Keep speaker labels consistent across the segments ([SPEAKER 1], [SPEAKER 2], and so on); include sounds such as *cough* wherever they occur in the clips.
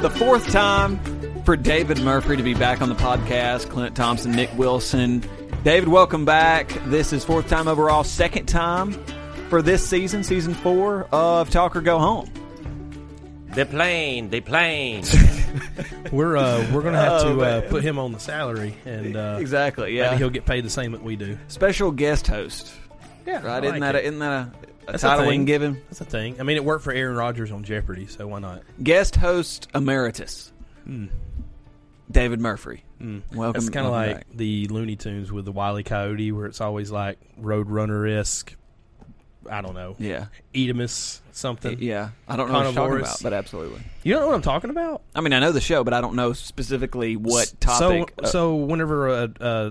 [SPEAKER 1] The fourth time for David Murphy to be back on the podcast. Clint Thompson, Nick Wilson. David, welcome back. This is fourth time overall, second time for this season, season four of Talk or Go Home.
[SPEAKER 2] The plane, the plane.
[SPEAKER 3] We're uh, we're gonna
[SPEAKER 1] *laughs*
[SPEAKER 3] have
[SPEAKER 1] Oh,
[SPEAKER 3] to uh,
[SPEAKER 1] man.
[SPEAKER 3] put him on the salary, and uh,
[SPEAKER 1] Exactly,
[SPEAKER 3] maybe
[SPEAKER 1] yeah.
[SPEAKER 3] he'll get paid the same that we do.
[SPEAKER 1] Special guest host,
[SPEAKER 3] Yeah,
[SPEAKER 1] right? isn't that a, isn't that a, a
[SPEAKER 3] That's a
[SPEAKER 1] title we
[SPEAKER 3] thing.
[SPEAKER 1] can give him?
[SPEAKER 3] that's a thing? I mean, it worked for Aaron Rodgers on Jeopardy, so why not?
[SPEAKER 1] Guest host emeritus, David Murphy. Welcome.
[SPEAKER 3] Mm. That's kind of
[SPEAKER 1] welcome
[SPEAKER 3] like
[SPEAKER 1] back.
[SPEAKER 3] the Looney Tunes with the Wile E. Coyote, where it's always like Roadrunner esque. I don't know,
[SPEAKER 1] yeah,
[SPEAKER 3] Edomus something.
[SPEAKER 1] yeah. I don't know what you're talking
[SPEAKER 3] Carnivorous.
[SPEAKER 1] about, but absolutely.
[SPEAKER 3] You don't know what I'm talking about?
[SPEAKER 1] I mean, I know the show, but I don't know specifically what
[SPEAKER 3] S-
[SPEAKER 1] topic. uh,
[SPEAKER 3] So, so whenever a, a,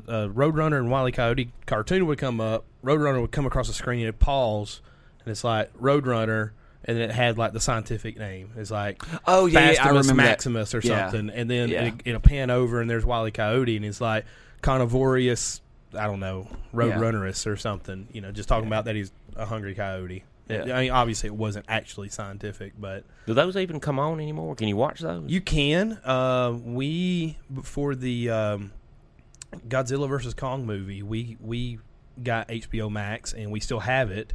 [SPEAKER 3] a Roadrunner and Wile E. Coyote cartoon would come up, Roadrunner would come across the screen and it pause, and it's like Roadrunner, and then it had like the scientific name. It's like
[SPEAKER 1] Oh, yeah, yeah, I
[SPEAKER 3] Fastimus
[SPEAKER 1] remember that.
[SPEAKER 3] Maximus or
[SPEAKER 1] Yeah.
[SPEAKER 3] something, and then
[SPEAKER 1] Yeah.
[SPEAKER 3] it, it'll pan over and there's Wile E. Coyote, and it's like Carnivorous, I don't know, Roadrunnerus or something. You know, just talking about that he's a hungry coyote.
[SPEAKER 1] Yeah.
[SPEAKER 3] I mean, obviously, it wasn't actually scientific, but
[SPEAKER 2] Do those even come on anymore? Can you watch those?
[SPEAKER 3] you can. Uh, we before the um, Godzilla versus Kong movie, we we got HBO Max, and we still have it.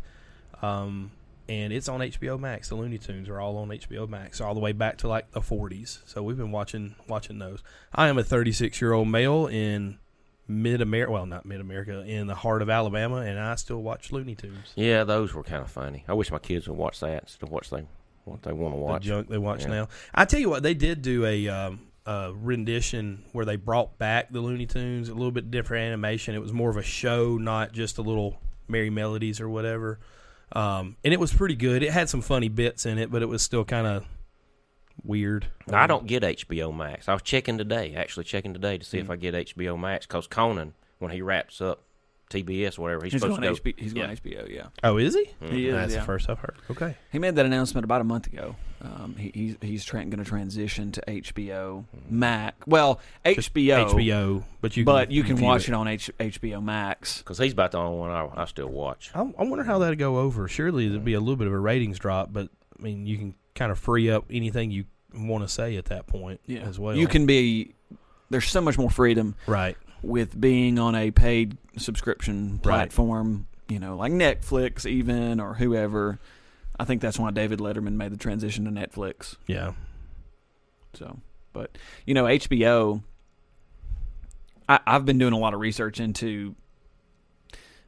[SPEAKER 3] Um, and it's on HBO Max. The Looney Tunes are all on HBO Max, all the way back to like the 40s. So we've been watching watching those. I am a 36 year old male in mid America, well, not mid America, in the heart of Alabama, and I still watch Looney Tunes.
[SPEAKER 2] yeah, those were kind of funny. I wish my kids would watch that instead of watch they what they want to watch.
[SPEAKER 3] the junk they watch
[SPEAKER 2] Yeah.
[SPEAKER 3] now. I tell you what, they did do a, um, a rendition where they brought back the Looney Tunes, a little bit different animation. It was more of a show, not just a little merry melodies or whatever. Um, and it was pretty good. It had some funny bits in it, but it was still kind of weird.
[SPEAKER 2] Now, I don't get HBO Max. I was checking today, actually checking today to see if I get HBO Max because Conan, when he wraps up TBS or whatever, he's,
[SPEAKER 1] he's
[SPEAKER 2] supposed
[SPEAKER 1] going,
[SPEAKER 2] to go. mm.
[SPEAKER 1] HBO, he's going
[SPEAKER 2] yeah.
[SPEAKER 1] HBO. Yeah,
[SPEAKER 3] Oh, is he?
[SPEAKER 1] he is.
[SPEAKER 3] That's
[SPEAKER 1] yeah.
[SPEAKER 3] the first I've heard. Okay.
[SPEAKER 1] He made that announcement about a month ago. Um, he, he's he's tra- going to transition to HBO Max. Well, HBO,
[SPEAKER 3] HBO, but you
[SPEAKER 1] but you can
[SPEAKER 3] view
[SPEAKER 1] watch it, on H- HBO Max.
[SPEAKER 2] Because he's about the only one I, I still watch.
[SPEAKER 3] I, I wonder how that'd go over. Surely there'd be a little bit of a ratings drop, but I mean, you can kind of free up anything you want to say at that point as well.
[SPEAKER 1] you can be. There's so much more freedom
[SPEAKER 3] right?
[SPEAKER 1] with being on a paid subscription
[SPEAKER 3] Right.
[SPEAKER 1] platform. You know, like Netflix, even or whoever. I think that's why David Letterman made the transition to Netflix.
[SPEAKER 3] Yeah,
[SPEAKER 1] So, but you know, HBO. I, I've been doing a lot of research into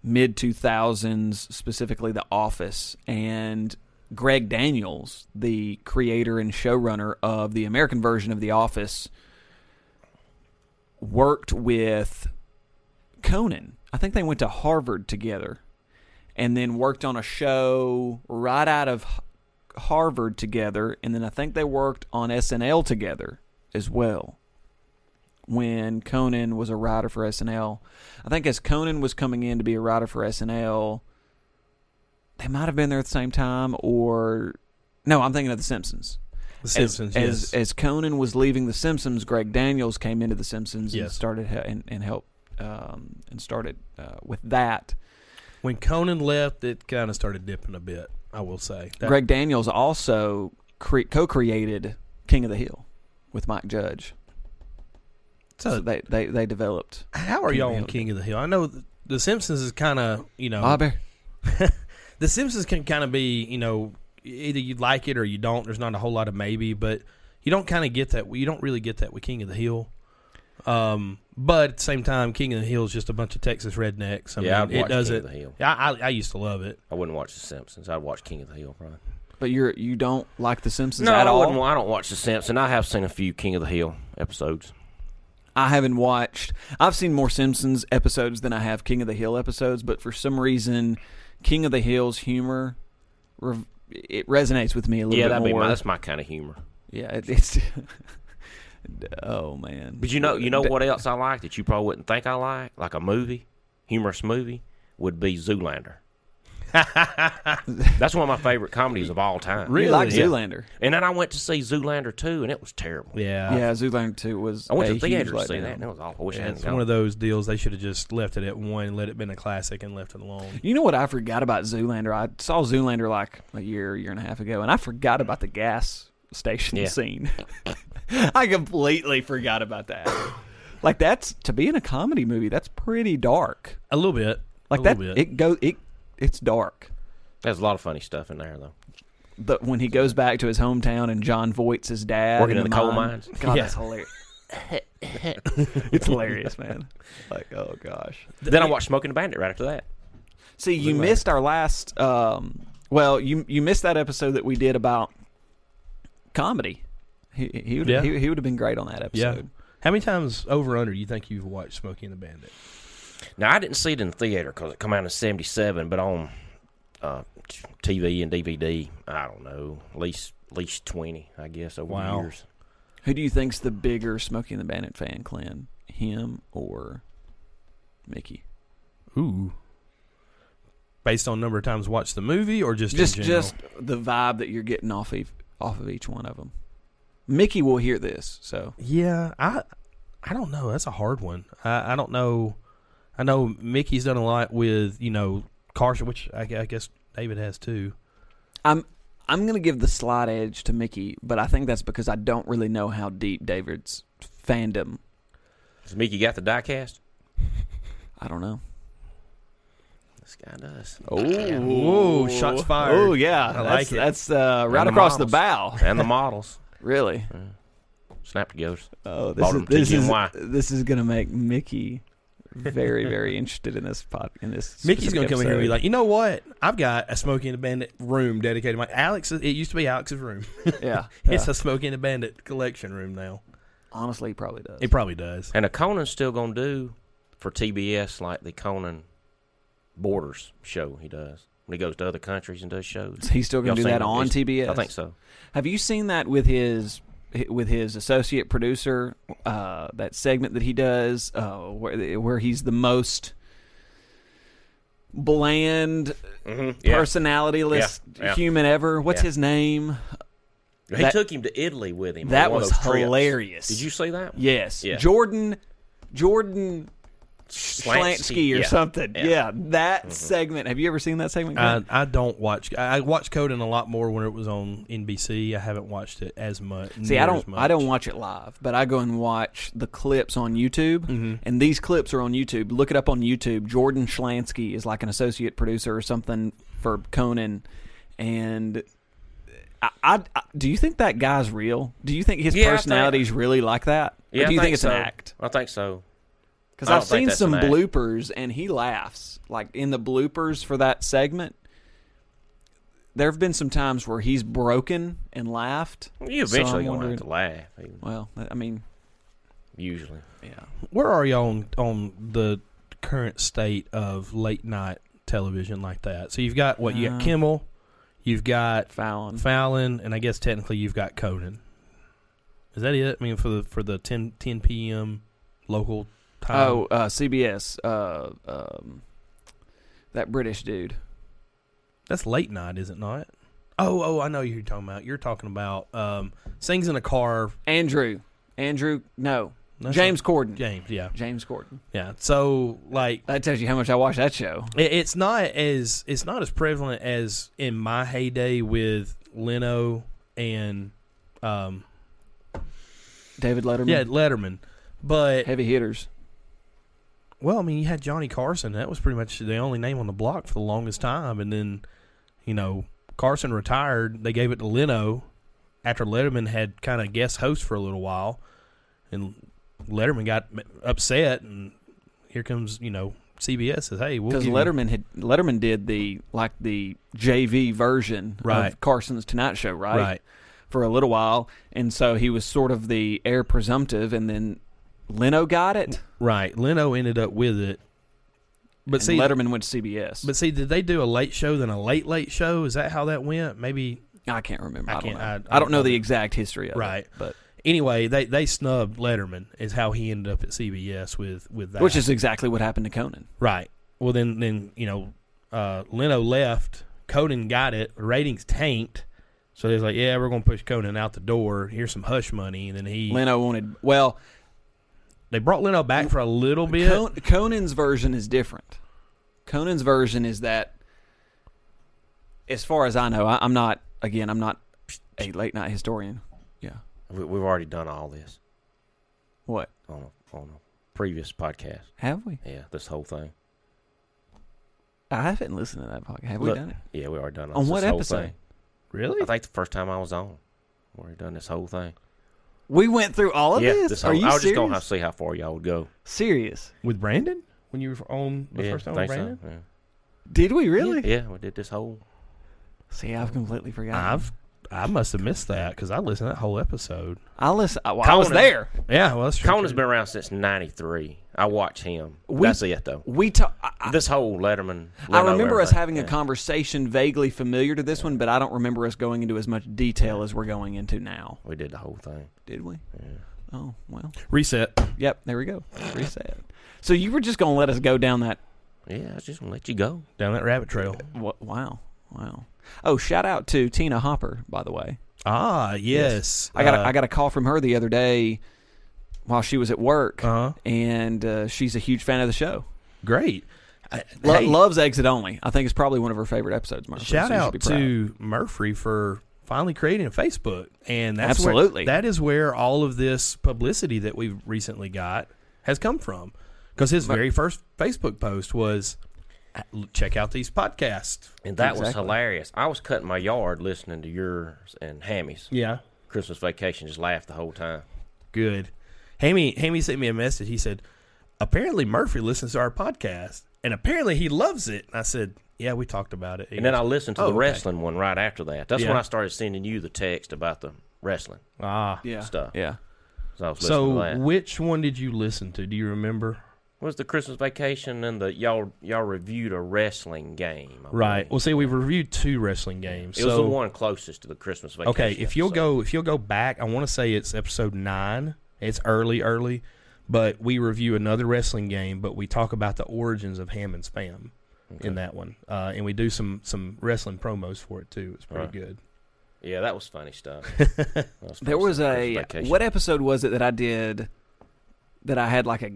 [SPEAKER 1] mid two thousands, specifically The Office, and Greg Daniels, the creator and showrunner of the American version of The Office, worked with Conan. I think they went to Harvard together, and then worked on a show right out of Harvard together, and then I think they worked on SNL together as well. When Conan was a writer for SNL, I think as Conan was coming in to be a writer for SNL, they might have been there at the same time, or no, I'm thinking of The Simpsons.
[SPEAKER 3] The Simpsons.
[SPEAKER 1] As,
[SPEAKER 3] yes.
[SPEAKER 1] as as Conan was leaving The Simpsons, Greg Daniels came into The Simpsons and
[SPEAKER 3] Yes.
[SPEAKER 1] started he- and, and helped um, and started uh, with that.
[SPEAKER 3] when Conan left, it kind of started dipping a bit. I will say. That-
[SPEAKER 1] Greg Daniels also cre- co-created King of the Hill with Mike Judge. So
[SPEAKER 3] So-
[SPEAKER 1] they, they, they developed
[SPEAKER 3] how are
[SPEAKER 1] King of
[SPEAKER 3] y'all
[SPEAKER 1] the
[SPEAKER 3] on
[SPEAKER 1] Hill.
[SPEAKER 3] King of the Hill? I know th- the Simpsons is kind of you know
[SPEAKER 1] Bobby.
[SPEAKER 3] the Simpsons can kind of be you know either you like it or you don't. There's not a whole lot of maybe, but you don't kind of get that. You don't really get that with King of the Hill. Um, but at the same time, King of the Hill is just a bunch of Texas rednecks. I
[SPEAKER 2] Yeah, I'd
[SPEAKER 3] mean, it
[SPEAKER 2] watch King of
[SPEAKER 3] doesn't.
[SPEAKER 2] the Hill.
[SPEAKER 3] Yeah, I, I, I used to love it.
[SPEAKER 2] I wouldn't watch The Simpsons. I'd watch King of the Hill, probably.
[SPEAKER 1] But you're you don't like The Simpsons
[SPEAKER 2] No,
[SPEAKER 1] at
[SPEAKER 2] I,
[SPEAKER 1] all.
[SPEAKER 2] wouldn't, I don't watch The Simpsons. I have seen a few King of the Hill episodes.
[SPEAKER 1] I haven't watched. I've seen more Simpsons episodes than I have King of the Hill episodes. But for some reason, King of the Hill's humor rev it resonates with me a little
[SPEAKER 2] Yeah,
[SPEAKER 1] bit
[SPEAKER 2] that'd
[SPEAKER 1] more.
[SPEAKER 2] be my, that's my kind of humor.
[SPEAKER 1] Yeah, it, it's. *laughs* oh man!
[SPEAKER 2] But you know, you know
[SPEAKER 1] Da-
[SPEAKER 2] what else I like that you probably wouldn't think I like, like a movie, humorous movie, would be Zoolander. That's one of my favorite comedies of all time.
[SPEAKER 1] You like
[SPEAKER 3] Really?
[SPEAKER 1] Zoolander?
[SPEAKER 2] And then I went to see Zoolander 2, and it was terrible.
[SPEAKER 3] Yeah.
[SPEAKER 1] yeah, Zoolander Two was.
[SPEAKER 2] I went to
[SPEAKER 1] a
[SPEAKER 2] the theater
[SPEAKER 1] huge
[SPEAKER 2] to see
[SPEAKER 1] letdown.
[SPEAKER 2] that, and it was awful. I wish I
[SPEAKER 3] Yeah,
[SPEAKER 2] hadn't
[SPEAKER 3] it's
[SPEAKER 2] gone.
[SPEAKER 3] one of those deals they should have just left it at one, let it been a classic, and left it alone.
[SPEAKER 1] You know what I forgot about Zoolander? I saw Zoolander like a year, year and a half ago, and I forgot about the gas station
[SPEAKER 2] Yeah.
[SPEAKER 1] scene. *laughs* I completely forgot about that. like that's to be in a comedy movie, that's pretty dark.
[SPEAKER 3] A little bit,
[SPEAKER 1] Like
[SPEAKER 3] a
[SPEAKER 1] that,
[SPEAKER 3] little bit.
[SPEAKER 1] it go it it's dark.
[SPEAKER 2] There's a lot of funny stuff in there, though.
[SPEAKER 1] But when he goes back to his hometown and John Voight's his dad
[SPEAKER 2] Working in
[SPEAKER 1] the
[SPEAKER 2] the coal
[SPEAKER 1] mine-
[SPEAKER 2] mines.
[SPEAKER 1] God,
[SPEAKER 3] Yeah.
[SPEAKER 1] that's hilarious. *laughs* it's hilarious, man. Like, oh gosh.
[SPEAKER 2] Then I watched Smoking the Bandit right after that.
[SPEAKER 1] See, you missed our last. Um, well, you you missed that episode that we did about comedy. He he would
[SPEAKER 3] Yeah.
[SPEAKER 1] he, he would have been great on that
[SPEAKER 3] yeah.
[SPEAKER 1] episode.
[SPEAKER 3] How many times over under you think you've watched Smokey and the Bandit?
[SPEAKER 2] Now, I didn't see it in the theater because it come out in 77, but on uh, t- TV and DVD, I don't know, at least, at least 20, I guess, over
[SPEAKER 3] Wow.
[SPEAKER 2] the years.
[SPEAKER 1] Who do you think's the bigger Smokey and the Bandit fan, Clint? Him or Mickey?
[SPEAKER 3] Ooh. Based on number of times watched the movie, or just in
[SPEAKER 1] Just
[SPEAKER 3] general?
[SPEAKER 1] just the vibe that you're getting off of off of each one of them. Mickey will hear this, so
[SPEAKER 3] Yeah, I I don't know. That's a hard one. I, I don't know. I know Mickey's done a lot with you know Carson, which I, gu- I guess David has too.
[SPEAKER 1] I'm I'm gonna give the slight edge to Mickey, but I think that's because I don't really know how deep David's fandom.
[SPEAKER 2] Has Mickey got the diecast?
[SPEAKER 1] I don't know.
[SPEAKER 2] This guy does.
[SPEAKER 3] Whoa, shots fired.
[SPEAKER 1] Oh yeah, that's,
[SPEAKER 3] like it.
[SPEAKER 1] That's uh, right
[SPEAKER 2] the
[SPEAKER 1] across the
[SPEAKER 2] models.
[SPEAKER 1] bow.
[SPEAKER 2] And the models.
[SPEAKER 1] Really?
[SPEAKER 2] Snap togethers.
[SPEAKER 1] Oh,
[SPEAKER 2] this Bought is- 'em this is- TGNY.
[SPEAKER 1] this is gonna make Mickey very very interested in this pop in this.
[SPEAKER 3] Mickey's gonna come in here and be like, you know what? I've got a Smokey and the Bandit room dedicated. My Alex, it used to be Alex's room.
[SPEAKER 1] yeah,
[SPEAKER 3] It's a Smokey and the Bandit collection room now.
[SPEAKER 1] honestly, he probably does.
[SPEAKER 3] It probably does.
[SPEAKER 2] And a Conan's still going to do for TBS like the Conan Borders show he does when he goes to other countries and does shows.
[SPEAKER 1] He's still gonna
[SPEAKER 2] Y'all
[SPEAKER 1] do
[SPEAKER 2] seen
[SPEAKER 1] that
[SPEAKER 2] it?
[SPEAKER 1] on
[SPEAKER 2] It's-
[SPEAKER 1] TBS.
[SPEAKER 2] I think so.
[SPEAKER 1] Have you seen that with his with his associate producer? Uh, that segment that he does, uh, where where he's the most bland
[SPEAKER 2] Mm-hmm.
[SPEAKER 1] personalityless
[SPEAKER 2] Yeah, yeah.
[SPEAKER 1] human ever. What's
[SPEAKER 2] Yeah.
[SPEAKER 1] his name?
[SPEAKER 2] He
[SPEAKER 1] That-
[SPEAKER 2] took him to Italy with him. on
[SPEAKER 1] That
[SPEAKER 2] one of
[SPEAKER 1] was
[SPEAKER 2] those trips.
[SPEAKER 1] hilarious.
[SPEAKER 2] Did you see that? one?
[SPEAKER 1] Yes.
[SPEAKER 2] Yeah.
[SPEAKER 1] Jordan Jordan Slansky or
[SPEAKER 2] yeah.
[SPEAKER 1] something. Yeah,
[SPEAKER 2] Yeah. Mm-hmm.
[SPEAKER 1] that segment. Have you ever seen that segment? Clint?
[SPEAKER 3] I, I don't watch. I I watched Conan a lot more when it was on NBC. I haven't watched it as much.
[SPEAKER 1] See, I
[SPEAKER 3] near
[SPEAKER 1] don't
[SPEAKER 3] as much.
[SPEAKER 1] I don't watch it live, but I go and watch the clips on YouTube.
[SPEAKER 2] Mm-hmm.
[SPEAKER 1] And these clips are on YouTube. Look it up on YouTube. Jordan Schlansky is like an associate producer or something for Conan and I, I, I- do you think that guy's real? Do you think his
[SPEAKER 2] Yeah, I think-
[SPEAKER 1] personality's really like that? Or
[SPEAKER 2] Yeah,
[SPEAKER 1] do you
[SPEAKER 2] I
[SPEAKER 1] think, it's
[SPEAKER 2] so.
[SPEAKER 1] an act?
[SPEAKER 2] I think so.
[SPEAKER 1] Because
[SPEAKER 2] I don't
[SPEAKER 1] I've
[SPEAKER 2] think
[SPEAKER 1] seen
[SPEAKER 2] that's
[SPEAKER 1] some
[SPEAKER 2] an act.
[SPEAKER 1] bloopers and he laughs. Like in the bloopers for that segment, there have been some times where he's broken and laughed.
[SPEAKER 2] You
[SPEAKER 1] So I'm
[SPEAKER 2] eventually going to
[SPEAKER 1] wondering-
[SPEAKER 2] have to laugh, even-
[SPEAKER 1] Well, I I mean,
[SPEAKER 2] usually.
[SPEAKER 1] yeah.
[SPEAKER 3] Where are y'all on, on the current state of late night television like that? So you've got what you got
[SPEAKER 1] Uh,
[SPEAKER 3] Kimmel, you've got
[SPEAKER 1] Fallon.
[SPEAKER 3] Fallon, and I guess technically you've got Conan. Is that it? I mean, for the for the 10, 10 p.m. local time.
[SPEAKER 1] oh, uh, CBS. Uh, um, that British dude.
[SPEAKER 3] that's late night, is it not? Oh, oh, I know who you're talking about. You're talking about um, sings in a car.
[SPEAKER 1] Andrew. Andrew. No.
[SPEAKER 3] That's
[SPEAKER 1] James
[SPEAKER 3] not-
[SPEAKER 1] Corden.
[SPEAKER 3] James, yeah,
[SPEAKER 1] James Corden.
[SPEAKER 3] yeah. So like
[SPEAKER 1] That tells you how much I watch that show.
[SPEAKER 3] It- It's not as it's not as prevalent as in my heyday with Leno and um,
[SPEAKER 1] David Letterman.
[SPEAKER 3] yeah Letterman, but
[SPEAKER 1] Heavy hitters.
[SPEAKER 3] well, I mean you had Johnny Carson. That was pretty much the only name on the block for the longest time, and then you know Carson retired. They gave it to Leno after Letterman had kind of guest host for a little while, and Letterman got m- upset, and here comes you know CBS says, "Hey, we'll
[SPEAKER 1] because
[SPEAKER 3] give you-
[SPEAKER 1] Letterman had Letterman did the like the JV version
[SPEAKER 3] Right.
[SPEAKER 1] of Carson's Tonight Show, right?
[SPEAKER 3] right."
[SPEAKER 1] For a little while, and so he was sort of the heir presumptive, and then Leno got it,
[SPEAKER 3] Right. Leno ended up with it. But
[SPEAKER 1] and
[SPEAKER 3] see,
[SPEAKER 1] Letterman went to CBS.
[SPEAKER 3] but see, did they do a late show then a late late show? Is that how that went? Maybe.
[SPEAKER 1] I can't remember. I,
[SPEAKER 3] I
[SPEAKER 1] don't
[SPEAKER 3] can't-
[SPEAKER 1] know. I,
[SPEAKER 3] I-
[SPEAKER 1] don't,
[SPEAKER 3] I don't
[SPEAKER 1] know the
[SPEAKER 3] know.
[SPEAKER 1] exact history of
[SPEAKER 3] Right.
[SPEAKER 1] it, but
[SPEAKER 3] Anyway, they they snubbed Letterman is how he ended up at CBS with with that.
[SPEAKER 1] which is exactly what happened to Conan.
[SPEAKER 3] right. Well, then then you know, uh, Leno left, Conan got it, ratings tanked. So they was like, yeah, we're going to push Conan out the door. Here's some hush money. And then he,
[SPEAKER 1] Leno wanted well.
[SPEAKER 3] they brought Leno back for a little bit.
[SPEAKER 1] Con- Conan's version is different. Conan's version is that, as far as I know, I, I'm not. Again, I'm not a late night historian. Yeah.
[SPEAKER 2] We, we've already done all this
[SPEAKER 1] What
[SPEAKER 2] on a, on a previous podcast.
[SPEAKER 1] have we?
[SPEAKER 2] Yeah, this whole thing.
[SPEAKER 1] I haven't listened to that podcast. Have
[SPEAKER 2] Look-
[SPEAKER 1] we done it?
[SPEAKER 2] Yeah, we already done
[SPEAKER 1] On
[SPEAKER 2] this
[SPEAKER 1] what
[SPEAKER 2] whole
[SPEAKER 1] episode?
[SPEAKER 2] thing.
[SPEAKER 3] really?
[SPEAKER 2] I think the first time I was on, we already done this whole thing.
[SPEAKER 1] We went through all of
[SPEAKER 2] yeah,
[SPEAKER 1] this. Oh, Are
[SPEAKER 2] whole-
[SPEAKER 1] you
[SPEAKER 2] I was
[SPEAKER 1] serious?
[SPEAKER 2] just gonna have to see how far y'all would go.
[SPEAKER 1] serious?
[SPEAKER 3] With Brandon? When you were on the
[SPEAKER 2] yeah,
[SPEAKER 3] first time
[SPEAKER 2] I
[SPEAKER 3] with
[SPEAKER 2] think so,
[SPEAKER 3] Brandon?
[SPEAKER 1] Did we really?
[SPEAKER 2] Yeah. yeah, we did this whole.
[SPEAKER 1] See, I've completely forgotten.
[SPEAKER 3] I've, I must have missed that because I listened to that whole episode.
[SPEAKER 1] I listen. I, well, I was
[SPEAKER 2] Conan.
[SPEAKER 1] there.
[SPEAKER 3] Yeah, well, that's true.
[SPEAKER 2] Conan's
[SPEAKER 3] too.
[SPEAKER 2] been around since '93. I watch him.
[SPEAKER 1] We-
[SPEAKER 2] That's it though.
[SPEAKER 1] We talk. I, I-
[SPEAKER 2] This whole Letterman.
[SPEAKER 1] I
[SPEAKER 2] Leno,
[SPEAKER 1] remember us
[SPEAKER 2] everything.
[SPEAKER 1] having a
[SPEAKER 2] Yeah.
[SPEAKER 1] conversation vaguely familiar to this one, but I don't remember us going into as much detail as we're going into now.
[SPEAKER 2] We did the whole thing.
[SPEAKER 1] Did we?
[SPEAKER 2] Yeah.
[SPEAKER 1] Oh well.
[SPEAKER 3] Reset.
[SPEAKER 1] Yep. There we go. Reset. So you were just gonna let us go down that?
[SPEAKER 2] Yeah, I was just gonna let you go.
[SPEAKER 3] Down that rabbit trail.
[SPEAKER 1] wha- Wow. Wow. Oh, shout out to Tina Hopper, by the way.
[SPEAKER 3] Ah, yes. Uh,
[SPEAKER 1] I got a, I got a call from her the other day while she was at work,
[SPEAKER 3] Uh-huh.
[SPEAKER 1] and uh, she's a huge fan of the show.
[SPEAKER 3] Great. I-
[SPEAKER 1] Lo-
[SPEAKER 3] hey,
[SPEAKER 1] Loves Exit Only. I think it's probably one of her favorite episodes. Murphy, so
[SPEAKER 3] shout
[SPEAKER 1] you should
[SPEAKER 3] out
[SPEAKER 1] be proud.
[SPEAKER 3] to Murphy for finally creating a Facebook, and that's where-
[SPEAKER 1] Absolutely.
[SPEAKER 3] that is where all of this publicity that we've recently got has come from. Because his very first Facebook post was, "Check out these podcasts."
[SPEAKER 2] And that was
[SPEAKER 1] Exactly.
[SPEAKER 2] hilarious. I was cutting my yard listening to yours and Hammy's
[SPEAKER 3] Yeah,
[SPEAKER 2] Christmas vacation. Just laughed the whole time.
[SPEAKER 3] good. Hammy Hammy sent me a message. He said, "Apparently Murphy listens to our podcast, and apparently he loves it." And I said, "Yeah, we talked about it." He
[SPEAKER 2] And then I
[SPEAKER 3] goes,
[SPEAKER 2] listened to
[SPEAKER 3] "Oh,
[SPEAKER 2] the
[SPEAKER 3] okay."
[SPEAKER 2] wrestling one right after that. That's when
[SPEAKER 3] Yeah.
[SPEAKER 2] I started sending you the text about the wrestling.
[SPEAKER 3] ah
[SPEAKER 1] yeah
[SPEAKER 2] stuff.
[SPEAKER 1] Yeah.
[SPEAKER 2] So I was listening to
[SPEAKER 3] So
[SPEAKER 2] that.
[SPEAKER 3] which one did you listen to? Do you remember?
[SPEAKER 2] was the Christmas vacation and the y'all y'all reviewed a wrestling game. I
[SPEAKER 3] Right. Well,
[SPEAKER 2] believe.
[SPEAKER 3] see, we've reviewed two wrestling games.
[SPEAKER 2] it was the
[SPEAKER 3] so-
[SPEAKER 2] one closest to the Christmas vacation.
[SPEAKER 3] Okay, if you'll
[SPEAKER 2] episode.
[SPEAKER 3] go, if you'll go back, I want to say it's episode nine. It's early, early, but we review another wrestling game, but we talk about the origins of ham and spam in that one, uh, and we do some some wrestling promos for it too. It's pretty
[SPEAKER 2] Right.
[SPEAKER 3] good.
[SPEAKER 2] yeah, that was funny
[SPEAKER 3] *laughs*
[SPEAKER 2] stuff. That was funny
[SPEAKER 1] There was a
[SPEAKER 2] stuff, Christmas vacation.
[SPEAKER 1] what episode was it that I did that I had like a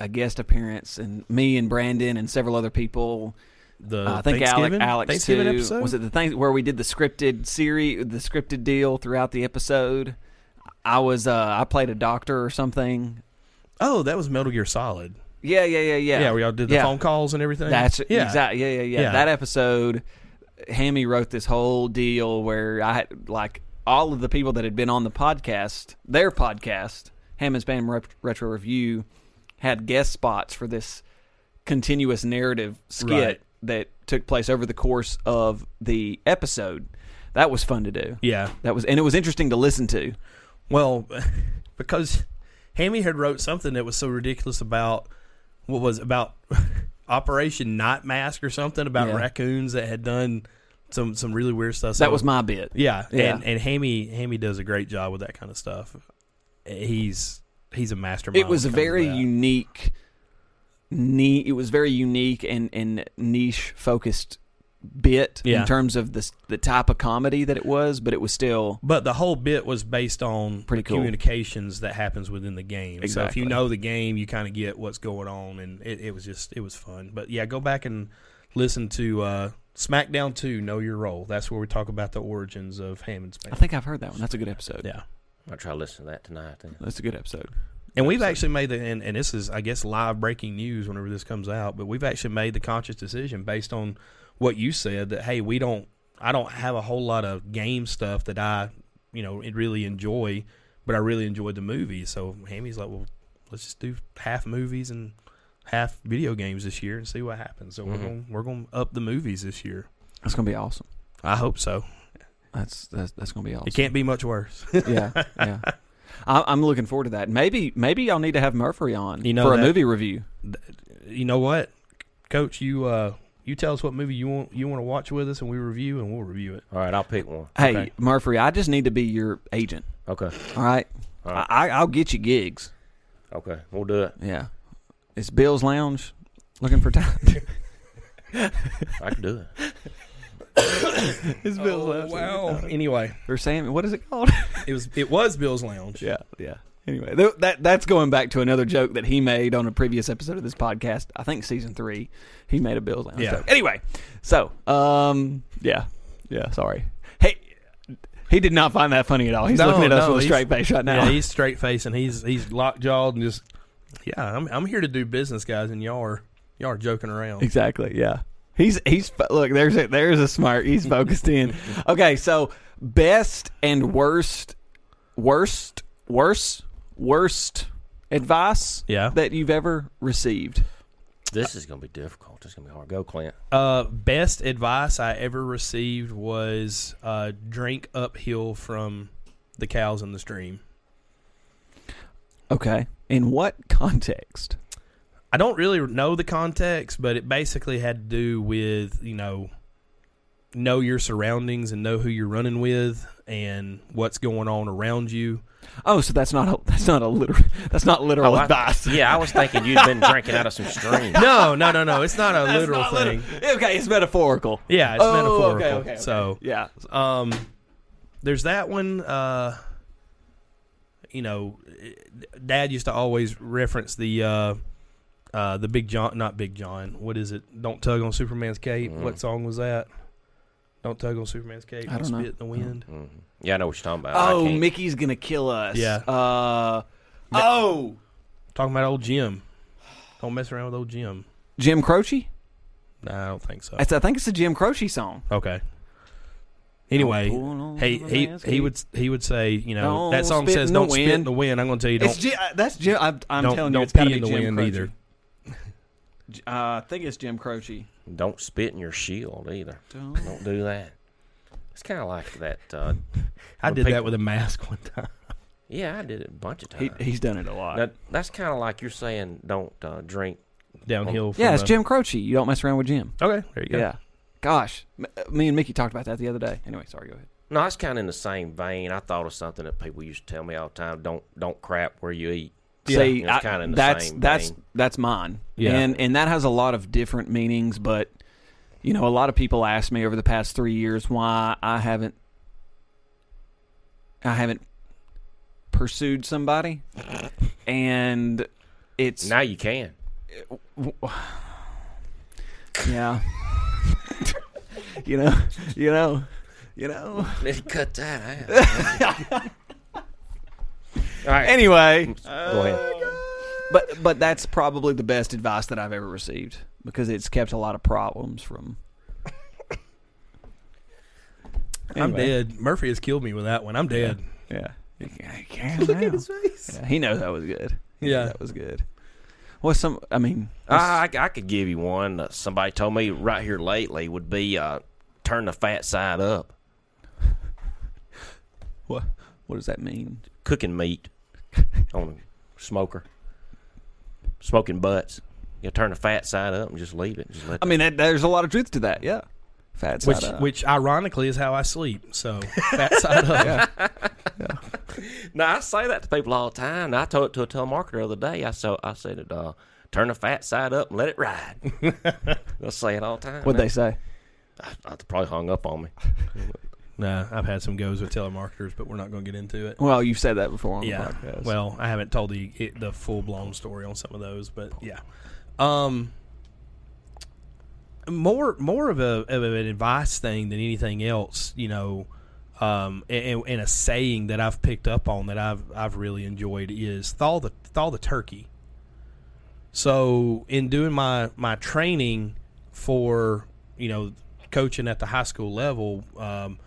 [SPEAKER 1] a guest appearance and me and Brandon and several other people.
[SPEAKER 3] The
[SPEAKER 1] Uh, I think Alex,
[SPEAKER 3] Thanksgiving,
[SPEAKER 1] Alex
[SPEAKER 3] Thanksgiving
[SPEAKER 1] too.
[SPEAKER 3] episode
[SPEAKER 1] Was it the thing where we did the scripted series, the scripted deal throughout the episode? I was uh, I played a doctor or something.
[SPEAKER 3] Oh, that was Metal Gear Solid.
[SPEAKER 1] Yeah, yeah, yeah, yeah.
[SPEAKER 3] Yeah, we all did the
[SPEAKER 1] Yeah.
[SPEAKER 3] phone calls and everything.
[SPEAKER 1] That's
[SPEAKER 3] yeah.
[SPEAKER 1] exactly. Yeah, yeah, yeah,
[SPEAKER 3] Yeah.
[SPEAKER 1] That episode, Hammy wrote this whole deal where I had like all of the people that had been on the podcast, their podcast, Ham and Spam Ret- Retro Review, had guest spots for this continuous narrative skit
[SPEAKER 3] Right.
[SPEAKER 1] that took place over the course of the episode. That was fun to do.
[SPEAKER 3] Yeah.
[SPEAKER 1] That was, and it was interesting to listen to.
[SPEAKER 3] Well, *laughs* because Hammy had wrote something that was so ridiculous about what was about *laughs* Operation Not Mask or something about
[SPEAKER 1] Yeah.
[SPEAKER 3] raccoons that had done some some really weird stuff.
[SPEAKER 1] That was my bit.
[SPEAKER 3] yeah,
[SPEAKER 1] Yeah.
[SPEAKER 3] and and Hammy Hammy does a great job with that kind of stuff. He's he's a mastermind.
[SPEAKER 1] it was a
[SPEAKER 3] when comes to
[SPEAKER 1] very
[SPEAKER 3] that.
[SPEAKER 1] unique ne- it was very unique and, and niche focused bit
[SPEAKER 3] Yeah.
[SPEAKER 1] in terms of the s- the type of comedy that it was but it was still
[SPEAKER 3] But the whole bit was based on
[SPEAKER 1] Pretty
[SPEAKER 3] the
[SPEAKER 1] cool.
[SPEAKER 3] communications that happens within the game. So if
[SPEAKER 1] Exactly.
[SPEAKER 3] you know the game, you kind of get what's going on, and it, it was just it was fun. But yeah, go back and listen to uh, SmackDown Two: Know Your Role. That's where we talk about the origins of Hammond's
[SPEAKER 1] I think I've heard that one that's a good episode
[SPEAKER 3] Yeah,
[SPEAKER 2] I'll try to listen to that tonight. Then.
[SPEAKER 1] that's a good episode
[SPEAKER 3] and we've actually made the and, and this is I guess live breaking news whenever this comes out. But we've actually made the conscious decision based on what you said that hey, we don't I don't have a whole lot of game stuff that I you know really enjoy, but I really enjoyed the movie. So Hammy's like, well, let's just do half movies and half video games this year and see what happens. So we're
[SPEAKER 2] Mhm.
[SPEAKER 3] going we're going to up the movies this year.
[SPEAKER 1] that's gonna be awesome
[SPEAKER 3] I hope so.
[SPEAKER 1] that's that's, that's gonna be awesome
[SPEAKER 3] It can't be much worse. *laughs*
[SPEAKER 1] yeah *laughs* yeah I, I'm looking forward to that maybe maybe y'all need to have Murphy on
[SPEAKER 3] You know
[SPEAKER 1] for a
[SPEAKER 3] that-
[SPEAKER 1] movie review
[SPEAKER 3] you know what, Coach? You uh, you tell us what movie you want you want to watch with us, and we review, and we'll review it.
[SPEAKER 2] All right, I'll pick one.
[SPEAKER 1] hey
[SPEAKER 3] Okay.
[SPEAKER 1] Murphy I just need to be your agent
[SPEAKER 2] Okay,
[SPEAKER 1] all right,
[SPEAKER 2] All right.
[SPEAKER 1] I, I'll get you gigs
[SPEAKER 2] okay, we'll do it.
[SPEAKER 1] yeah it's Bill's Lounge looking for time
[SPEAKER 2] I could do it.
[SPEAKER 1] It's
[SPEAKER 3] Oh,
[SPEAKER 1] Bill's Lounge.
[SPEAKER 3] *laughs* Anyway,
[SPEAKER 1] Or Sam, what is it called?
[SPEAKER 3] it was it was Bill's Lounge.
[SPEAKER 1] yeah, yeah. Anyway, th- that that's going back to another joke that he made on a previous episode of this podcast. I think season three, he made a Bill's Lounge
[SPEAKER 3] Yeah.
[SPEAKER 1] joke. Anyway, so um, yeah, yeah. Sorry. Hey, he did not find that funny at all. He's
[SPEAKER 3] No,
[SPEAKER 1] looking at us
[SPEAKER 3] no,
[SPEAKER 1] with a
[SPEAKER 3] he's-
[SPEAKER 1] straight face right now.
[SPEAKER 3] Yeah, he's straight faced and he's he's lock jawed and just yeah. I'm I'm here to do business, guys, and y'all are y'all are joking
[SPEAKER 1] *laughs*
[SPEAKER 3] around.
[SPEAKER 1] Exactly. Yeah. He's he's fo- look. There's a, there's a smart. He's focused in. Okay. So best and worst, worst, worst, worst advice
[SPEAKER 3] Yeah.
[SPEAKER 1] that you've ever received.
[SPEAKER 2] This is gonna be difficult. This is gonna be hard. Go, Clint.
[SPEAKER 3] Uh, best advice I ever received was uh, drink uphill from the cows in the stream.
[SPEAKER 1] Okay. In what context?
[SPEAKER 3] I don't really know the context, but it basically had to do with you know know your surroundings and know who you're running with and what's going on around you.
[SPEAKER 1] Oh, so that's not a that's not a literal that's not literal
[SPEAKER 2] Oh, I-
[SPEAKER 1] advice. *laughs*
[SPEAKER 2] Yeah, I was thinking you'd
[SPEAKER 3] *laughs*
[SPEAKER 2] been drinking out of some stream.
[SPEAKER 3] No, no, no, no. It's not
[SPEAKER 1] *laughs*
[SPEAKER 3] a literal
[SPEAKER 1] Not
[SPEAKER 3] thing.
[SPEAKER 1] literal. Okay, it's metaphorical.
[SPEAKER 3] Yeah, it's
[SPEAKER 1] Oh,
[SPEAKER 3] metaphorical.
[SPEAKER 1] okay, okay, okay.
[SPEAKER 3] So,
[SPEAKER 1] Yeah.
[SPEAKER 3] um, there's that one. Uh, you know, it- Dad used to always reference the uh, uh, the Big John, not Big John. What is it? Don't tug on Superman's cape.
[SPEAKER 2] Mm.
[SPEAKER 3] What song was that? Don't tug on Superman's cape.
[SPEAKER 1] Mm-hmm. I don't know.
[SPEAKER 3] spit in the wind.
[SPEAKER 2] Mhm. Yeah, I know what you're talking about. I
[SPEAKER 1] Oh,
[SPEAKER 2] can't-
[SPEAKER 1] Mickey's gonna kill us.
[SPEAKER 3] Yeah.
[SPEAKER 1] Uh, oh,
[SPEAKER 3] Talking about old Jim. Don't mess around with old Jim.
[SPEAKER 1] Jim Croce.
[SPEAKER 3] Nah, I don't think so.
[SPEAKER 1] It's, I think it's a Jim Croce song.
[SPEAKER 3] Okay. Anyway,
[SPEAKER 1] Don't pull on
[SPEAKER 3] he he
[SPEAKER 1] Superman's
[SPEAKER 3] he
[SPEAKER 1] cape.
[SPEAKER 3] would he would say, you know,
[SPEAKER 1] Don't
[SPEAKER 3] that song
[SPEAKER 1] spit
[SPEAKER 3] says
[SPEAKER 1] in the
[SPEAKER 3] don't spit in
[SPEAKER 1] wind."
[SPEAKER 3] the wind. I'm going to tell you don't
[SPEAKER 1] It's Jim, uh, that's Jim. I, I'm
[SPEAKER 3] Don't-
[SPEAKER 1] telling you,
[SPEAKER 3] don't
[SPEAKER 1] it's gotta
[SPEAKER 3] pee in
[SPEAKER 1] be
[SPEAKER 3] the
[SPEAKER 1] Jim
[SPEAKER 3] wind
[SPEAKER 1] Croce.
[SPEAKER 3] either.
[SPEAKER 1] J- Uh, I think it's Jim Croce.
[SPEAKER 2] Don't spit in your shield either.
[SPEAKER 1] Don't-
[SPEAKER 2] Don't do that. It's kind of like that. Uh,
[SPEAKER 3] I
[SPEAKER 2] when
[SPEAKER 3] did
[SPEAKER 2] people-
[SPEAKER 3] that with a mask *laughs* one time.
[SPEAKER 2] Yeah, I did it a bunch of
[SPEAKER 1] He,
[SPEAKER 2] times.
[SPEAKER 1] he's done it a lot.
[SPEAKER 2] Now, that's kind of like you're saying, don't uh, drink.
[SPEAKER 3] Downhill. From
[SPEAKER 1] yeah, it's
[SPEAKER 3] a-
[SPEAKER 1] Jim Croce. You don't mess around with Jim.
[SPEAKER 3] Okay, there you go.
[SPEAKER 1] Yeah. Gosh, M- uh, me and Mickey talked about that the other day. Anyway, sorry. Go ahead.
[SPEAKER 2] No, that's kind of in the same vein. I thought of something that people used to tell me all the time: don't don't crap where you eat.
[SPEAKER 1] See,
[SPEAKER 2] It's
[SPEAKER 1] I-
[SPEAKER 2] kinda in the
[SPEAKER 1] that's
[SPEAKER 2] same
[SPEAKER 1] that's
[SPEAKER 2] vein.
[SPEAKER 1] that's mine.
[SPEAKER 3] Yeah.
[SPEAKER 1] And and that has a lot of different meanings, but you know, a lot of people ask me over the past 3 years why I haven't I haven't pursued somebody. And it's
[SPEAKER 2] Now you *laughs* can.
[SPEAKER 1] yeah. *laughs* you know, you know, you know.
[SPEAKER 2] Cut that out. all right.
[SPEAKER 1] Anyway,
[SPEAKER 2] Go ahead.
[SPEAKER 1] but but that's probably the best advice that I've ever received because it's kept a lot of problems from.
[SPEAKER 3] I'm
[SPEAKER 1] Anyway.
[SPEAKER 3] dead. Murphy has killed me with that one. I'm dead.
[SPEAKER 1] Yeah. Look at his face. Yeah, he knows that was good. He
[SPEAKER 3] Yeah.
[SPEAKER 1] knows that was good. What's some? I mean,
[SPEAKER 2] I, I I could give you one. that somebody told me right here lately would be uh, turn the fat side up.
[SPEAKER 1] what what does that mean?
[SPEAKER 2] Cooking *laughs* meat on a smoker. Smoking butts. You turn the fat side up and just leave it. Just let
[SPEAKER 1] I mean, that, there's a lot of truth to that. Yeah, fat side
[SPEAKER 3] Which,
[SPEAKER 1] up.
[SPEAKER 3] which ironically is how I sleep.
[SPEAKER 1] *laughs*
[SPEAKER 3] So fat side up.
[SPEAKER 2] No, I say that to people all the time. I told it to a telemarketer the other day. I so I said it. Uh, turn the fat side up and let it *laughs* ride. They'll say it all the time.
[SPEAKER 1] What'd they say?
[SPEAKER 2] I, I probably hung up on me.
[SPEAKER 3] Nah, I've had some goes with telemarketers, but we're not going to get into it.
[SPEAKER 1] Well, you've said that before on
[SPEAKER 3] yeah.
[SPEAKER 1] the podcast.
[SPEAKER 3] Well, I haven't told the it, the full blown story on some of those, but yeah. Um, more more of a of an advice thing than anything else, you know. Um, and, and a saying that I've picked up on that I've I've really enjoyed is thaw the thaw the turkey. So in doing my my training for you know coaching at the high school level, um,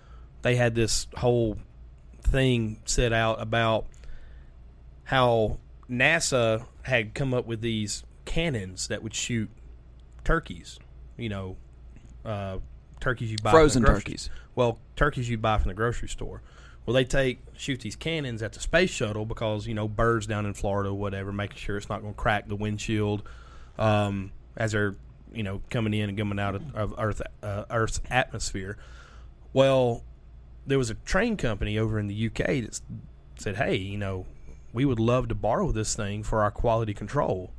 [SPEAKER 3] they had this whole thing set out about how NASA had come up with these cannons that would shoot turkeys. You know, uh, turkeys you buy from the
[SPEAKER 1] Frozen
[SPEAKER 3] grocery-
[SPEAKER 1] turkeys.
[SPEAKER 3] Well, turkeys you buy from the grocery store. Well, they take shoot these cannons at the space shuttle because you know birds down in Florida, whatever, making sure it's not going to crack the windshield um, as they're you know coming in and coming out of, of Earth uh, Earth's atmosphere. Well, there was a train company over in the UK that s- said, "Hey, you know, we would love to borrow this thing for our quality control."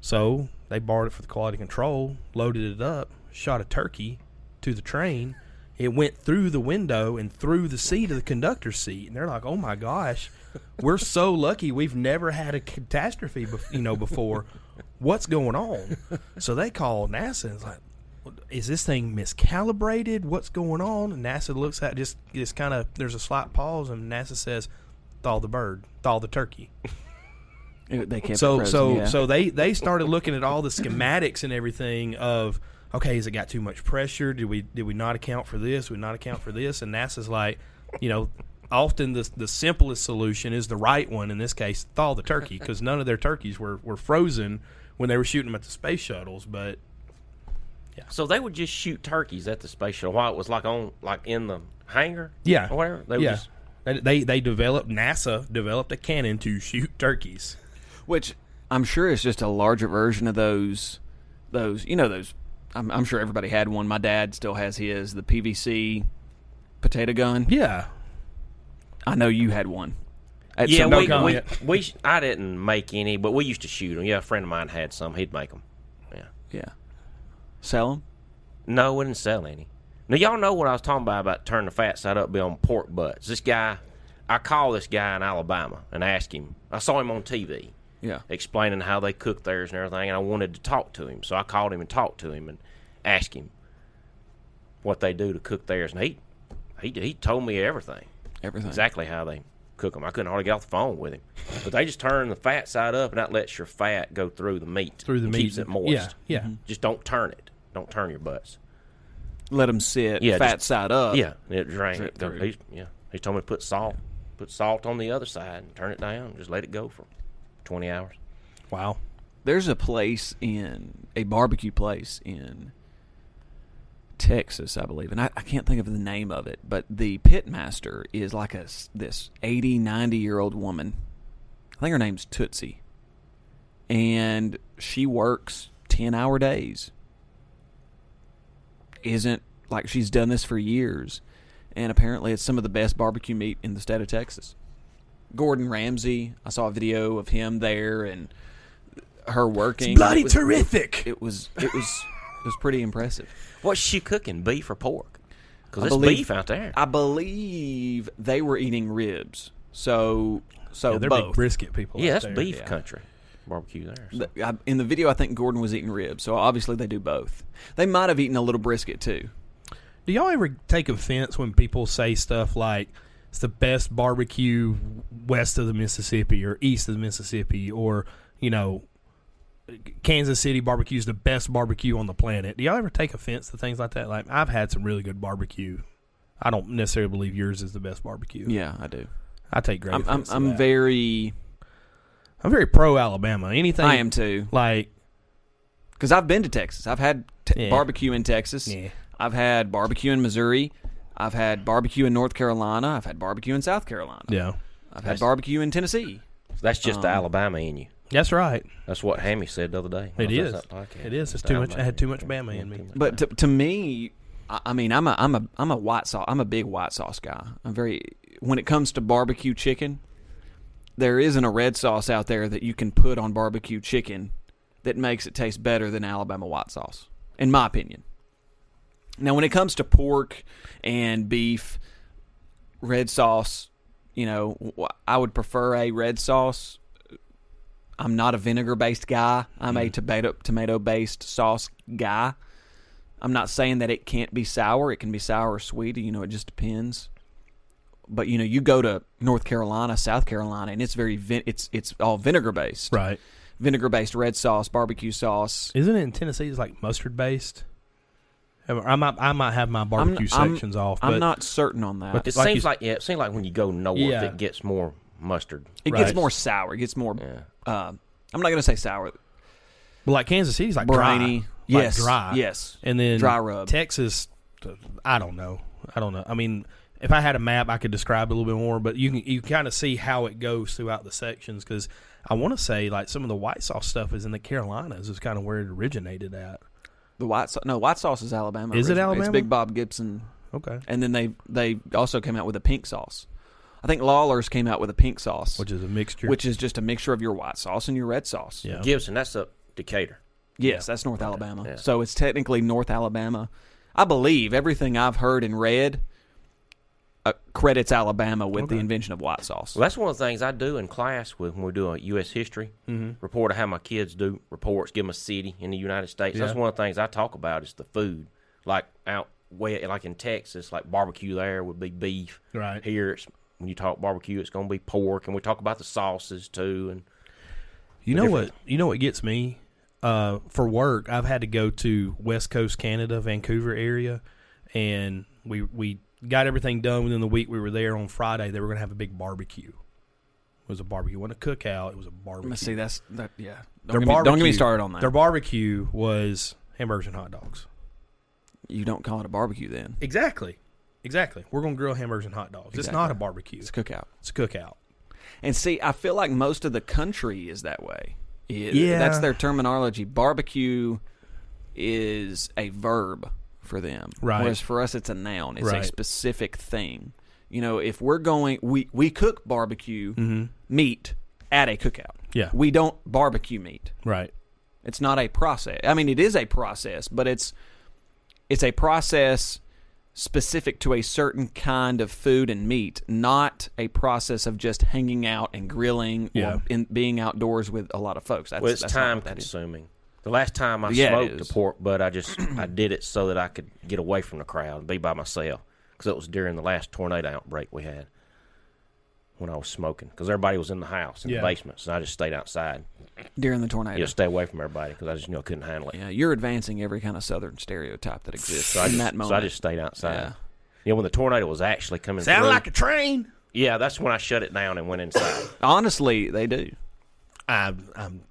[SPEAKER 3] So they borrowed it for the quality control, loaded it up, shot a turkey to the train. It went through the window and through the seat of the conductor's seat, and they're like, "Oh my gosh, we're so lucky we've never had a catastrophe, bef- you know, before. What's going on?" So they called NASA and it's like, "Is this thing miscalibrated? What's going on?" And NASA looks at just just kind of there's a slight pause, and NASA says, "Thaw the bird, thaw the turkey."
[SPEAKER 1] It- They kept
[SPEAKER 3] so
[SPEAKER 1] it frozen,
[SPEAKER 3] so
[SPEAKER 1] yeah.
[SPEAKER 3] so they they started looking at all the schematics and everything of okay has it got too much pressure did we did we not account for this we not account for this and nasa's like you know often the, the simplest solution is the right one in this case thaw the turkey because none of their turkeys were, were frozen when they were shooting them at the space shuttles but
[SPEAKER 2] So they would just shoot turkeys at the space shuttle while it was like on, like in the hangar.
[SPEAKER 3] yeah
[SPEAKER 2] or whatever. They would
[SPEAKER 3] yeah
[SPEAKER 2] just
[SPEAKER 3] They- they they developed nasa developed a cannon to shoot turkeys
[SPEAKER 1] which I'm sure is just a larger version of those those you know those I'm, I'm sure everybody had one. My dad still has his the PVC potato gun.
[SPEAKER 3] yeah
[SPEAKER 1] I know you had one. At
[SPEAKER 2] yeah,
[SPEAKER 1] some-
[SPEAKER 2] we,
[SPEAKER 3] gun.
[SPEAKER 2] we, we sh- I didn't make any, but we used to shoot them. Yeah, a friend of mine had some. He'd make them. Yeah.
[SPEAKER 1] yeah. Sell them.
[SPEAKER 2] No, we didn't sell any. Now y'all know what I was talking about about turning the fat side up, be on pork butts. This guy, I called this guy in Alabama and asked him. I saw him on TV
[SPEAKER 1] Yeah.
[SPEAKER 2] explaining how they cook theirs and everything, and I wanted to talk to him, so I called him and talked to him and asked him what they do to cook theirs, and he he he told me everything
[SPEAKER 1] Everything.
[SPEAKER 2] exactly how they cook them. I couldn't hardly get off the phone with him, but they just turn the fat side up, and that lets your fat go through the meat.
[SPEAKER 3] through the
[SPEAKER 2] It
[SPEAKER 3] meat
[SPEAKER 2] keeps it moist.
[SPEAKER 3] yeah yeah
[SPEAKER 2] Just don't turn it. Don't turn your butts.
[SPEAKER 1] Let them sit
[SPEAKER 2] Yeah,
[SPEAKER 1] fat
[SPEAKER 2] just-
[SPEAKER 1] side up.
[SPEAKER 2] Yeah, and it drained.
[SPEAKER 1] Drip
[SPEAKER 2] It go-
[SPEAKER 1] through.
[SPEAKER 2] he, yeah, he told me to put salt, put salt on the other side and turn it down. and Just let it go for twenty hours.
[SPEAKER 3] wow
[SPEAKER 1] There's a place in a barbecue place in Texas, I believe, and I, I can't think of the name of it, but the pit master is like a s- this 80, 90 year old woman. I think her name's Tootsie, and she works ten hour days. Isn't like she's done this for years, and apparently it's some of the best barbecue meat in the state of Texas. Gordon Ramsay, I saw a video of him there and her working.
[SPEAKER 3] bloody
[SPEAKER 1] It was-
[SPEAKER 3] terrific
[SPEAKER 1] it was it was it was pretty impressive.
[SPEAKER 2] What's she cooking? Beef or pork? Because
[SPEAKER 1] I
[SPEAKER 2] it's
[SPEAKER 1] believe-
[SPEAKER 2] beef out there.
[SPEAKER 1] I believe they were eating ribs. So so
[SPEAKER 3] Yeah, they're big
[SPEAKER 1] both.
[SPEAKER 3] brisket people.
[SPEAKER 2] yeah,
[SPEAKER 3] out
[SPEAKER 2] that's
[SPEAKER 3] there.
[SPEAKER 2] beef
[SPEAKER 1] yeah.
[SPEAKER 2] country barbecue there. so.
[SPEAKER 1] The- I- In the video, I think Gordon was eating ribs. So obviously they do both. They might have eaten a little brisket too.
[SPEAKER 3] Do y'all ever take offense when people say stuff like it's the best barbecue west of the Mississippi or east of the Mississippi or, you know, Kansas City barbecue is the best barbecue on the planet. Do y'all ever take offense to things like that? Like I've had some really good barbecue. I don't necessarily believe yours is the best barbecue.
[SPEAKER 1] Yeah, I do.
[SPEAKER 3] I take great.
[SPEAKER 1] I'm I'm,
[SPEAKER 3] offense to
[SPEAKER 1] I'm
[SPEAKER 3] that.
[SPEAKER 1] very
[SPEAKER 3] I'm very pro Alabama. Anything
[SPEAKER 1] I am too
[SPEAKER 3] like
[SPEAKER 1] because I've been to Texas. I've had te-
[SPEAKER 3] Yeah.
[SPEAKER 1] barbecue in Texas.
[SPEAKER 3] yeah.
[SPEAKER 1] I've had barbecue in Missouri. I've had barbecue in North Carolina. I've had barbecue in South Carolina.
[SPEAKER 3] Yeah.
[SPEAKER 1] I've
[SPEAKER 2] That's-
[SPEAKER 1] had barbecue in Tennessee.
[SPEAKER 2] that's just the
[SPEAKER 1] um,
[SPEAKER 2] Alabama in you.
[SPEAKER 3] That's right.
[SPEAKER 2] That's what Hammy said the other day.
[SPEAKER 3] It
[SPEAKER 2] I was
[SPEAKER 3] is.
[SPEAKER 2] at that podcast.
[SPEAKER 3] It is. It's
[SPEAKER 2] Just
[SPEAKER 3] too much-
[SPEAKER 2] Alabama
[SPEAKER 3] I had too
[SPEAKER 2] you.
[SPEAKER 3] much Bama
[SPEAKER 2] Yeah,
[SPEAKER 3] in me.
[SPEAKER 2] too much
[SPEAKER 1] But to, to me, I, I mean, I'm a I'm a I'm a white sauce. I'm a big white sauce guy. I'm very when it comes to barbecue chicken. There isn't a red sauce out there that you can put on barbecue chicken that makes it taste better than Alabama white sauce, in my opinion. Now, when it comes to pork and beef, red sauce, you know, w- I would prefer a red sauce. I'm not a vinegar based guy. I'm
[SPEAKER 3] Mm.
[SPEAKER 1] a tomato tomato based sauce guy. I'm not saying that it can't be sour. It can be sour or sweet. You know, it just depends. But you know, you go to North Carolina, South Carolina, and it's very vin- it's it's all vinegar based,
[SPEAKER 3] Right.
[SPEAKER 1] vinegar based red sauce, barbecue sauce.
[SPEAKER 3] Isn't it in Tennessee? It's like mustard based. I might, I might have my barbecue
[SPEAKER 1] I'm-
[SPEAKER 3] sections off, but
[SPEAKER 1] I'm not certain on that.
[SPEAKER 3] But
[SPEAKER 2] It
[SPEAKER 3] Like you
[SPEAKER 2] seems
[SPEAKER 3] s-
[SPEAKER 2] like yeah. It seems like when you go north,
[SPEAKER 3] Yeah.
[SPEAKER 2] it gets more mustard.
[SPEAKER 1] it
[SPEAKER 3] Right.
[SPEAKER 1] gets more sour. It gets more.
[SPEAKER 2] Yeah.
[SPEAKER 1] Uh, I'm not gonna say sour.
[SPEAKER 3] but like Kansas City's like
[SPEAKER 1] Briny.
[SPEAKER 3] dry,
[SPEAKER 1] yes.
[SPEAKER 3] like dry,
[SPEAKER 1] Yes.
[SPEAKER 3] and then
[SPEAKER 1] Dry rub.
[SPEAKER 3] Texas, I don't know, I don't know. I mean, if I had a map, I could describe it a little bit more, but you can you kind of see how it goes throughout the sections because I want to say like some of the white sauce stuff is in the Carolinas, is kind of where it originated at.
[SPEAKER 1] The white sauce. No, white sauce is Alabama.
[SPEAKER 3] Is it
[SPEAKER 1] originally.
[SPEAKER 3] Alabama?
[SPEAKER 1] It's Big Bob Gibson.
[SPEAKER 3] Okay,
[SPEAKER 1] And then they they also came out with a pink sauce. I think Lawler's came out with a pink sauce,
[SPEAKER 3] which is a mixture.
[SPEAKER 1] which is just a mixture of your white sauce and your red sauce.
[SPEAKER 3] yeah,
[SPEAKER 2] Gibson, that's up Decatur.
[SPEAKER 1] Yes,
[SPEAKER 3] Yeah.
[SPEAKER 1] that's North Alabama.
[SPEAKER 2] yeah.
[SPEAKER 1] So it's technically North Alabama. I believe everything I've heard and read uh, credits Alabama with the
[SPEAKER 3] Okay.
[SPEAKER 1] invention of white sauce.
[SPEAKER 2] Well, that's one of the things I do in class with when we do a U.S. history
[SPEAKER 3] Mm-hmm.
[SPEAKER 2] report of how my kids do reports, give them a city in the United States. That's
[SPEAKER 3] Yeah.
[SPEAKER 2] one of the things I talk about is the food. Like out way, like in Texas, like barbecue there would be beef.
[SPEAKER 3] Right.
[SPEAKER 2] here, it's when you talk barbecue, it's going to be pork, and we talk about the sauces too. And
[SPEAKER 3] You
[SPEAKER 2] the
[SPEAKER 3] know
[SPEAKER 2] difference.
[SPEAKER 3] what? You know what gets me? Uh, for work, I've had to go to West Coast Canada, Vancouver area, and we we got everything done within the week. We were there on Friday. They were going to have a big barbecue. It was a barbecue. It wasn't a cookout. It was a
[SPEAKER 1] Let
[SPEAKER 3] barbecue.
[SPEAKER 1] me see. That's that. Yeah. Don't, get
[SPEAKER 3] Their
[SPEAKER 1] me, don't get me
[SPEAKER 3] barbecue-
[SPEAKER 1] started on that.
[SPEAKER 3] Their barbecue was hamburgers and hot dogs.
[SPEAKER 1] you don't call it a barbecue then.
[SPEAKER 3] Exactly. Exactly. We're going to grill hamburgers and hot dogs. It's not a
[SPEAKER 1] Exactly.
[SPEAKER 3] barbecue.
[SPEAKER 1] It's a cookout.
[SPEAKER 3] It's a cookout.
[SPEAKER 1] And see, I feel like most of the country is that way. It-
[SPEAKER 3] Yeah.
[SPEAKER 1] That's their terminology. Barbecue is a verb for them.
[SPEAKER 3] Right.
[SPEAKER 1] Whereas for us, it's a noun, it's
[SPEAKER 3] Right.
[SPEAKER 1] a specific thing. You know, if we're going, we, we cook barbecue meat at a cookout.
[SPEAKER 3] Mm-hmm. Yeah.
[SPEAKER 1] We don't barbecue meat.
[SPEAKER 3] Right.
[SPEAKER 1] It's not a process. I mean, it is a process, but it's it's a process specific to a certain kind of food and meat, not a process of just hanging out and grilling
[SPEAKER 3] Yeah.
[SPEAKER 1] or in, being outdoors with a lot of folks. That's,
[SPEAKER 2] well, it's
[SPEAKER 1] that's not
[SPEAKER 2] time
[SPEAKER 1] what that is.
[SPEAKER 2] consuming. The last time I
[SPEAKER 1] Yeah, it
[SPEAKER 2] smoked
[SPEAKER 1] is.
[SPEAKER 2] a pork butt,
[SPEAKER 1] *clears throat*
[SPEAKER 2] I just I did it so that I could get away from the crowd and be by myself because it was during the last tornado outbreak we had when I was smoking because everybody was in the house in
[SPEAKER 3] Yeah.
[SPEAKER 2] the basement, so I just stayed outside.
[SPEAKER 1] during the tornado.
[SPEAKER 2] Yeah, stay away from everybody because I just knew I couldn't handle it.
[SPEAKER 1] Yeah, you're advancing every kind of southern stereotype that exists
[SPEAKER 2] So I
[SPEAKER 1] in
[SPEAKER 2] just,
[SPEAKER 1] that moment.
[SPEAKER 2] so I just stayed outside.
[SPEAKER 1] Yeah.
[SPEAKER 2] You know, when the tornado was actually coming
[SPEAKER 3] Sound
[SPEAKER 2] through,
[SPEAKER 3] like a train.
[SPEAKER 2] yeah, that's when I shut it down and went
[SPEAKER 1] *coughs*
[SPEAKER 2] inside.
[SPEAKER 1] Honestly, they do.
[SPEAKER 3] I'm, I'm.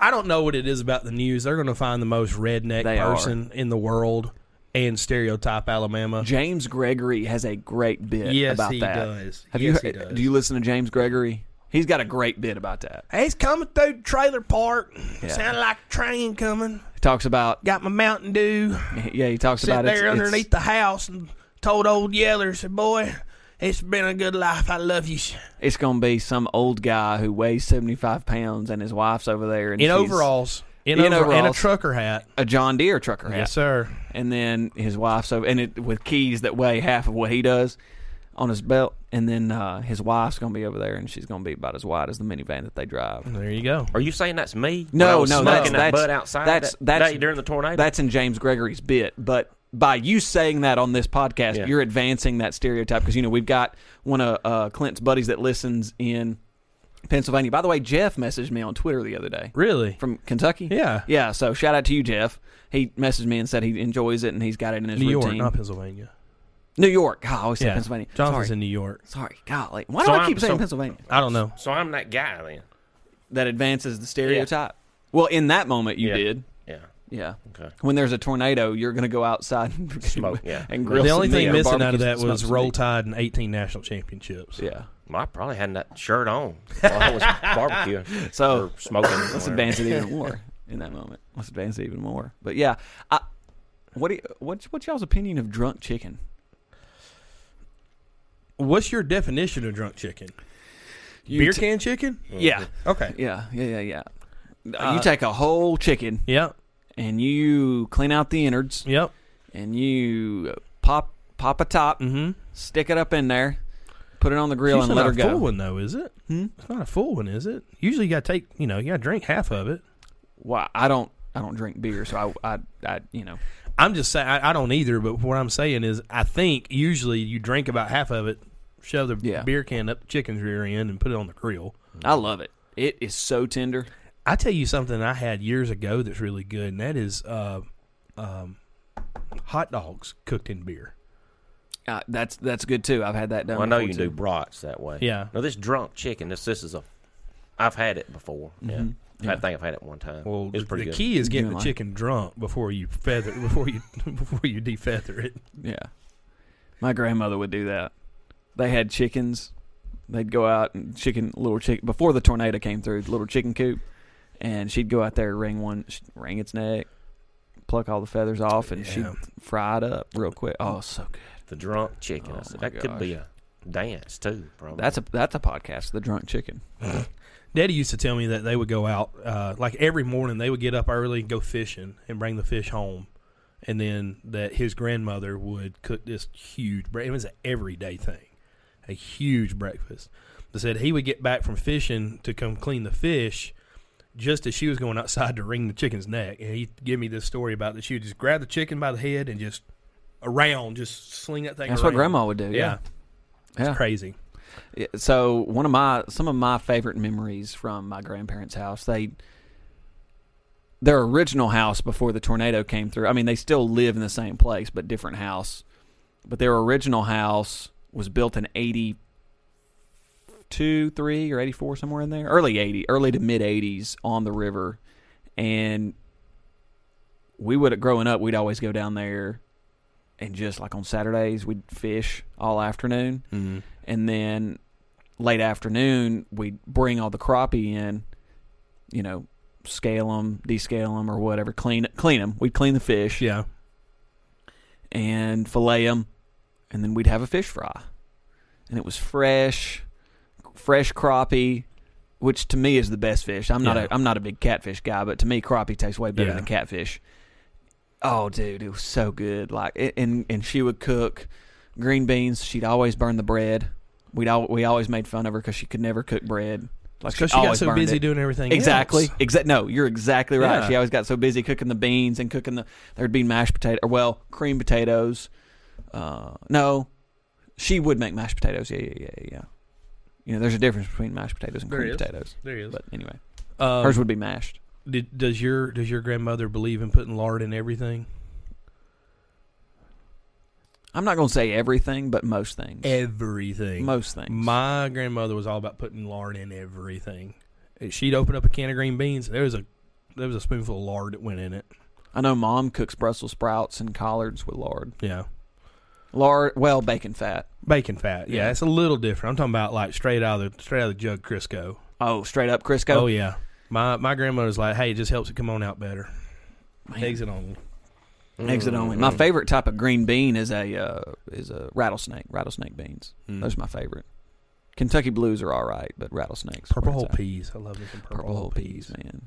[SPEAKER 3] I don't know what it is about the news. They're going to find the most redneck
[SPEAKER 1] They are.
[SPEAKER 3] person in the world and stereotype Alabama.
[SPEAKER 1] James Gregory has a great bit
[SPEAKER 3] Yes,
[SPEAKER 1] about
[SPEAKER 3] he
[SPEAKER 1] that.
[SPEAKER 3] does.
[SPEAKER 1] Have
[SPEAKER 3] Yes,
[SPEAKER 1] you,
[SPEAKER 3] he does.
[SPEAKER 1] Do you listen to James Gregory? He's got a great bit about that.
[SPEAKER 3] Hey, It's coming through trailer park.
[SPEAKER 1] Yeah.
[SPEAKER 3] Sounded like a train coming.
[SPEAKER 1] He talks about
[SPEAKER 3] Got my Mountain Dew.
[SPEAKER 1] *laughs* Yeah, he talks
[SPEAKER 3] Sit
[SPEAKER 1] about it's-
[SPEAKER 3] there
[SPEAKER 1] it's-
[SPEAKER 3] underneath the house and told old Yeller, said, "Boy, it's been a good life. I love you."
[SPEAKER 1] It's, going to be some old guy who weighs seventy five pounds and his wife's over there and
[SPEAKER 3] In
[SPEAKER 1] she's
[SPEAKER 3] overalls, in,
[SPEAKER 1] In
[SPEAKER 3] over, and a
[SPEAKER 1] overalls.
[SPEAKER 3] trucker hat.
[SPEAKER 1] a John Deere trucker hat,
[SPEAKER 3] Yes, sir.
[SPEAKER 1] and then his wife's over and it with keys that weigh half of what he does on his belt, and then uh, his wife's going to be over there and she's going to be about as wide as the minivan that they drive.
[SPEAKER 3] There you go.
[SPEAKER 2] Are you saying that's me?
[SPEAKER 1] No,
[SPEAKER 2] When I was
[SPEAKER 1] no,
[SPEAKER 2] smoking
[SPEAKER 1] that's-
[SPEAKER 2] that
[SPEAKER 1] that's-
[SPEAKER 2] butt outside
[SPEAKER 1] that's-
[SPEAKER 2] that
[SPEAKER 1] that's-
[SPEAKER 2] day during the tornado.
[SPEAKER 1] That's in James Gregory's bit, but by you saying that on this podcast,
[SPEAKER 2] Yeah.
[SPEAKER 1] you're advancing that stereotype because you know we've got one of uh, Clint's buddies that listens in Pennsylvania. By the way, Jeff messaged me on Twitter the other day.
[SPEAKER 3] Really?
[SPEAKER 1] from Kentucky.
[SPEAKER 3] Yeah.
[SPEAKER 1] yeah. So shout out to you, Jeff. He messaged me and said he enjoys it and he's got it in his
[SPEAKER 3] New York,
[SPEAKER 1] routine.
[SPEAKER 3] not Pennsylvania.
[SPEAKER 1] New York. God, I always say Pennsylvania.
[SPEAKER 3] Johnson's
[SPEAKER 1] Sorry.
[SPEAKER 3] in New York.
[SPEAKER 1] Sorry, golly. Why do
[SPEAKER 2] So
[SPEAKER 1] I
[SPEAKER 2] I'm-
[SPEAKER 1] keep saying
[SPEAKER 2] so-
[SPEAKER 1] Pennsylvania?
[SPEAKER 3] I don't know.
[SPEAKER 2] so I'm that guy then.
[SPEAKER 1] That advances the stereotype. Well, in that moment, you
[SPEAKER 2] Yeah.
[SPEAKER 1] did.
[SPEAKER 2] Yeah.
[SPEAKER 1] Yeah. *laughs*
[SPEAKER 2] Okay.
[SPEAKER 1] When there's a tornado, you're going to go outside and *laughs*
[SPEAKER 2] Smoke, yeah.
[SPEAKER 1] and grill.
[SPEAKER 3] The
[SPEAKER 1] some
[SPEAKER 3] only
[SPEAKER 1] meat
[SPEAKER 3] thing
[SPEAKER 1] or
[SPEAKER 3] missing
[SPEAKER 1] barbecue
[SPEAKER 3] out of that
[SPEAKER 1] some-
[SPEAKER 3] was
[SPEAKER 1] smoke some
[SPEAKER 3] Roll
[SPEAKER 1] meat.
[SPEAKER 3] Tide and 18 national championships.
[SPEAKER 1] Yeah.
[SPEAKER 2] Well, I probably hadn't that shirt on while
[SPEAKER 1] *laughs*
[SPEAKER 2] I was barbecuing.
[SPEAKER 1] So-
[SPEAKER 2] or smoking.
[SPEAKER 1] Let's advance it
[SPEAKER 3] *laughs*
[SPEAKER 1] even more in that moment. Let's advance it even more. But yeah, I, what do you, what's what's y'all's opinion of drunk chicken?
[SPEAKER 3] What's your definition of drunk chicken?
[SPEAKER 1] You
[SPEAKER 3] Beer
[SPEAKER 1] t-
[SPEAKER 3] can chicken?
[SPEAKER 1] yeah.
[SPEAKER 3] Okay.
[SPEAKER 1] Yeah, yeah, yeah, yeah. you take a whole chicken
[SPEAKER 3] Yep.
[SPEAKER 1] and you clean out the innards
[SPEAKER 3] Yep.
[SPEAKER 1] and you pop pop a top,
[SPEAKER 3] Mm-hmm.
[SPEAKER 1] stick it up in there, put it on the grill
[SPEAKER 3] It's
[SPEAKER 1] and let
[SPEAKER 3] not
[SPEAKER 1] her
[SPEAKER 3] a full
[SPEAKER 1] go.
[SPEAKER 3] one though, is it?
[SPEAKER 1] Hmm?
[SPEAKER 3] It's not a full one, is it? Usually, you got to take. You know, you got to drink half of it.
[SPEAKER 1] Well, I don't I don't drink beer, so I I, I you know
[SPEAKER 3] I'm just saying I, I don't either. But what I'm saying is, I think usually you drink about half of it, shove the
[SPEAKER 1] Yeah.
[SPEAKER 3] beer can up the chicken's rear end, and put it on the grill.
[SPEAKER 1] I love it. It is so tender.
[SPEAKER 3] I tell you something I had years ago that's really good, and that is uh, um, hot dogs cooked in beer.
[SPEAKER 1] Uh, that's that's good too. I've had that done.
[SPEAKER 2] Well, I know
[SPEAKER 1] before,
[SPEAKER 2] you can do
[SPEAKER 1] too.
[SPEAKER 2] brats that way.
[SPEAKER 3] Yeah.
[SPEAKER 2] No, this drunk chicken. This this is a. I've had it before.
[SPEAKER 1] Mm-hmm.
[SPEAKER 2] Yeah. I think I've had it one time.
[SPEAKER 3] Well,
[SPEAKER 2] it's
[SPEAKER 3] the,
[SPEAKER 2] pretty
[SPEAKER 3] the
[SPEAKER 2] good.
[SPEAKER 3] key is getting
[SPEAKER 1] Doing
[SPEAKER 3] the
[SPEAKER 1] like-
[SPEAKER 3] chicken drunk before you feather *laughs* before you before you defeather it.
[SPEAKER 1] Yeah. My grandmother would do that. They had chickens. They'd go out and chicken little chick before the tornado came through, little chicken coop, and she'd go out there wring one, she'd wring its neck, pluck all the feathers off, and she'd
[SPEAKER 3] Yeah.
[SPEAKER 1] fry it up real quick. Oh, so good.
[SPEAKER 2] The drunk chicken. I
[SPEAKER 1] Oh,
[SPEAKER 2] said,
[SPEAKER 1] my
[SPEAKER 2] that could be a dance too. Probably.
[SPEAKER 1] That's a that's a podcast, the drunk chicken.
[SPEAKER 3] Daddy used to tell me that they would go out uh, like every morning. They would get up early and go fishing and bring the fish home, and then that his grandmother would cook this huge breakfast. It was an everyday thing, a huge breakfast. They said he would get back from fishing to come clean the fish, just as she was going outside to wring the chicken's neck. And he give me this story about that she would just grab the chicken by the head and just around, just sling that thing.
[SPEAKER 1] That's what
[SPEAKER 3] around.
[SPEAKER 1] Grandma would do.
[SPEAKER 3] Yeah,
[SPEAKER 1] Yeah. Yeah.
[SPEAKER 3] crazy.
[SPEAKER 1] Yeah, So one of my some of my favorite memories from my grandparents' house. They their original house before the tornado came through. I mean, they still live in the same place, but different house. But their original house was built in eighty two, three, or eighty four, somewhere in there, early eighty, early to mid eighties, on the river, and we would growing up, we'd always go down there, and just like on Saturdays, we'd fish all afternoon
[SPEAKER 3] Mm-hmm.
[SPEAKER 1] and then late afternoon we'd bring all the crappie in you know scale them descale them or whatever clean clean them we'd clean the fish
[SPEAKER 3] Yeah.
[SPEAKER 1] and fillet them and then we'd have a fish fry and it was fresh fresh crappie which to me is the best fish i'm not
[SPEAKER 3] Yeah.
[SPEAKER 1] a i'm not a big catfish guy but to me crappie tastes way better
[SPEAKER 3] Yeah.
[SPEAKER 1] than catfish oh dude it was so good like it, and and she would cook green beans she'd always burn the bread we'd all we always made fun of her because she could never cook bread like
[SPEAKER 3] Because she got
[SPEAKER 1] always
[SPEAKER 3] so
[SPEAKER 1] burned
[SPEAKER 3] busy
[SPEAKER 1] it.
[SPEAKER 3] doing everything.
[SPEAKER 1] Exactly.
[SPEAKER 3] else.
[SPEAKER 1] Exact. No, you're exactly right.
[SPEAKER 3] Yeah.
[SPEAKER 1] She always got so busy cooking the beans and cooking the. There'd be mashed potato or well, cream potatoes. Uh, no, she would make mashed potatoes. Yeah, yeah, yeah, yeah. You know, there's a difference between mashed potatoes and
[SPEAKER 3] There
[SPEAKER 1] cream
[SPEAKER 3] is.
[SPEAKER 1] potatoes.
[SPEAKER 3] There he is.
[SPEAKER 1] But anyway,
[SPEAKER 3] Um,
[SPEAKER 1] hers would be mashed.
[SPEAKER 3] did, does your does your grandmother believe in putting lard in everything?
[SPEAKER 1] I'm not gonna say everything, but most things.
[SPEAKER 3] Everything.
[SPEAKER 1] Most things.
[SPEAKER 3] My grandmother was all about putting lard in everything. And She'd open up a can of green beans. There was a there was a spoonful of lard that went in it.
[SPEAKER 1] I know mom cooks Brussels sprouts and collards with lard.
[SPEAKER 3] Yeah,
[SPEAKER 1] Lard, well, bacon fat.
[SPEAKER 3] bacon fat. Yeah,
[SPEAKER 1] Yeah.
[SPEAKER 3] it's a little different. I'm talking about like straight out of the straight out of the jug Crisco.
[SPEAKER 1] Oh, straight up Crisco.
[SPEAKER 3] Oh yeah. My my grandmother's like, hey, it just helps it come on out better.
[SPEAKER 1] Man.
[SPEAKER 3] Exit only.
[SPEAKER 1] Exit only. My favorite type of green bean is a uh, is a rattlesnake. Rattlesnake beans.
[SPEAKER 3] Mm.
[SPEAKER 1] Those are my favorite. Kentucky blues are all right, but rattlesnakes.
[SPEAKER 3] Purple
[SPEAKER 1] where
[SPEAKER 3] hole
[SPEAKER 1] it's at.
[SPEAKER 3] peas. I love me some purple,
[SPEAKER 1] Purple hole peas, man.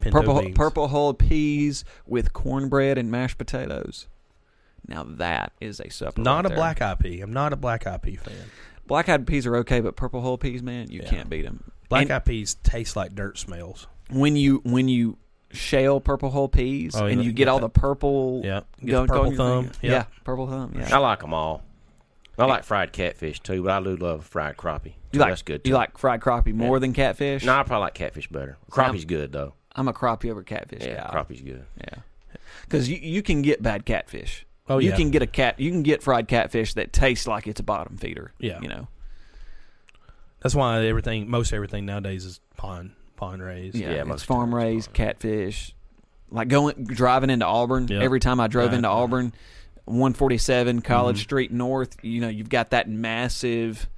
[SPEAKER 3] Pinto
[SPEAKER 1] purple
[SPEAKER 3] beans.
[SPEAKER 1] purple hole peas with cornbread and mashed potatoes. Now that is a supper. right
[SPEAKER 3] Not a
[SPEAKER 1] there.
[SPEAKER 3] black eye pea. I'm not a black eye pea fan.
[SPEAKER 1] Black eyed peas are okay, but purple hole peas, man, you
[SPEAKER 3] Yeah.
[SPEAKER 1] can't beat them.
[SPEAKER 3] Black
[SPEAKER 1] And-
[SPEAKER 3] eyed peas taste like dirt smells.
[SPEAKER 1] When you when you shell purple hole peas
[SPEAKER 3] Oh, you
[SPEAKER 1] and
[SPEAKER 3] look-
[SPEAKER 1] you
[SPEAKER 3] you
[SPEAKER 1] get
[SPEAKER 3] get
[SPEAKER 1] all
[SPEAKER 3] that-
[SPEAKER 1] the purple
[SPEAKER 3] Yeah. Get the
[SPEAKER 1] going-
[SPEAKER 3] purple
[SPEAKER 1] going your
[SPEAKER 3] thumb.
[SPEAKER 1] finger.
[SPEAKER 3] Yeah.
[SPEAKER 1] Yeah, purple thumb. Yeah.
[SPEAKER 2] Mm-hmm. I like them all. I like fried catfish too, but I do love fried crappie.
[SPEAKER 1] You
[SPEAKER 2] So
[SPEAKER 1] like
[SPEAKER 2] that's good.
[SPEAKER 1] You
[SPEAKER 2] too.
[SPEAKER 1] like fried crappie more than catfish?
[SPEAKER 2] No, I probably like catfish better. Crappie's good though.
[SPEAKER 1] I'm a crappie over catfish
[SPEAKER 2] Yeah,
[SPEAKER 1] guy.
[SPEAKER 2] crappie's good.
[SPEAKER 1] Yeah, because you you can get bad catfish.
[SPEAKER 3] Oh,
[SPEAKER 1] you
[SPEAKER 3] yeah.
[SPEAKER 1] can get a cat. You can get fried catfish that tastes like it's a bottom feeder.
[SPEAKER 3] Yeah.
[SPEAKER 1] you know.
[SPEAKER 3] That's why everything, most everything nowadays is pond pond raised.
[SPEAKER 1] Yeah,
[SPEAKER 2] Yeah,
[SPEAKER 1] it's
[SPEAKER 2] most
[SPEAKER 1] farm
[SPEAKER 2] times,
[SPEAKER 1] raised
[SPEAKER 2] right.
[SPEAKER 1] catfish. Like going driving into Auburn.
[SPEAKER 3] Yep.
[SPEAKER 1] Every time I drove
[SPEAKER 3] Right.
[SPEAKER 1] into Auburn, 147 College
[SPEAKER 3] Mm-hmm.
[SPEAKER 1] Street North. You know, you've got that massive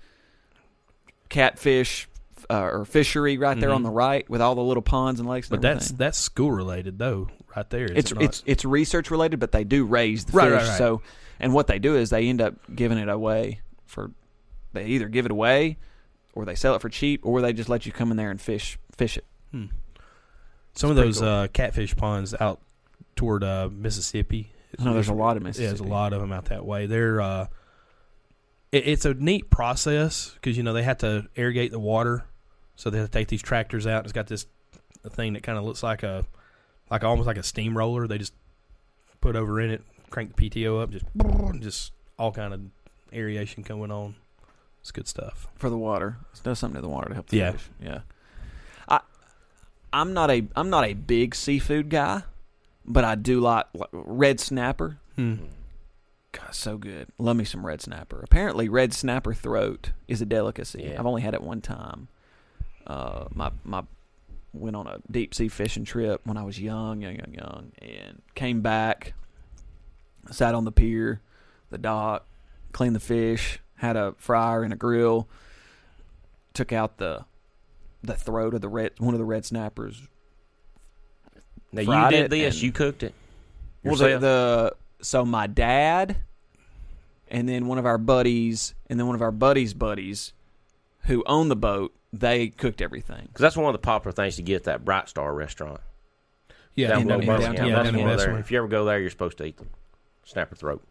[SPEAKER 1] catfish uh, or fishery right there
[SPEAKER 3] Mhm.
[SPEAKER 1] on the right with all the little ponds and lakes. And
[SPEAKER 3] But that's
[SPEAKER 1] everything.
[SPEAKER 3] that's school related though, right there. Is
[SPEAKER 1] it's
[SPEAKER 3] it not?
[SPEAKER 1] it's it's research related, but they do raise the
[SPEAKER 3] Right,
[SPEAKER 1] fish.
[SPEAKER 3] right, right.
[SPEAKER 1] So, and what they do is they end up giving it away for they either give it away or they sell it for cheap or they just let you come in there and fish fish it.
[SPEAKER 3] Hmm. some of
[SPEAKER 1] pretty
[SPEAKER 3] those
[SPEAKER 1] cool.
[SPEAKER 3] uh, catfish ponds out toward uh, Mississippi.
[SPEAKER 1] I know there's a lot of
[SPEAKER 3] Yeah, there's
[SPEAKER 1] Mississippi.
[SPEAKER 3] a lot of them out that way. They're uh, it, it's a neat process because you know they have to irrigate the water, so they have to take these tractors out. It's got this thing that kind of looks like a like almost like a steamroller. They just put over in it, crank the PTO up, just just all kind of aeration going on. It's good stuff.
[SPEAKER 1] for the water. It does something to the water to help the
[SPEAKER 3] Yeah.
[SPEAKER 1] fish. Yeah. I I'm not a I'm not a big seafood guy, but I do like like, red snapper.
[SPEAKER 3] Hmm.
[SPEAKER 2] Mm.
[SPEAKER 1] God, so good. Love me some red snapper. Apparently, red snapper throat is a delicacy.
[SPEAKER 2] Yeah.
[SPEAKER 1] I've only had it one time. Uh, my my went on a deep sea fishing trip when I was young, young, young, young, and came back. Sat on the pier, the dock, cleaned the fish, had a fryer and a grill. Took out the the throat of the red one of the red snappers.
[SPEAKER 2] Now
[SPEAKER 1] Fried
[SPEAKER 2] you did
[SPEAKER 1] it
[SPEAKER 2] this.
[SPEAKER 1] and-
[SPEAKER 2] You cooked it.
[SPEAKER 1] Well,
[SPEAKER 2] yourself?
[SPEAKER 1] the, the so my dad, and then one of our buddies, and then one of our buddies' buddies, who owned the boat, they cooked everything.
[SPEAKER 2] Because that's one of the popular things to get at that Bright Star restaurant.
[SPEAKER 3] Yeah,
[SPEAKER 2] down
[SPEAKER 1] in
[SPEAKER 2] below
[SPEAKER 1] in
[SPEAKER 2] Birmingham.
[SPEAKER 1] downtown
[SPEAKER 2] That's
[SPEAKER 1] Birmingham.
[SPEAKER 2] one of
[SPEAKER 3] That's
[SPEAKER 2] their-
[SPEAKER 3] where-
[SPEAKER 2] If you ever go there, you're supposed to eat them. Snapper throat.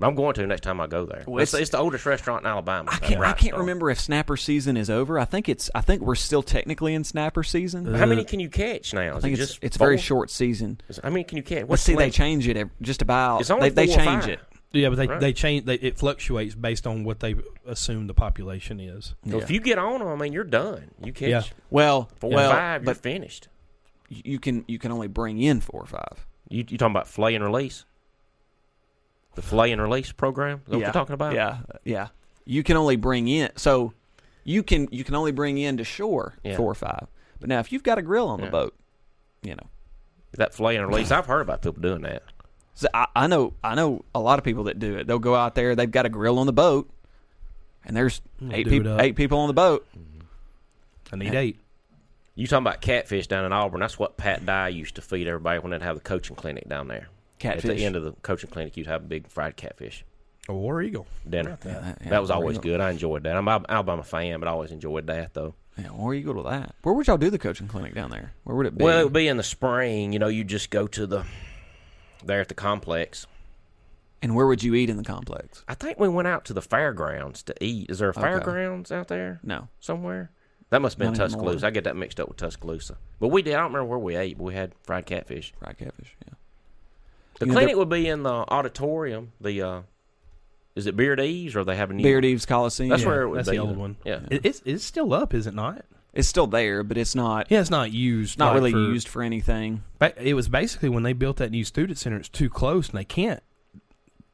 [SPEAKER 2] But I'm going to next time I go there.
[SPEAKER 1] Well,
[SPEAKER 2] it's,
[SPEAKER 1] it's-
[SPEAKER 2] it's the oldest restaurant in Alabama.
[SPEAKER 1] I
[SPEAKER 2] that
[SPEAKER 1] can't. I
[SPEAKER 2] Bright
[SPEAKER 1] can't
[SPEAKER 2] Star.
[SPEAKER 1] remember if snapper season is over. I think it's. I think we're still technically in snapper season.
[SPEAKER 3] Uh,
[SPEAKER 2] How many can you catch now? Is
[SPEAKER 1] I think
[SPEAKER 2] it
[SPEAKER 1] it's.
[SPEAKER 2] just
[SPEAKER 1] It's a
[SPEAKER 2] four?
[SPEAKER 1] very short season.
[SPEAKER 2] Is- How many can you catch?
[SPEAKER 1] Let's
[SPEAKER 2] What's
[SPEAKER 1] see.
[SPEAKER 2] the
[SPEAKER 1] They
[SPEAKER 2] limit?
[SPEAKER 1] change it ev- just about.
[SPEAKER 2] It's only
[SPEAKER 1] they they
[SPEAKER 2] four or
[SPEAKER 1] change
[SPEAKER 2] five.
[SPEAKER 1] it.
[SPEAKER 3] Yeah, but they,
[SPEAKER 2] Right.
[SPEAKER 3] they change they, it fluctuates based on what they assume the population is.
[SPEAKER 2] So
[SPEAKER 1] Yeah.
[SPEAKER 2] If you get on them, I mean, you're done. You catch
[SPEAKER 3] Yeah.
[SPEAKER 1] Well,
[SPEAKER 2] four
[SPEAKER 1] well,
[SPEAKER 2] or five, you're
[SPEAKER 1] but
[SPEAKER 2] finished.
[SPEAKER 1] you can you can only bring in four or five.
[SPEAKER 2] You you talking about fillet and release? The fillet and release program? Is that what
[SPEAKER 1] Yeah.
[SPEAKER 2] you're talking about?
[SPEAKER 1] Yeah, yeah. You can only bring in so you can you can only bring in to shore
[SPEAKER 2] Yeah.
[SPEAKER 1] four or five. But now if you've got a grill on
[SPEAKER 2] Yeah.
[SPEAKER 1] the boat, you know.
[SPEAKER 2] That fillet and release. I've heard about people doing that.
[SPEAKER 1] So I, I know I know a lot of people that do it. They'll go out there, they've got a grill on the boat, and there's
[SPEAKER 3] We'll
[SPEAKER 1] eight
[SPEAKER 3] do it
[SPEAKER 1] people
[SPEAKER 3] up.
[SPEAKER 1] eight people on the boat.
[SPEAKER 3] I need eight.
[SPEAKER 2] You talking about catfish down in Auburn? That's what Pat Dye used to feed everybody when they'd have the coaching clinic down there. At
[SPEAKER 1] Catfish.
[SPEAKER 2] the end of the coaching clinic, you'd have a big fried catfish
[SPEAKER 3] A war eagle.
[SPEAKER 2] dinner.
[SPEAKER 1] Yeah, that, yeah,
[SPEAKER 2] That was
[SPEAKER 1] where
[SPEAKER 2] always
[SPEAKER 1] you
[SPEAKER 2] good. I enjoyed that. I'm an Alabama fan, but I always enjoyed that though.
[SPEAKER 1] go- Yeah, where you go to that? Where would y'all do the coaching clinic down there? Where would it be?
[SPEAKER 2] Well, it would be in the spring. You know, you just go to the there at the complex.
[SPEAKER 1] and where would you eat in the complex?
[SPEAKER 2] I think we went out to the fairgrounds to eat. Is there a fairgrounds out there
[SPEAKER 1] No.
[SPEAKER 2] somewhere? That must have been
[SPEAKER 1] Not anymore.
[SPEAKER 2] Tuscaloosa. I get that mixed up with Tuscaloosa. But we did. I don't remember where we ate. But we had fried catfish.
[SPEAKER 1] Fried catfish, yeah.
[SPEAKER 2] The
[SPEAKER 1] You know,
[SPEAKER 2] clinic would be in the auditorium. The uh, is it Beard Eves or they have a new
[SPEAKER 1] Beard Eve's Coliseum.
[SPEAKER 2] That's
[SPEAKER 3] Yeah,
[SPEAKER 2] where it would
[SPEAKER 3] that's
[SPEAKER 2] be.
[SPEAKER 3] the old one.
[SPEAKER 2] Yeah.
[SPEAKER 3] It, it's it's still up, is it not?
[SPEAKER 1] It's still there, but it's not
[SPEAKER 3] Yeah, it's not used.
[SPEAKER 1] not
[SPEAKER 3] like,
[SPEAKER 1] really
[SPEAKER 3] for-
[SPEAKER 1] used for anything.
[SPEAKER 3] ba- It was basically when they built that new student center. It's too close, and they can't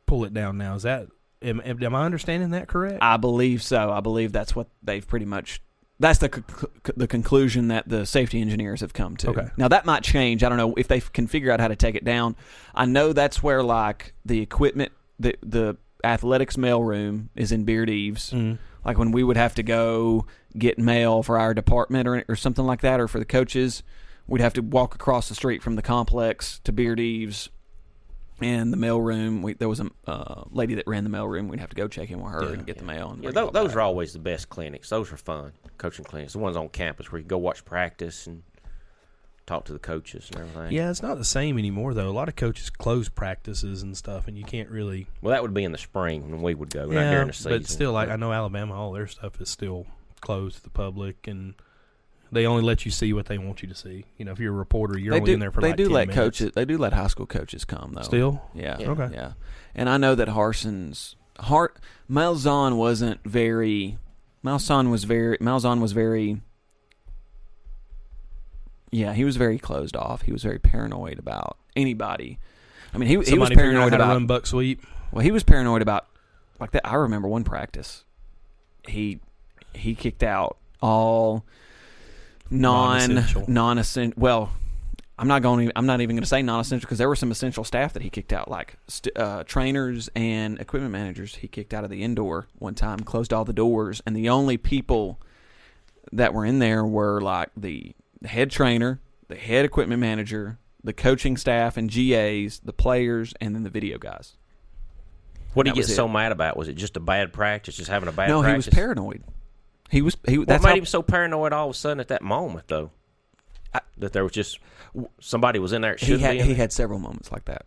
[SPEAKER 3] pull it down now. Is that am, am am I understanding that correct?
[SPEAKER 1] I believe so. I believe that's what they've pretty much. That's the conc- the conclusion that the safety engineers have come to.
[SPEAKER 3] Okay.
[SPEAKER 1] Now that might change. I don't know if they can figure out how to take it down. I know that's where like the equipment, the the athletics mail room is in Beard Eves.
[SPEAKER 3] Mm.
[SPEAKER 1] Like when we would have to go get mail for our department or or something like that, or for the coaches, we'd have to walk across the street from the complex to Beard Eves. And the mail room, we, there was a uh, lady that ran the mail room. We'd have to go check in with her
[SPEAKER 3] Yeah.
[SPEAKER 1] and get the mail. And bring
[SPEAKER 2] Yeah,
[SPEAKER 1] it
[SPEAKER 2] those,
[SPEAKER 1] all
[SPEAKER 2] those
[SPEAKER 1] back.
[SPEAKER 2] are always the best clinics. Those are fun coaching clinics. The ones on campus where you go watch practice and talk to the coaches and everything.
[SPEAKER 3] Yeah, it's not the same anymore though. A lot of coaches close practices and stuff, and you can't really.
[SPEAKER 2] Well, that would be in the spring when we would go, not
[SPEAKER 3] yeah,
[SPEAKER 2] during the season.
[SPEAKER 3] but still, like I know Alabama, all their stuff is still closed to the public, and they only let you see what they want you to see. You know, if you're a reporter, you're
[SPEAKER 1] they
[SPEAKER 3] only
[SPEAKER 1] do,
[SPEAKER 3] in there for
[SPEAKER 1] they
[SPEAKER 3] like
[SPEAKER 1] do
[SPEAKER 3] 10
[SPEAKER 1] let
[SPEAKER 3] minutes.
[SPEAKER 1] coaches they do let high school coaches come though
[SPEAKER 3] Still,
[SPEAKER 1] yeah,
[SPEAKER 2] Yeah.
[SPEAKER 3] Okay.
[SPEAKER 1] yeah and i know that harson's hart malzahn wasn't very malzahn was very malzahn was very yeah he was very closed off he was very paranoid about anybody i mean he, he was
[SPEAKER 3] somebody figured out
[SPEAKER 1] paranoid
[SPEAKER 3] how to
[SPEAKER 1] about
[SPEAKER 3] run buck sweep.
[SPEAKER 1] well, he was paranoid about like that. I remember one practice. He he kicked out all non
[SPEAKER 3] Non-essential.
[SPEAKER 1] non essential. Well, I'm not going. I'm not even going to say non essential because there were some essential staff that he kicked out, like st- uh, trainers and equipment managers. He kicked out of the indoor one time, closed all the doors, and the only people that were in there were like the head trainer, the head equipment manager, the coaching staff and GAs, the players, and then the video guys.
[SPEAKER 2] what do
[SPEAKER 1] that
[SPEAKER 2] you get
[SPEAKER 1] was
[SPEAKER 2] so
[SPEAKER 1] it.
[SPEAKER 2] mad about? Was it just a bad practice? Just having a bad
[SPEAKER 1] no,
[SPEAKER 2] practice?
[SPEAKER 1] he was paranoid. He was. He,
[SPEAKER 2] What
[SPEAKER 1] that's
[SPEAKER 2] made
[SPEAKER 1] how,
[SPEAKER 2] him so paranoid all of a sudden at that moment, though?
[SPEAKER 1] I-
[SPEAKER 2] that there was just somebody was in there. It
[SPEAKER 1] he
[SPEAKER 2] should
[SPEAKER 1] had.
[SPEAKER 2] be in
[SPEAKER 1] He
[SPEAKER 2] there?
[SPEAKER 1] had several moments like that.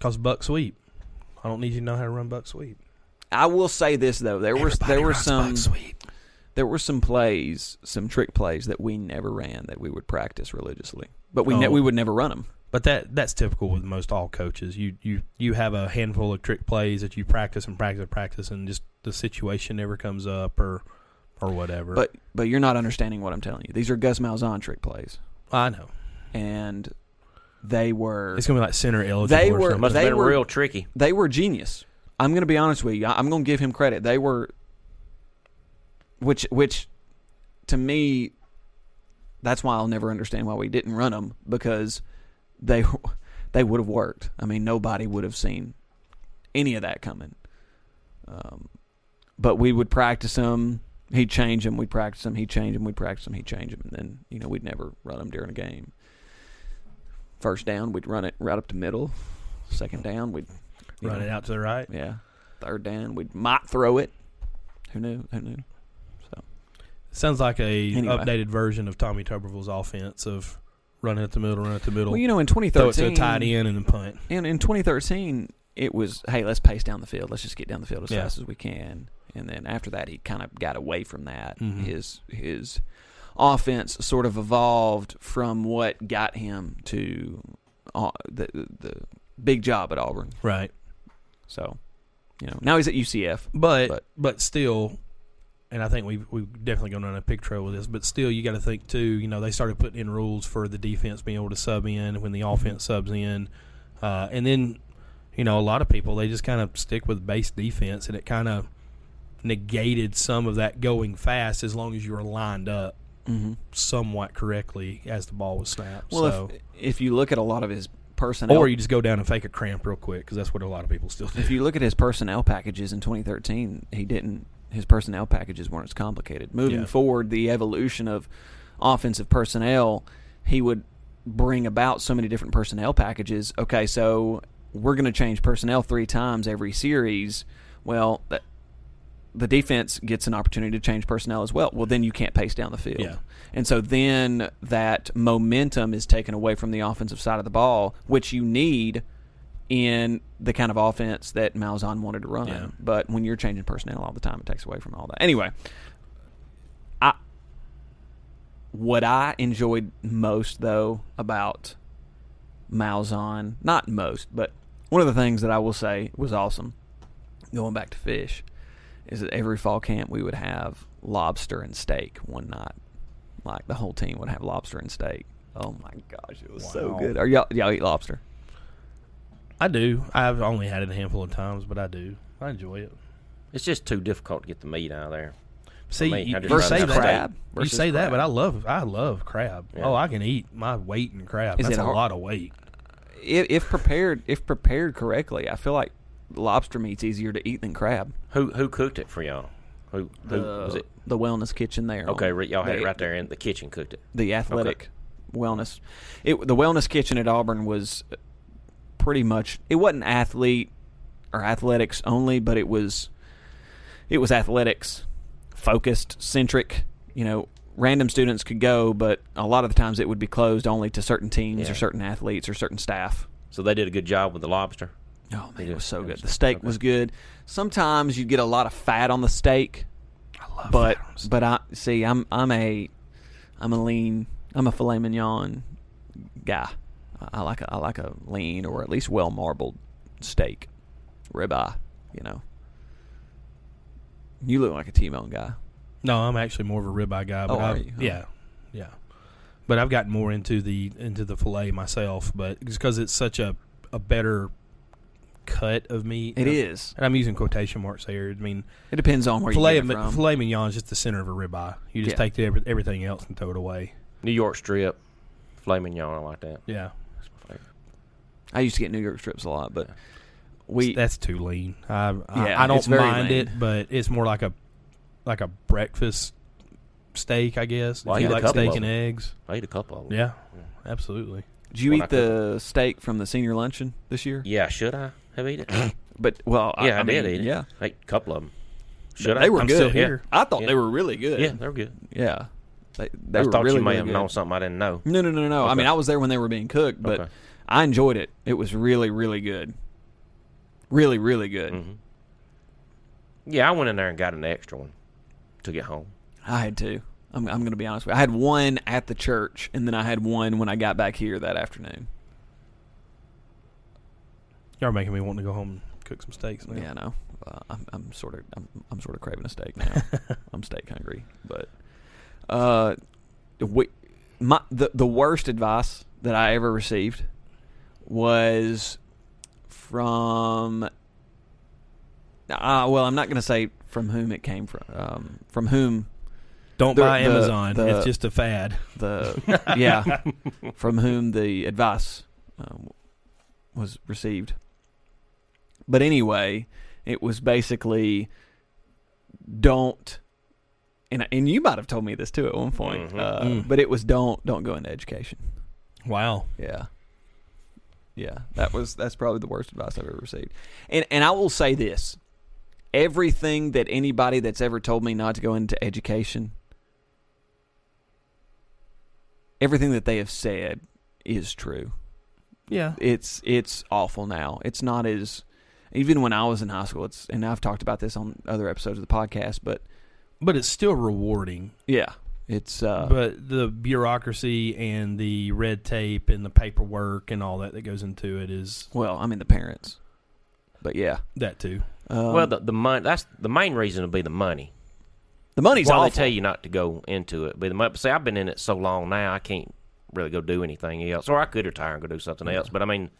[SPEAKER 3] Cause buck sweep. I don't need you to know how to run buck sweep.
[SPEAKER 1] I will say this though. There were
[SPEAKER 3] Everybody
[SPEAKER 1] there were
[SPEAKER 3] runs
[SPEAKER 1] some
[SPEAKER 3] buck sweep.
[SPEAKER 1] there were some plays, some trick plays that we never ran that we would practice religiously, but we ne-
[SPEAKER 3] Oh.
[SPEAKER 1] we would never run them.
[SPEAKER 3] But that that's typical with most all coaches. You you you have a handful of trick plays that you practice and practice and practice, and just the situation never comes up or or whatever.
[SPEAKER 1] But but you're not understanding what I'm telling you. These are Gus Malzahn trick plays,
[SPEAKER 3] I know
[SPEAKER 1] and they were
[SPEAKER 3] it's gonna be like center eligible.
[SPEAKER 1] They
[SPEAKER 3] or
[SPEAKER 1] were-
[SPEAKER 3] something.
[SPEAKER 2] Must have
[SPEAKER 1] they
[SPEAKER 2] been
[SPEAKER 1] were-
[SPEAKER 2] real tricky.
[SPEAKER 1] they were genius. I'm going to be honest with you. I- I'm going to give him credit. They were which which to me that's why I'll never understand why we didn't run them because they *laughs* they would have worked. I mean, nobody would have seen any of that coming. Um, but we would practice them. He'd change them. We'd practice them. He'd change them. We'd practice them. He'd change them. And then, you know, we'd never run them during a game. First down, we'd run it right up the middle. Second down, we'd you
[SPEAKER 3] Run
[SPEAKER 1] know,
[SPEAKER 3] it out to the right.
[SPEAKER 1] Yeah. Third down, we might throw it. Who knew? Who knew?
[SPEAKER 3] Sounds like a
[SPEAKER 1] Anyway.
[SPEAKER 3] updated version of Tommy Tuberville's offense of running at the middle, running at the middle,
[SPEAKER 1] Well, you know, in 2013,
[SPEAKER 3] throw it to a tight end and then punt.
[SPEAKER 1] And in 2013, it was, hey, let's pace down the field. Let's just get down the field as
[SPEAKER 3] Yeah.
[SPEAKER 1] fast as we can. And then after that, he kind of got away from that.
[SPEAKER 3] Mhm.
[SPEAKER 1] His his offense sort of evolved from what got him to uh, the the big job at Auburn.
[SPEAKER 3] Right.
[SPEAKER 1] So, you know, now he's at UCF.
[SPEAKER 3] But,
[SPEAKER 1] But-
[SPEAKER 3] but still, and I think we've we've definitely gonna run a pig trail with this. But still, you got to think too. You know, they started putting in rules for the defense being able to sub in when the
[SPEAKER 1] Mm-hmm.
[SPEAKER 3] offense subs in, uh, and then you know a lot of people they just kind of stick with base defense, and it kind of negated some of that going fast as long as you were lined up somewhat correctly as the ball was snapped.
[SPEAKER 1] Mm-hmm. Well,
[SPEAKER 3] so.
[SPEAKER 1] if, if you look at a lot of his personnel
[SPEAKER 3] or you just go down and fake a cramp real quick because that's what a lot of people still
[SPEAKER 1] *laughs*
[SPEAKER 3] do.
[SPEAKER 1] if you look at his personnel packages in 2013, he didn't. His personnel packages weren't as complicated. Moving
[SPEAKER 3] Yeah.
[SPEAKER 1] forward, the evolution of offensive personnel, he would bring about so many different personnel packages. Okay, so we're going to change personnel three times every series. Well, that, the defense gets an opportunity to change personnel as well. Well, then you can't pace down the field.
[SPEAKER 3] Yeah.
[SPEAKER 1] And so then that momentum is taken away from the offensive side of the ball, which you need in the kind of offense that Malzahn wanted to run.
[SPEAKER 3] Yeah.
[SPEAKER 1] But when you're changing personnel all the time, it takes away from all that. Anyway, I what I enjoyed most though about Malzahn, not most, but one of the things that I will say was awesome going back to fish is that every fall camp we would have lobster and steak one night. Like the whole team would have lobster and steak. Oh my gosh, it was so
[SPEAKER 3] Wow.
[SPEAKER 1] good. Are y'all y'all eat lobster?
[SPEAKER 3] I do. I've only had it a handful of times, but I do. I enjoy it.
[SPEAKER 2] It's just too difficult to get the meat out of there.
[SPEAKER 3] See,
[SPEAKER 2] me,
[SPEAKER 3] you,
[SPEAKER 2] I just
[SPEAKER 3] you
[SPEAKER 2] rather
[SPEAKER 3] say
[SPEAKER 2] have
[SPEAKER 3] that.
[SPEAKER 1] crab
[SPEAKER 3] You
[SPEAKER 1] versus
[SPEAKER 3] say that,
[SPEAKER 1] crab.
[SPEAKER 3] but I love I love crab.
[SPEAKER 2] Yeah.
[SPEAKER 3] Oh, I can eat my weight in crab.
[SPEAKER 1] Is
[SPEAKER 3] That's
[SPEAKER 1] it
[SPEAKER 3] a
[SPEAKER 1] hard-
[SPEAKER 3] lot of weight.
[SPEAKER 1] If, if prepared if prepared correctly, I feel like lobster meat's easier to eat than crab.
[SPEAKER 2] Who who cooked it for y'all? Who who
[SPEAKER 1] Uh,
[SPEAKER 2] was it?
[SPEAKER 1] The wellness kitchen there.
[SPEAKER 2] Uh, Okay,
[SPEAKER 1] on-
[SPEAKER 2] re- y'all had
[SPEAKER 1] the,
[SPEAKER 2] it right there in the kitchen. Cooked it.
[SPEAKER 1] The athletic wellness. It the wellness kitchen at Auburn was pretty much it wasn't athlete or athletics only, but it was it was athletics focused, centric, you know, random students could go, but a lot of the times it would be closed only to certain teams
[SPEAKER 2] Yeah.
[SPEAKER 1] or certain athletes or certain staff.
[SPEAKER 2] So they did a good job with the lobster.
[SPEAKER 1] Oh man,
[SPEAKER 2] do.
[SPEAKER 1] it was so
[SPEAKER 2] It
[SPEAKER 1] good.
[SPEAKER 2] was-
[SPEAKER 1] The steak was good. Sometimes you get a lot of fat on the steak,
[SPEAKER 3] I love
[SPEAKER 1] but
[SPEAKER 3] fat on steak.
[SPEAKER 1] but I see I'm I'm a I'm a lean I'm a filet mignon guy. I, I like a, I like a lean or at least well marbled steak, ribeye. You know. You look like a T-bone guy.
[SPEAKER 3] No, I'm actually more of a ribeye guy. But
[SPEAKER 1] Oh, are
[SPEAKER 3] I've-
[SPEAKER 1] you? Oh.
[SPEAKER 3] Yeah, yeah. But I've gotten more into the into the fillet myself, but just because it's such a a better cut of meat.
[SPEAKER 1] It
[SPEAKER 3] and I'm-
[SPEAKER 1] is.
[SPEAKER 3] and I'm using quotation marks there. I mean,
[SPEAKER 1] It depends on where
[SPEAKER 3] filet,
[SPEAKER 1] you get it
[SPEAKER 3] mi-
[SPEAKER 1] from.
[SPEAKER 3] filet mignon is just the center of a ribeye. You just
[SPEAKER 1] Yeah.
[SPEAKER 3] take the, every- everything else and throw it away.
[SPEAKER 2] New York strip, filet mignon. I like that.
[SPEAKER 3] Yeah,
[SPEAKER 2] That's my favorite.
[SPEAKER 1] I used to get New York strips a lot, but we
[SPEAKER 3] that's too lean. I I,
[SPEAKER 1] Yeah,
[SPEAKER 3] I
[SPEAKER 1] it's
[SPEAKER 3] don't
[SPEAKER 1] very
[SPEAKER 3] mind
[SPEAKER 1] lean.
[SPEAKER 3] it, but it's more like a like a breakfast steak, I guess.
[SPEAKER 2] Well, I
[SPEAKER 3] if you
[SPEAKER 2] eat a
[SPEAKER 3] like
[SPEAKER 2] couple
[SPEAKER 3] steak
[SPEAKER 2] of
[SPEAKER 3] and
[SPEAKER 2] them.
[SPEAKER 3] eggs,
[SPEAKER 2] I ate a couple of them.
[SPEAKER 3] yeah, absolutely.
[SPEAKER 1] did you
[SPEAKER 2] when I
[SPEAKER 1] eat the steak from the senior luncheon this year?
[SPEAKER 2] Yeah, should I have eaten it?
[SPEAKER 1] But well, *coughs* I,
[SPEAKER 2] yeah, I,
[SPEAKER 1] I
[SPEAKER 2] did
[SPEAKER 1] mean,
[SPEAKER 2] eat it.
[SPEAKER 1] Yeah,
[SPEAKER 2] I ate a couple of them. Should
[SPEAKER 1] they
[SPEAKER 2] I?
[SPEAKER 1] were
[SPEAKER 3] I'm
[SPEAKER 1] good.
[SPEAKER 3] still here.
[SPEAKER 1] I thought
[SPEAKER 2] Yeah.
[SPEAKER 1] they were really good.
[SPEAKER 2] Yeah, they were good.
[SPEAKER 1] yeah. They, they
[SPEAKER 2] I
[SPEAKER 1] were
[SPEAKER 2] thought
[SPEAKER 1] really,
[SPEAKER 2] you may
[SPEAKER 1] really
[SPEAKER 2] have
[SPEAKER 1] good.
[SPEAKER 2] known something I didn't know.
[SPEAKER 1] No, no, no, no, no. I
[SPEAKER 2] Okay.
[SPEAKER 1] mean, I was there when they were being cooked, but
[SPEAKER 2] Okay.
[SPEAKER 1] I enjoyed it. It was really, really good. Really, really good.
[SPEAKER 2] Mm-hmm. Yeah, I went in there and got an extra one. Took it home.
[SPEAKER 1] I had two. I'm, I'm going to be honest with you. I had one at the church, and then I had one when I got back here that afternoon.
[SPEAKER 3] Y'all are making me want to go home and cook some steaks. Now.
[SPEAKER 1] Yeah, I know. Uh, I'm, I'm sort of I'm, I'm sort of craving a steak now. I'm steak hungry, but uh, we, my the the worst advice that I ever received was from. Uh, well, I'm not going to say from whom it came from. Um, from whom
[SPEAKER 3] Don't
[SPEAKER 1] The-
[SPEAKER 3] buy
[SPEAKER 1] the-
[SPEAKER 3] Amazon.
[SPEAKER 1] the-
[SPEAKER 3] it's just a fad.
[SPEAKER 1] the yeah from whom the advice uh, was received but anyway it was basically don't and and you might have told me this too at one point
[SPEAKER 2] Mhm.
[SPEAKER 1] uh,
[SPEAKER 3] Mm.
[SPEAKER 1] but it was don't don't go into education
[SPEAKER 3] Wow.
[SPEAKER 1] yeah yeah that was that's probably the worst advice i've ever received and and i will say this everything that anybody that's ever told me not to go into education everything that they have said is true
[SPEAKER 3] Yeah.
[SPEAKER 1] it's it's awful now. It's not as even when I was in high school. It's and I've talked about this on other episodes of the podcast, but
[SPEAKER 3] But it's still rewarding.
[SPEAKER 1] yeah, it's uh,
[SPEAKER 3] but the bureaucracy and the red tape and the paperwork and all that that goes into it is
[SPEAKER 1] well, I mean the parents, but yeah,
[SPEAKER 3] that too.
[SPEAKER 1] um,
[SPEAKER 2] well, the, the money that's the main reason would be the money.
[SPEAKER 1] the money's
[SPEAKER 2] Why
[SPEAKER 1] awful.
[SPEAKER 2] they tell you not to go into it, but the money. See, I've been in it so long now, I can't really go do anything else, or I could retire and go do something else. But I mean,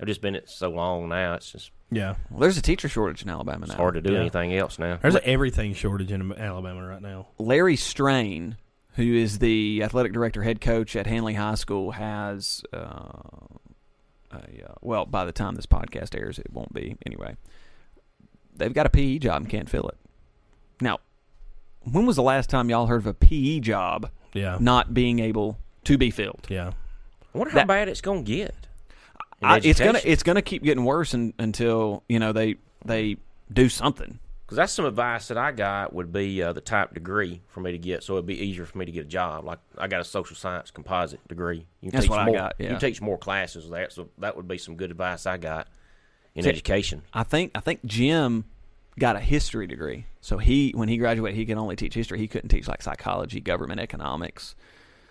[SPEAKER 2] I've just been in it so long now; it's just
[SPEAKER 3] Yeah.
[SPEAKER 1] Well, there's a teacher shortage in Alabama
[SPEAKER 2] it's
[SPEAKER 1] now.
[SPEAKER 2] hard to do
[SPEAKER 3] Yeah.
[SPEAKER 2] anything else now.
[SPEAKER 3] There's an everything shortage in Alabama right now.
[SPEAKER 1] Larry Strain, who is the athletic director head coach at Hanley High School, has uh, a, uh, well, by the time this podcast airs, it won't be anyway. They've got a PE job and can't fill it. Now, when was the last time y'all heard of a PE job
[SPEAKER 3] Yeah.
[SPEAKER 1] not being able to be filled?
[SPEAKER 3] Yeah.
[SPEAKER 2] I wonder how
[SPEAKER 1] That-
[SPEAKER 2] bad it's gonna get. in
[SPEAKER 1] I, it's gonna
[SPEAKER 2] education.
[SPEAKER 1] it's gonna keep getting worse un until you know they they do something.
[SPEAKER 2] Because that's some advice that I got would be uh, the type degree for me to get, so it'd be easier for me to get a job. Like I got a social science composite degree. You
[SPEAKER 1] That's what I
[SPEAKER 2] more,
[SPEAKER 1] got, yeah.
[SPEAKER 2] You teach more classes of that, so that would be some good advice I got in
[SPEAKER 1] See-
[SPEAKER 2] education.
[SPEAKER 1] I think I think Jim got a history degree. So he when he graduated, he could only teach history. He couldn't teach like psychology, government economics,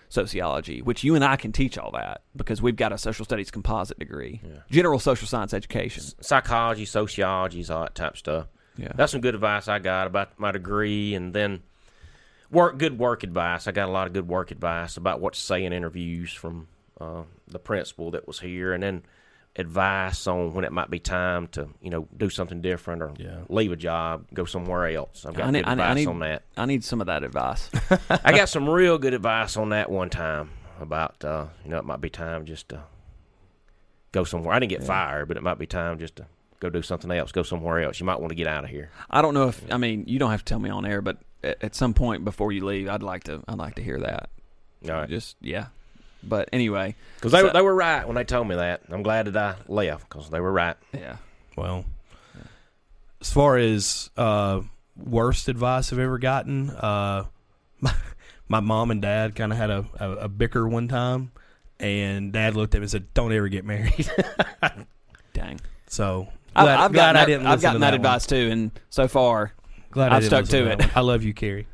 [SPEAKER 1] sociology, which you and I can teach all that because we've got a social studies composite degree. General social science education.
[SPEAKER 2] Psychology, sociology, all that type of stuff.
[SPEAKER 1] Yeah.
[SPEAKER 2] That's some good advice I got about my degree, and then work good work advice. I got a lot of good work advice about what to say in interviews from uh, the principal that was here, and then advice on when it might be time to you know do something different or
[SPEAKER 3] Yeah.
[SPEAKER 2] leave a job, go somewhere else. I've got
[SPEAKER 1] I need,
[SPEAKER 2] good
[SPEAKER 1] I, need,
[SPEAKER 2] advice
[SPEAKER 1] I, need,
[SPEAKER 2] on that.
[SPEAKER 1] I need some of that advice.
[SPEAKER 2] I got some real good advice on that one time about uh, you know it might be time just to go somewhere. I didn't get fired, but it might be time just to go do something else, go somewhere else. You might want to get out of here.
[SPEAKER 1] I don't
[SPEAKER 3] *laughs*
[SPEAKER 1] know if I mean you don't have to tell me on air, but at, at some point before you leave, I'd like to I'd like to hear that.
[SPEAKER 2] All right.
[SPEAKER 1] Just yeah. But anyway,
[SPEAKER 2] Because they,
[SPEAKER 1] So-
[SPEAKER 2] they were right when they told me that. I'm glad that I left because they were right.
[SPEAKER 1] yeah.
[SPEAKER 3] Well, as far as uh, worst advice I've ever gotten, uh, *laughs* my, my mom and dad kind of had a, a, a bicker one time, and dad looked at me and said, "Don't ever get married." *laughs*
[SPEAKER 1] Dang.
[SPEAKER 3] so
[SPEAKER 1] I-
[SPEAKER 3] glad,
[SPEAKER 1] I've
[SPEAKER 3] glad
[SPEAKER 1] gotten
[SPEAKER 3] I
[SPEAKER 1] that-
[SPEAKER 3] didn't.
[SPEAKER 1] I've
[SPEAKER 3] listen
[SPEAKER 1] gotten
[SPEAKER 3] to
[SPEAKER 1] that,
[SPEAKER 3] that, one.
[SPEAKER 1] advice too, and so far
[SPEAKER 3] Glad
[SPEAKER 1] I've
[SPEAKER 3] didn't
[SPEAKER 1] stuck
[SPEAKER 3] listen
[SPEAKER 1] to
[SPEAKER 3] that
[SPEAKER 1] it.
[SPEAKER 3] one. I love you, Carrie.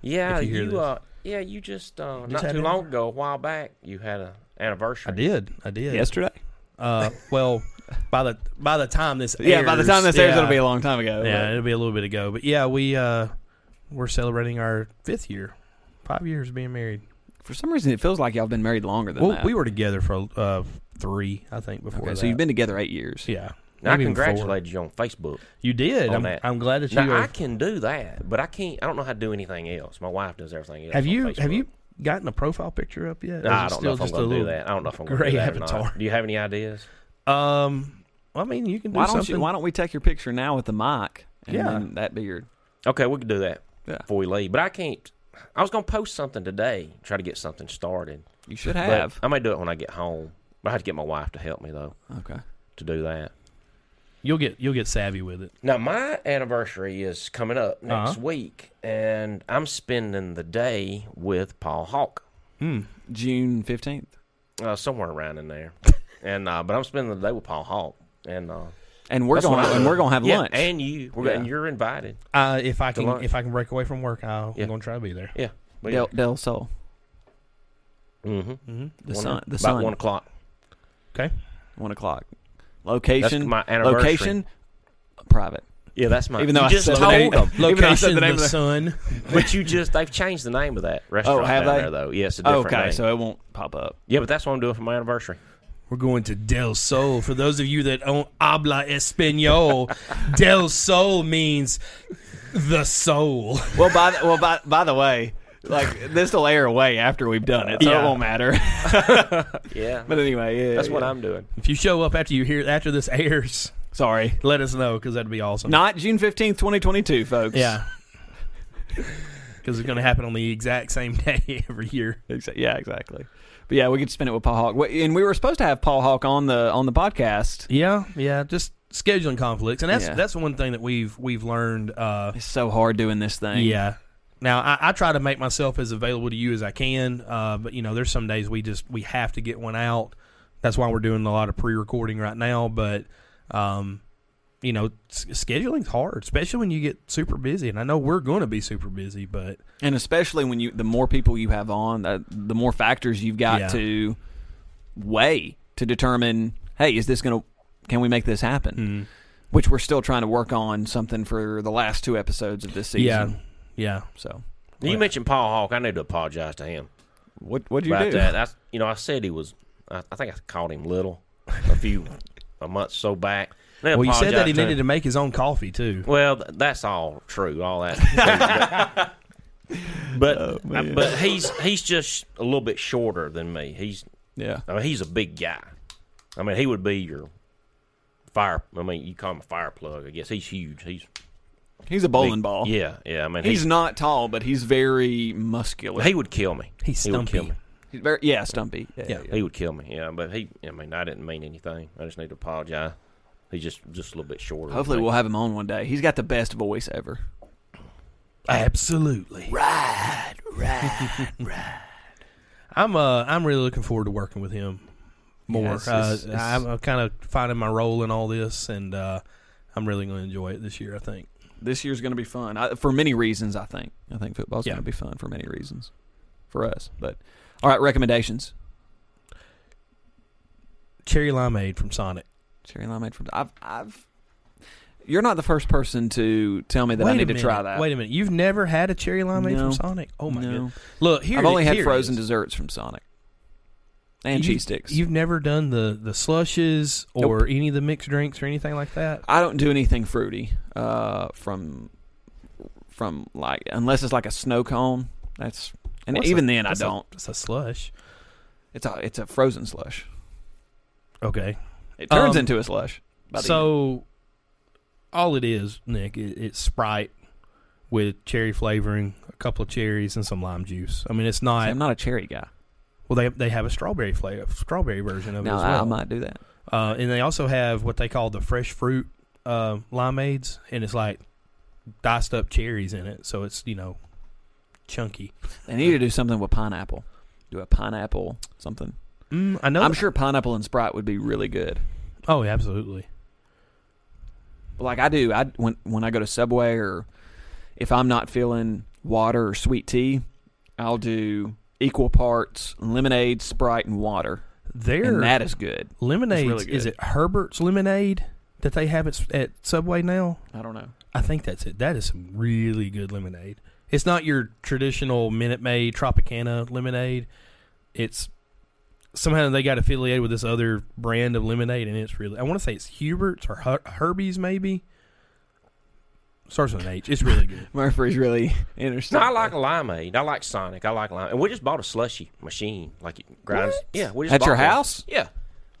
[SPEAKER 2] Yeah,
[SPEAKER 3] If you hear
[SPEAKER 2] you,
[SPEAKER 3] this.
[SPEAKER 2] uh, yeah, you just, uh,
[SPEAKER 3] just
[SPEAKER 2] not
[SPEAKER 3] had
[SPEAKER 2] too
[SPEAKER 3] an
[SPEAKER 2] long
[SPEAKER 3] anniversary?
[SPEAKER 2] ago, a while back, you had an anniversary.
[SPEAKER 3] I did. I did.
[SPEAKER 1] yesterday.
[SPEAKER 3] Uh, well, by the by the time this
[SPEAKER 1] Yeah, by the time this airs,
[SPEAKER 3] yeah.
[SPEAKER 1] it'll be a long time ago.
[SPEAKER 3] yeah, it'll be a little bit ago. But yeah, we uh, we're celebrating our fifth year, five years being married.
[SPEAKER 1] But for some reason, it feels like y'all been married longer than
[SPEAKER 3] Well,
[SPEAKER 1] that.
[SPEAKER 3] we were together for uh, three, I think, before.
[SPEAKER 1] okay,
[SPEAKER 3] that.
[SPEAKER 1] so you've been together eight years.
[SPEAKER 3] yeah.
[SPEAKER 2] And I
[SPEAKER 3] maybe even four.
[SPEAKER 2] congratulated you on Facebook.
[SPEAKER 3] You did.
[SPEAKER 2] on
[SPEAKER 3] I'm,
[SPEAKER 2] that.
[SPEAKER 3] I'm glad that you.
[SPEAKER 2] Now, I
[SPEAKER 3] Have,
[SPEAKER 2] can do that, but I can't, I don't know how to do anything else. My wife does everything else.
[SPEAKER 3] have
[SPEAKER 2] on
[SPEAKER 3] you
[SPEAKER 2] Facebook.
[SPEAKER 3] have you gotten a profile picture up yet? Or
[SPEAKER 2] Nah,
[SPEAKER 3] is
[SPEAKER 2] I
[SPEAKER 3] it
[SPEAKER 2] don't know
[SPEAKER 3] still
[SPEAKER 2] if I'm
[SPEAKER 3] just a
[SPEAKER 2] going to do
[SPEAKER 3] little-
[SPEAKER 2] that. I don't know if I'm going to
[SPEAKER 3] gray
[SPEAKER 2] do that or not.
[SPEAKER 3] avatar.
[SPEAKER 2] Do you have any ideas?
[SPEAKER 3] Um, well, I mean, you can do
[SPEAKER 1] Why don't
[SPEAKER 3] something.
[SPEAKER 1] you? Why don't we take your picture now with the mic? And
[SPEAKER 3] Yeah.
[SPEAKER 1] then that be your.
[SPEAKER 2] Okay, we can do that
[SPEAKER 1] Yeah.
[SPEAKER 2] before we leave. But I can't, I was going to post something today, try to get something started.
[SPEAKER 1] You should
[SPEAKER 2] But
[SPEAKER 1] have.
[SPEAKER 2] I may do it when I get home. But I have to get my wife to help me, though,
[SPEAKER 1] okay.
[SPEAKER 2] to do that.
[SPEAKER 3] You'll get you'll get savvy with it.
[SPEAKER 2] Now my anniversary is coming up next
[SPEAKER 3] Uh-huh.
[SPEAKER 2] week, and I'm spending the day with Paul Hawk, Hmm.
[SPEAKER 1] June fifteenth,
[SPEAKER 2] uh, somewhere around
[SPEAKER 1] *laughs*
[SPEAKER 2] in there. and uh, but I'm spending the day with Paul Hawk, and uh,
[SPEAKER 1] and we're
[SPEAKER 2] that's
[SPEAKER 1] going
[SPEAKER 2] what I-
[SPEAKER 1] and we're going to have
[SPEAKER 2] yeah,
[SPEAKER 1] lunch.
[SPEAKER 2] and you, we're,
[SPEAKER 1] Yeah.
[SPEAKER 2] and you're invited.
[SPEAKER 3] Uh, if I can
[SPEAKER 2] lunch.
[SPEAKER 3] if I can break away from work, I'll,
[SPEAKER 2] Yeah.
[SPEAKER 3] I'm going to try to be there.
[SPEAKER 2] Yeah, be
[SPEAKER 1] Del, Del Sol,
[SPEAKER 2] there. Mhm.
[SPEAKER 1] the
[SPEAKER 2] One-
[SPEAKER 1] sun, the
[SPEAKER 2] about
[SPEAKER 1] sun,
[SPEAKER 2] one o'clock.
[SPEAKER 3] Okay.
[SPEAKER 1] one o'clock. Location,
[SPEAKER 2] That's my anniversary.
[SPEAKER 1] location, private.
[SPEAKER 2] Yeah, that's my.
[SPEAKER 1] Even though
[SPEAKER 2] you
[SPEAKER 1] I
[SPEAKER 2] just
[SPEAKER 1] said the
[SPEAKER 2] told
[SPEAKER 1] name-
[SPEAKER 2] them,
[SPEAKER 1] Even though I said the
[SPEAKER 3] Location, the,
[SPEAKER 1] name of the-
[SPEAKER 3] sun.
[SPEAKER 2] but you just—they've changed the name of that restaurant
[SPEAKER 1] have
[SPEAKER 2] down
[SPEAKER 1] they?
[SPEAKER 2] there, though. Yeah, it's a different
[SPEAKER 1] Okay,
[SPEAKER 2] name.
[SPEAKER 1] so it won't pop up.
[SPEAKER 2] yeah, but that's what I'm doing for my anniversary.
[SPEAKER 3] We're going to Del Sol. For those of you that don't habla Espanol, Del Sol means the soul.
[SPEAKER 1] Well, by the, well by by the way, like this will air away after we've done it, so
[SPEAKER 3] Yeah.
[SPEAKER 1] it won't matter. *laughs*
[SPEAKER 2] Yeah,
[SPEAKER 1] but anyway, yeah,
[SPEAKER 2] that's what
[SPEAKER 1] yeah.
[SPEAKER 2] I'm doing.
[SPEAKER 3] If you show up after you hear after this airs, *laughs*
[SPEAKER 1] Sorry,
[SPEAKER 3] let us know because that'd be awesome.
[SPEAKER 1] not June fifteenth, twenty twenty two, folks.
[SPEAKER 3] *laughs* Yeah. Because it's going to happen on the exact same *laughs* day every year.
[SPEAKER 1] Exa- yeah, exactly. But yeah, we could spin it with Paul Hawk, Wait, and we were supposed to have Paul Hawk on the on the podcast.
[SPEAKER 3] Yeah, yeah. Just scheduling conflicts, and that's
[SPEAKER 1] Yeah.
[SPEAKER 3] that's one thing that we've we've learned. Uh,
[SPEAKER 1] It's so hard doing this thing.
[SPEAKER 3] yeah. Now I, I try to make myself as available to you as I can, uh, but you know, there's some days we just we have to get one out. That's why we're doing a lot of pre-recording right now. But um, you know, s- scheduling's hard, especially when you get super busy. And I know we're going to be super busy, but
[SPEAKER 1] and especially when you the more people you have on, uh, the more factors you've got
[SPEAKER 3] Yeah.
[SPEAKER 1] to weigh to determine. Hey, is this gonna? Can we make this happen?
[SPEAKER 3] Hmm.
[SPEAKER 1] Which we're still trying to work on something for the last two episodes of this season.
[SPEAKER 3] yeah, yeah.
[SPEAKER 1] So
[SPEAKER 2] You mentioned Paul Hawk. I need to apologize to him
[SPEAKER 1] what what you
[SPEAKER 2] about
[SPEAKER 1] do?
[SPEAKER 2] that. That's you know I said he was. I, I think I called him little a few a month so back. And I
[SPEAKER 3] Well, you said that he
[SPEAKER 2] apologized to him.
[SPEAKER 3] needed to make his own coffee too.
[SPEAKER 2] Well, th- that's all true. All that. *laughs* but Oh, I- but he's he's just a little bit shorter than me. He's
[SPEAKER 1] Yeah.
[SPEAKER 2] I mean he's a big guy. I mean he would be your fire. I mean you call him a fire plug. I guess he's huge. He's
[SPEAKER 1] He's a bowling ball.
[SPEAKER 2] yeah yeah. I mean
[SPEAKER 1] He's
[SPEAKER 2] he's,
[SPEAKER 1] not tall, but he's very muscular.
[SPEAKER 2] he would kill me.
[SPEAKER 3] He's
[SPEAKER 2] he would kill
[SPEAKER 3] stumpy.
[SPEAKER 2] me.
[SPEAKER 1] He's very yeah, stumpy.
[SPEAKER 3] Yeah.
[SPEAKER 2] He would kill me. Yeah, but he. I mean I didn't mean anything. I just need to apologize. He's just just a little bit shorter. than
[SPEAKER 1] Hopefully
[SPEAKER 2] me.
[SPEAKER 1] we'll have him on one day. He's got the best voice ever.
[SPEAKER 3] Absolutely. Right, right, right. *laughs* I'm uh I'm really looking forward to working with him more.
[SPEAKER 1] Yeah, it's-
[SPEAKER 3] uh,
[SPEAKER 1] it's- it's-
[SPEAKER 3] I'm uh, kind of finding my role in all this, and uh, I'm really going to enjoy it this year. I think.
[SPEAKER 1] This year's going to be fun I, for many reasons. I think. I think football's
[SPEAKER 3] Yeah.
[SPEAKER 1] going to be fun for many reasons for us. But all right, recommendations.
[SPEAKER 3] Cherry limeade from Sonic.
[SPEAKER 1] Cherry limeade from I've I've. You're not the first person to tell me that
[SPEAKER 3] Wait
[SPEAKER 1] I
[SPEAKER 3] a
[SPEAKER 1] need to
[SPEAKER 3] minute,
[SPEAKER 1] try that.
[SPEAKER 3] Wait a minute. You've never had a cherry limeade
[SPEAKER 1] No.
[SPEAKER 3] from Sonic? Oh my
[SPEAKER 1] No.
[SPEAKER 3] god. Look here.
[SPEAKER 1] I've only had
[SPEAKER 3] here it
[SPEAKER 1] frozen
[SPEAKER 3] is.
[SPEAKER 1] desserts from Sonic and
[SPEAKER 3] You've-
[SPEAKER 1] cheese sticks.
[SPEAKER 3] You've never done the the slushes or any of the mixed drinks or anything like that.
[SPEAKER 1] I don't do anything fruity uh, from from like unless it's like a snow cone. That's and
[SPEAKER 3] What's
[SPEAKER 1] even
[SPEAKER 3] a-
[SPEAKER 1] then I
[SPEAKER 3] that's a-
[SPEAKER 1] don't.
[SPEAKER 3] It's a slush.
[SPEAKER 1] It's a it's a frozen slush.
[SPEAKER 3] Okay.
[SPEAKER 1] It turns
[SPEAKER 3] Um,
[SPEAKER 1] into a slush. by the end.
[SPEAKER 3] So, all it is, Nick, it, it's Sprite with cherry flavoring, a couple of cherries, and some lime juice. I mean, it's
[SPEAKER 1] See,
[SPEAKER 3] not.
[SPEAKER 1] I'm not a cherry guy.
[SPEAKER 3] well, they they have a strawberry flavor, strawberry version of it
[SPEAKER 1] No,
[SPEAKER 3] as
[SPEAKER 1] I,
[SPEAKER 3] well.
[SPEAKER 1] I might do that.
[SPEAKER 3] Uh, and they also have what they call the fresh fruit uh, limeades, and it's like diced up cherries in it, so it's you know chunky.
[SPEAKER 1] They need to do something with pineapple. Do a pineapple something.
[SPEAKER 3] Mm, I know.
[SPEAKER 1] I'm sure pineapple and Sprite would be really good.
[SPEAKER 3] oh, yeah, absolutely.
[SPEAKER 1] But like I do, I when when I go to Subway or if I'm not feeling water or sweet tea, I'll do equal parts lemonade, Sprite, and water,
[SPEAKER 3] Their
[SPEAKER 1] and that is good.
[SPEAKER 3] lemonade
[SPEAKER 1] really
[SPEAKER 3] is
[SPEAKER 1] good.
[SPEAKER 3] it Herbert's lemonade that they have at, at Subway now?
[SPEAKER 1] I don't know.
[SPEAKER 3] I think that's it. That is some really good lemonade. It's not your traditional Minute Maid Tropicana lemonade. It's somehow they got affiliated with this other brand of lemonade, and it's really I want to say it's Hubert's or Her- Herbie's maybe. Starts with an H. It's really good.
[SPEAKER 1] Murphy's really interesting.
[SPEAKER 2] No, I like limeade. I like Sonic. I like lime. And we just bought a slushy machine. Like it grinds. Yeah, we just
[SPEAKER 1] At
[SPEAKER 2] bought
[SPEAKER 1] your
[SPEAKER 2] one.
[SPEAKER 1] house?
[SPEAKER 2] Yeah,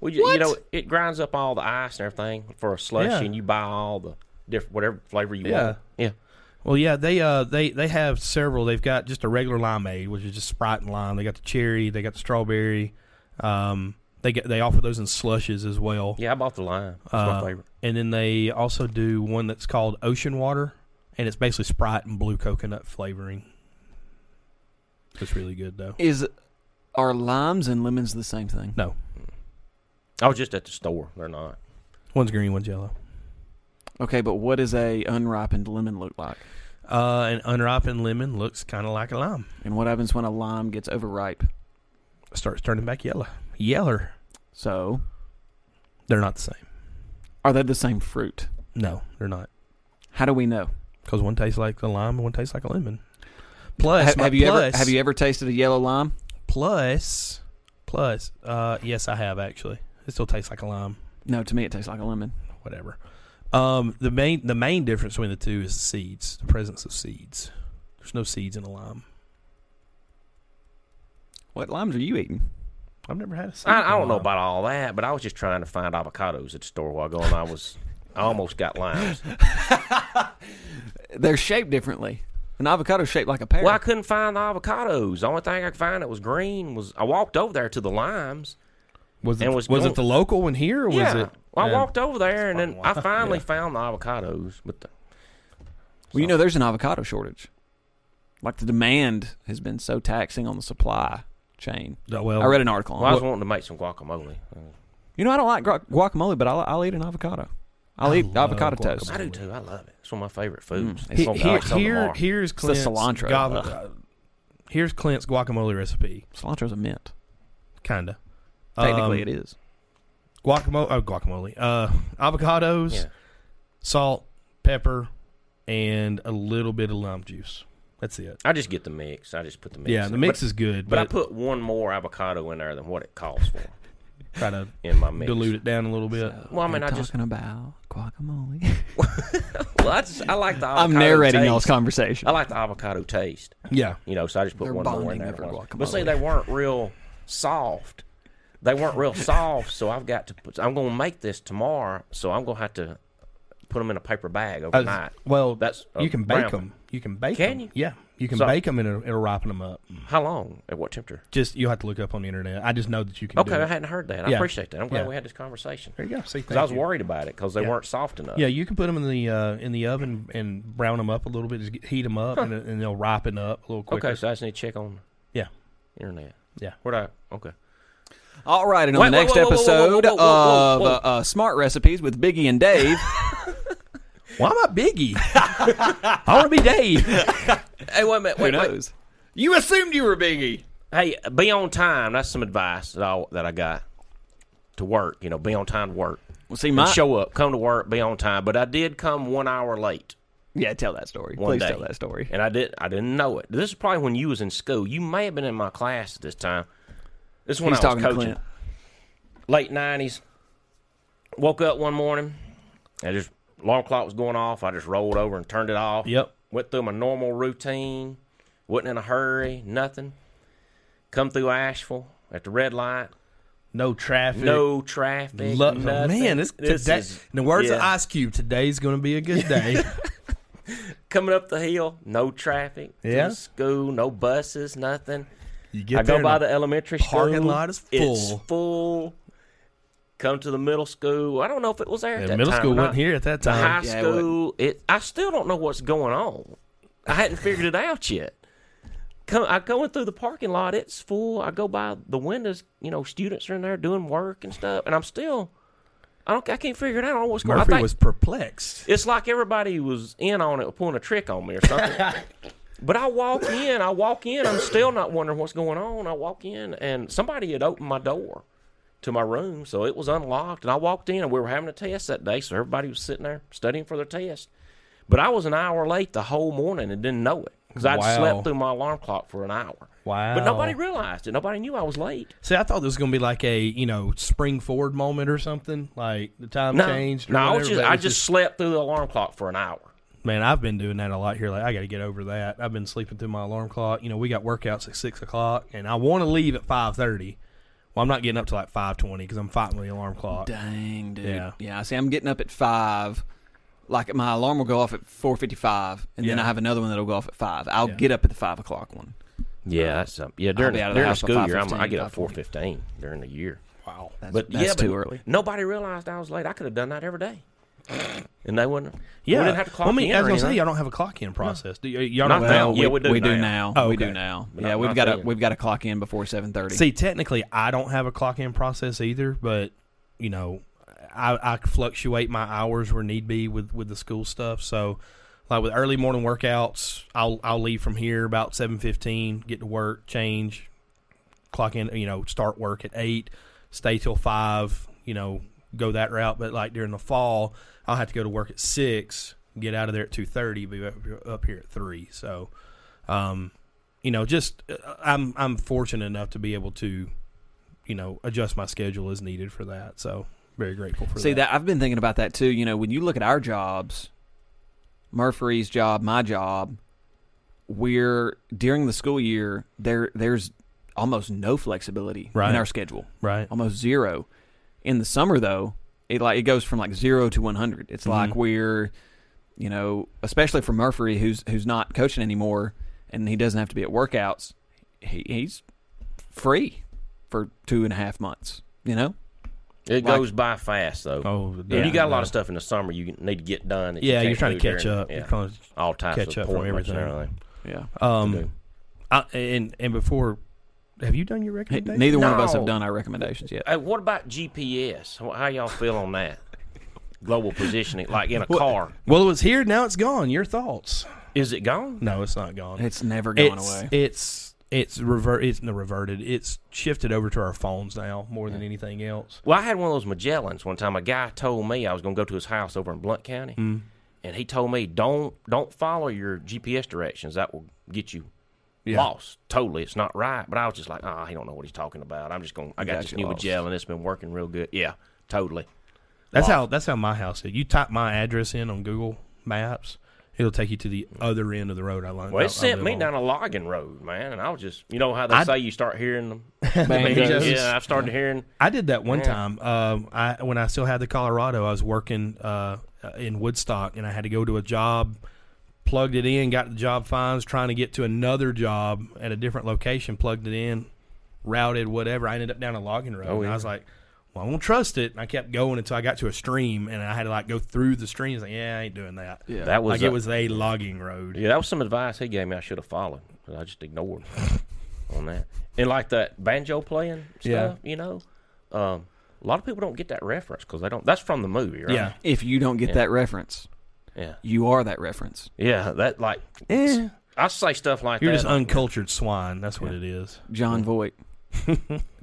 [SPEAKER 2] we just, you know it grinds up all the ice and everything for a slushy,
[SPEAKER 3] Yeah.
[SPEAKER 2] and you buy all the different whatever flavor you
[SPEAKER 3] Yeah.
[SPEAKER 2] want. Yeah,
[SPEAKER 3] Well, yeah, they uh they they have several. They've got just a regular limeade, which is just Sprite and lime. They got the cherry. They got the strawberry. Um, they get they offer those in slushes as well.
[SPEAKER 2] yeah. I bought the lime. That's my
[SPEAKER 3] Uh,
[SPEAKER 2] favorite.
[SPEAKER 3] And then they also do one that's called Ocean Water, and it's basically Sprite and blue coconut flavoring. It's really good though.
[SPEAKER 1] Is are limes and lemons the same thing?
[SPEAKER 3] No,
[SPEAKER 2] I was just at the store. They're not.
[SPEAKER 3] one's green, one's yellow.
[SPEAKER 1] Okay, but what does a unripened lemon look like?
[SPEAKER 3] Uh, an unripened lemon looks kind of like a lime.
[SPEAKER 1] And what happens when a lime gets overripe?
[SPEAKER 3] It starts turning back yellow. Yeller.
[SPEAKER 1] So
[SPEAKER 3] They're not the same.
[SPEAKER 1] are they the same fruit?
[SPEAKER 3] No, they're not.
[SPEAKER 1] How do we know?
[SPEAKER 3] Because one tastes like a lime, and one tastes like a lemon. Plus,
[SPEAKER 1] have,
[SPEAKER 3] my-
[SPEAKER 1] have you e-
[SPEAKER 3] plus-
[SPEAKER 1] ever have you ever tasted a yellow lime?
[SPEAKER 3] plus plus? Uh, yes, I have actually. It still tastes like a lime.
[SPEAKER 1] No, to me it tastes like a lemon.
[SPEAKER 3] Whatever. Um, the main the main difference between the two is the seeds, the presence of seeds. There's no seeds in a lime.
[SPEAKER 1] What limes are you eating?
[SPEAKER 3] I've never had a seed.
[SPEAKER 2] I, I don't know about all that, but I was just trying to find avocados at the store while ago, and I was I almost got
[SPEAKER 3] *laughs*
[SPEAKER 2] limes.
[SPEAKER 1] They're shaped differently. An avocado's shaped like a pear.
[SPEAKER 2] Well, I couldn't find the avocados. The only thing I could find that was green was I walked over there to the limes.
[SPEAKER 3] was it
[SPEAKER 2] and was
[SPEAKER 3] was
[SPEAKER 2] going-
[SPEAKER 3] it the local one here or was
[SPEAKER 2] yeah.
[SPEAKER 3] it uh,
[SPEAKER 2] Well, I
[SPEAKER 3] yeah.
[SPEAKER 2] walked over there, and then I
[SPEAKER 3] fucking wild.
[SPEAKER 2] finally
[SPEAKER 3] Yeah.
[SPEAKER 2] found the avocados. But the,
[SPEAKER 1] well, you know, there's an avocado shortage. Like the demand has been so taxing on the supply chain.
[SPEAKER 3] Oh, well,
[SPEAKER 1] I read an article on
[SPEAKER 2] well, I
[SPEAKER 1] it.
[SPEAKER 2] was wanting to make some guacamole.
[SPEAKER 1] You know, I don't like gra- guacamole, but I'll, I'll eat an avocado. I'll
[SPEAKER 3] I
[SPEAKER 1] eat
[SPEAKER 3] love
[SPEAKER 1] avocado
[SPEAKER 3] guacamole.
[SPEAKER 1] toast.
[SPEAKER 2] I do too. I love it. It's one of my favorite foods.
[SPEAKER 1] Mm.
[SPEAKER 2] It's
[SPEAKER 3] Mm.
[SPEAKER 2] gonna
[SPEAKER 3] He-
[SPEAKER 2] be
[SPEAKER 3] here,
[SPEAKER 2] like something
[SPEAKER 3] here-
[SPEAKER 2] tomorrow.
[SPEAKER 3] here's
[SPEAKER 1] the
[SPEAKER 3] Clint's
[SPEAKER 1] cilantro.
[SPEAKER 3] goblet- here's Clint's guacamole recipe.
[SPEAKER 1] Cilantro's a mint.
[SPEAKER 3] Kinda.
[SPEAKER 1] Technically, it
[SPEAKER 3] Um,
[SPEAKER 1] is.
[SPEAKER 3] guacamole. Oh, guacamole. Uh, avocados,
[SPEAKER 2] Yeah.
[SPEAKER 3] salt, pepper, and a little bit of lime juice. That's it.
[SPEAKER 2] I just get the mix. I just put the mix.
[SPEAKER 3] yeah,
[SPEAKER 2] in.
[SPEAKER 3] the mix
[SPEAKER 2] But,
[SPEAKER 3] is good,
[SPEAKER 2] but I
[SPEAKER 3] but,
[SPEAKER 2] put one more avocado in there than what it calls for
[SPEAKER 3] try to
[SPEAKER 2] in my mix.
[SPEAKER 3] dilute it down a little bit.
[SPEAKER 2] Well, I mean,
[SPEAKER 1] We're
[SPEAKER 2] I
[SPEAKER 1] talking
[SPEAKER 2] just
[SPEAKER 1] about guacamole.
[SPEAKER 2] well, I just I like the.
[SPEAKER 1] *laughs*
[SPEAKER 2] Avocado
[SPEAKER 1] I'm narrating
[SPEAKER 2] taste.
[SPEAKER 1] y'all's conversation.
[SPEAKER 2] I like the avocado taste.
[SPEAKER 3] Yeah,
[SPEAKER 2] You know, so I just put
[SPEAKER 1] They're
[SPEAKER 2] one more in
[SPEAKER 1] bonding
[SPEAKER 2] there.
[SPEAKER 1] over guacamole.
[SPEAKER 2] But see, they weren't real soft. They weren't real soft, so I've got to put. I'm going to make this tomorrow, so I'm going to have to put them in a paper bag
[SPEAKER 3] I-
[SPEAKER 2] overnight.
[SPEAKER 3] Uh, well,
[SPEAKER 2] That's a
[SPEAKER 3] you can
[SPEAKER 2] brown
[SPEAKER 3] bake them. You can bake.
[SPEAKER 2] Can
[SPEAKER 3] 'em.
[SPEAKER 2] you?
[SPEAKER 3] Yeah, you can
[SPEAKER 2] So-
[SPEAKER 3] bake them and it'll, it'll ripen them up.
[SPEAKER 2] How long? At what temperature?
[SPEAKER 3] Just you'll have to look up on the internet. I just know that you can.
[SPEAKER 2] Okay,
[SPEAKER 3] do
[SPEAKER 2] I
[SPEAKER 3] it.
[SPEAKER 2] hadn't heard that. I
[SPEAKER 3] Yeah.
[SPEAKER 2] appreciate that. I'm glad
[SPEAKER 3] Yeah.
[SPEAKER 2] we had this conversation
[SPEAKER 3] there you go. See,
[SPEAKER 2] because I was
[SPEAKER 3] you.
[SPEAKER 2] worried about it because they
[SPEAKER 3] Yeah.
[SPEAKER 2] weren't soft enough.
[SPEAKER 3] Yeah, you can put them in the uh, in the oven and brown them up a little bit. Just get- heat them up, and, and they'll ripen up a little quicker.
[SPEAKER 2] Okay, so I just need to check on
[SPEAKER 3] Yeah.
[SPEAKER 2] the internet.
[SPEAKER 3] Yeah.
[SPEAKER 2] Where do I? Okay.
[SPEAKER 1] All right, and on
[SPEAKER 2] Wait,
[SPEAKER 1] the
[SPEAKER 2] wait,
[SPEAKER 1] next
[SPEAKER 2] whoa, whoa, whoa, whoa,
[SPEAKER 1] episode
[SPEAKER 2] whoa, whoa,
[SPEAKER 1] of
[SPEAKER 2] whoa.
[SPEAKER 1] uh, uh, Smart Recipes with Biggie and Dave,
[SPEAKER 3] Why am I *laughs* Biggie? I want to be Dave.
[SPEAKER 2] Hey, wait a minute.
[SPEAKER 1] who
[SPEAKER 2] *laughs* Wait, wait.
[SPEAKER 1] knows? You assumed you were Biggie.
[SPEAKER 2] Hey, be on time. That's some advice that I, that I got to work. You know, be on time to work.
[SPEAKER 1] Well, see,
[SPEAKER 2] And
[SPEAKER 1] my
[SPEAKER 2] show up, come to work, be on time. But I did come one hour late
[SPEAKER 1] yeah, tell that story.
[SPEAKER 2] one
[SPEAKER 1] Please
[SPEAKER 2] day.
[SPEAKER 1] tell that story.
[SPEAKER 2] And I did. I didn't know it. This is probably when you was in school. You may have been in my class at this time. This is when
[SPEAKER 1] He's
[SPEAKER 2] I was
[SPEAKER 1] talking to
[SPEAKER 2] coaching.
[SPEAKER 1] Clint.
[SPEAKER 2] Late nineties. Woke up one morning. I just alarm clock was going off. I just rolled over and turned it off.
[SPEAKER 3] Yep.
[SPEAKER 2] Went through my normal routine. Wasn't in a hurry. Nothing. Come through Asheville at the red light.
[SPEAKER 3] No traffic.
[SPEAKER 2] No traffic.
[SPEAKER 3] Lo-
[SPEAKER 2] nothing.
[SPEAKER 3] man, this, today,
[SPEAKER 2] is-
[SPEAKER 3] in the words of
[SPEAKER 2] yeah.
[SPEAKER 3] Ice Cube, today's going to be a good day.
[SPEAKER 2] *laughs* coming up the hill, no traffic. to
[SPEAKER 3] Yeah.
[SPEAKER 2] the school, no buses, nothing.
[SPEAKER 3] You get
[SPEAKER 2] I go
[SPEAKER 3] there
[SPEAKER 2] by
[SPEAKER 3] and
[SPEAKER 2] the elementary
[SPEAKER 3] parking
[SPEAKER 2] school.
[SPEAKER 3] lot is
[SPEAKER 2] It's
[SPEAKER 3] full.
[SPEAKER 2] full. Come to the middle school. I don't know if it was there. at
[SPEAKER 3] Yeah,
[SPEAKER 2] that
[SPEAKER 3] middle
[SPEAKER 2] time
[SPEAKER 3] school
[SPEAKER 2] or not.
[SPEAKER 3] wasn't here at that
[SPEAKER 2] The
[SPEAKER 3] time.
[SPEAKER 2] high
[SPEAKER 1] Uh, Yeah, it
[SPEAKER 2] school. It, I still don't know what's going on. I hadn't figured it out yet. Come, I going through the parking lot. It's full. I go by the windows. You know, students are in there doing work and stuff, and I'm still. I don't. I can't figure it out. I don't know what's going. on. I
[SPEAKER 3] Murphy
[SPEAKER 2] think-
[SPEAKER 3] was perplexed.
[SPEAKER 2] it's like everybody was in on it, pulling a trick on me or
[SPEAKER 3] *laughs*
[SPEAKER 2] something. but I walk in, I walk in, I'm still not wondering what's going on. I walk in, and somebody had opened my door to my room, so it was unlocked. And I walked in, and we were having a test that day, so everybody was sitting there studying for their test. But I was an hour late the whole morning and didn't know it because I'd
[SPEAKER 3] Wow.
[SPEAKER 2] slept through my alarm clock for an hour.
[SPEAKER 3] Wow.
[SPEAKER 2] But nobody realized it. Nobody knew I was late.
[SPEAKER 3] See, I thought this was going to be like a you know spring forward moment or something. Like the time
[SPEAKER 2] No,
[SPEAKER 3] changed. Or
[SPEAKER 2] no, I,
[SPEAKER 3] whatever,
[SPEAKER 2] was just,
[SPEAKER 3] but it
[SPEAKER 2] I
[SPEAKER 3] was
[SPEAKER 2] just slept through the alarm clock for an hour.
[SPEAKER 3] Man, I've been doing that a lot here. Like, I got to get over that. I've been sleeping through my alarm clock. You know, we got workouts at six o'clock, and I want to leave at five thirty. Well, I'm not getting up to like five twenty because I'm fighting with the alarm clock.
[SPEAKER 1] Dang, dude.
[SPEAKER 3] Yeah.
[SPEAKER 1] Yeah. I see. I'm getting up at five. Like my alarm will go off at four fifty-five, and then
[SPEAKER 3] Yeah.
[SPEAKER 1] I have another one that'll go off at five. I'll get up at the five o'clock one.
[SPEAKER 2] Yeah, that's um, yeah. During,
[SPEAKER 1] be out
[SPEAKER 2] the,
[SPEAKER 1] of the
[SPEAKER 2] during
[SPEAKER 1] house by
[SPEAKER 2] the school year, I'm, I
[SPEAKER 1] 5:15,
[SPEAKER 2] get up four fifteen during the year.
[SPEAKER 3] Wow.
[SPEAKER 1] That's,
[SPEAKER 2] But
[SPEAKER 1] that's
[SPEAKER 2] yeah,
[SPEAKER 1] too
[SPEAKER 2] but
[SPEAKER 1] early.
[SPEAKER 2] Nobody realized I was late. I could have done that every day, and they wouldn't.
[SPEAKER 3] Yeah.
[SPEAKER 2] we didn't have to clock
[SPEAKER 3] I mean,
[SPEAKER 2] in.
[SPEAKER 3] as
[SPEAKER 2] or
[SPEAKER 3] I was gonna say,
[SPEAKER 2] anything.
[SPEAKER 3] y'all don't have a clock in process. Do y- y'all
[SPEAKER 2] Not
[SPEAKER 3] don't
[SPEAKER 2] now.
[SPEAKER 3] have-
[SPEAKER 2] Yeah, we do now.
[SPEAKER 3] Oh,
[SPEAKER 1] we
[SPEAKER 3] okay.
[SPEAKER 1] do now.
[SPEAKER 2] But
[SPEAKER 1] yeah,
[SPEAKER 2] not-
[SPEAKER 1] we've
[SPEAKER 2] not
[SPEAKER 1] got to
[SPEAKER 2] then.
[SPEAKER 1] we've got to clock in before seven thirty.
[SPEAKER 3] See, technically, I don't have a clock in process either, but you know, I, I fluctuate my hours where need be with with the school stuff. So, like with early morning workouts, I'll I'll leave from here about seven fifteen, get to work, change, clock in, you know, start work at eight, stay till five, you know, go that route. But like during the fall, I'll have to go to work at six, get out of there at two thirty, be up, up here at three. So, um, you know, just uh, I'm I'm fortunate enough to be able to you know adjust my schedule as needed for that. So very grateful for
[SPEAKER 1] See that I've been thinking about that too. You know, when you look at our jobs, Murphy's job, my job, we're during the school year there. There's almost no flexibility
[SPEAKER 3] Right.
[SPEAKER 1] in our schedule,
[SPEAKER 3] Right.
[SPEAKER 1] almost zero. In the summer, though, it like it goes from like zero to one hundred. It's like we're, you know, especially for Murphy, who's who's not coaching anymore, and he doesn't have to be at workouts. He, he's free for two and a half months. You know,
[SPEAKER 2] It
[SPEAKER 1] Like-
[SPEAKER 2] goes by fast though.
[SPEAKER 3] Oh,
[SPEAKER 2] And you got a lot of
[SPEAKER 3] yeah.
[SPEAKER 2] stuff in the summer you need to get done. that you
[SPEAKER 3] Yeah,
[SPEAKER 2] can't
[SPEAKER 3] you're trying to
[SPEAKER 2] do
[SPEAKER 3] catch
[SPEAKER 2] during-
[SPEAKER 3] up.
[SPEAKER 2] yeah.
[SPEAKER 3] You're trying to
[SPEAKER 2] all types
[SPEAKER 3] catch
[SPEAKER 2] of
[SPEAKER 3] up from
[SPEAKER 2] appointments and
[SPEAKER 3] everything.
[SPEAKER 2] everything.
[SPEAKER 1] yeah.
[SPEAKER 2] do.
[SPEAKER 3] Um, I, and and before, have you done your
[SPEAKER 1] Hey,
[SPEAKER 3] recommendation?
[SPEAKER 1] neither one of us have
[SPEAKER 2] No.
[SPEAKER 1] done our recommendations yet.
[SPEAKER 2] Hey, what about GPS? How how y'all feel on that? Global positioning, like in a
[SPEAKER 3] Well-
[SPEAKER 2] car,
[SPEAKER 3] Well, it was here. Now it's gone. Your thoughts?
[SPEAKER 2] is it gone?
[SPEAKER 3] No, it's not gone.
[SPEAKER 1] It's never gone
[SPEAKER 3] it's,
[SPEAKER 1] away.
[SPEAKER 3] It's it's revert. It's not reverted. It's shifted over to our phones now more than anything else.
[SPEAKER 2] Well, I had one of those Magellans one time. A guy told me I was going to go to his house over in Blunt County, and he told me don't don't follow your GPS directions. That will get you lost. Totally, it's not right. But I was just like, ah, he don't know what he's talking about. I'm just going. to I got,
[SPEAKER 1] got
[SPEAKER 2] this
[SPEAKER 1] you
[SPEAKER 2] new
[SPEAKER 1] lost.
[SPEAKER 2] Magellan. It's been working real good. Yeah, totally.
[SPEAKER 3] That's how that's how my house is. You type my address in on Google Maps, it'll take you to the other end of the road. I learned.
[SPEAKER 2] Well,
[SPEAKER 3] I- uh, I
[SPEAKER 2] it sent
[SPEAKER 3] live
[SPEAKER 2] me
[SPEAKER 3] on.
[SPEAKER 2] down a logging road, man, and I was just, you know how they
[SPEAKER 3] I-
[SPEAKER 2] say you start hearing them.
[SPEAKER 1] Banjos.
[SPEAKER 2] yeah, I've started hearing.
[SPEAKER 3] I did that one time. Um, I when I still had the Colorado, I was working uh, in Woodstock, and I had to go to a job. Plugged it in, got the job fines, trying to get to another job at a different location. Plugged it in, routed whatever. I ended up down a logging
[SPEAKER 2] Oh,
[SPEAKER 3] road, and I was like, "Well, I won't trust it." And I kept going until I got to a stream, and I had to like go through the stream. I was like, "Yeah, I ain't doing that."
[SPEAKER 1] Yeah.
[SPEAKER 2] That was
[SPEAKER 3] like
[SPEAKER 2] a-
[SPEAKER 3] it was a logging road.
[SPEAKER 2] Yeah, that was some advice he gave me. I should have followed. 'cause I just ignored him on that. And like that banjo playing stuff, you know, um, a lot of people don't get that reference because they don't. That's from the movie, right?
[SPEAKER 3] Yeah.
[SPEAKER 1] If you don't get that reference,
[SPEAKER 2] yeah,
[SPEAKER 1] you are that reference.
[SPEAKER 2] yeah. That like, I say stuff like
[SPEAKER 3] You're
[SPEAKER 2] that.
[SPEAKER 3] just uncultured swine. That's what it is.
[SPEAKER 1] John Voight. *laughs*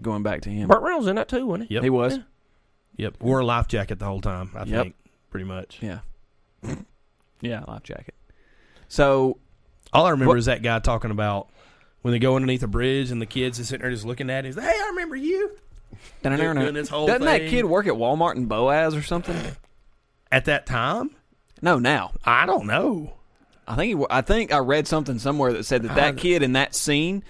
[SPEAKER 1] going back to him,
[SPEAKER 2] Burt Reynolds in that too, wasn't he?
[SPEAKER 3] Yep.
[SPEAKER 1] he was.
[SPEAKER 3] Yep. Wore a life jacket the whole time, I
[SPEAKER 1] Yep.
[SPEAKER 3] think, pretty much.
[SPEAKER 1] Yeah. Yeah, life jacket. So
[SPEAKER 3] All I remember is that guy talking about when they go underneath a bridge and the kids are sitting there just looking at him. He's like, hey, I remember you.
[SPEAKER 1] doesn't
[SPEAKER 3] this whole
[SPEAKER 1] that
[SPEAKER 3] thing.
[SPEAKER 1] kid work at Walmart and Boaz or something?
[SPEAKER 3] At that time,
[SPEAKER 1] No, now
[SPEAKER 3] I don't know.
[SPEAKER 1] I think he, wa- I think I read something somewhere that said that that kid in that scene,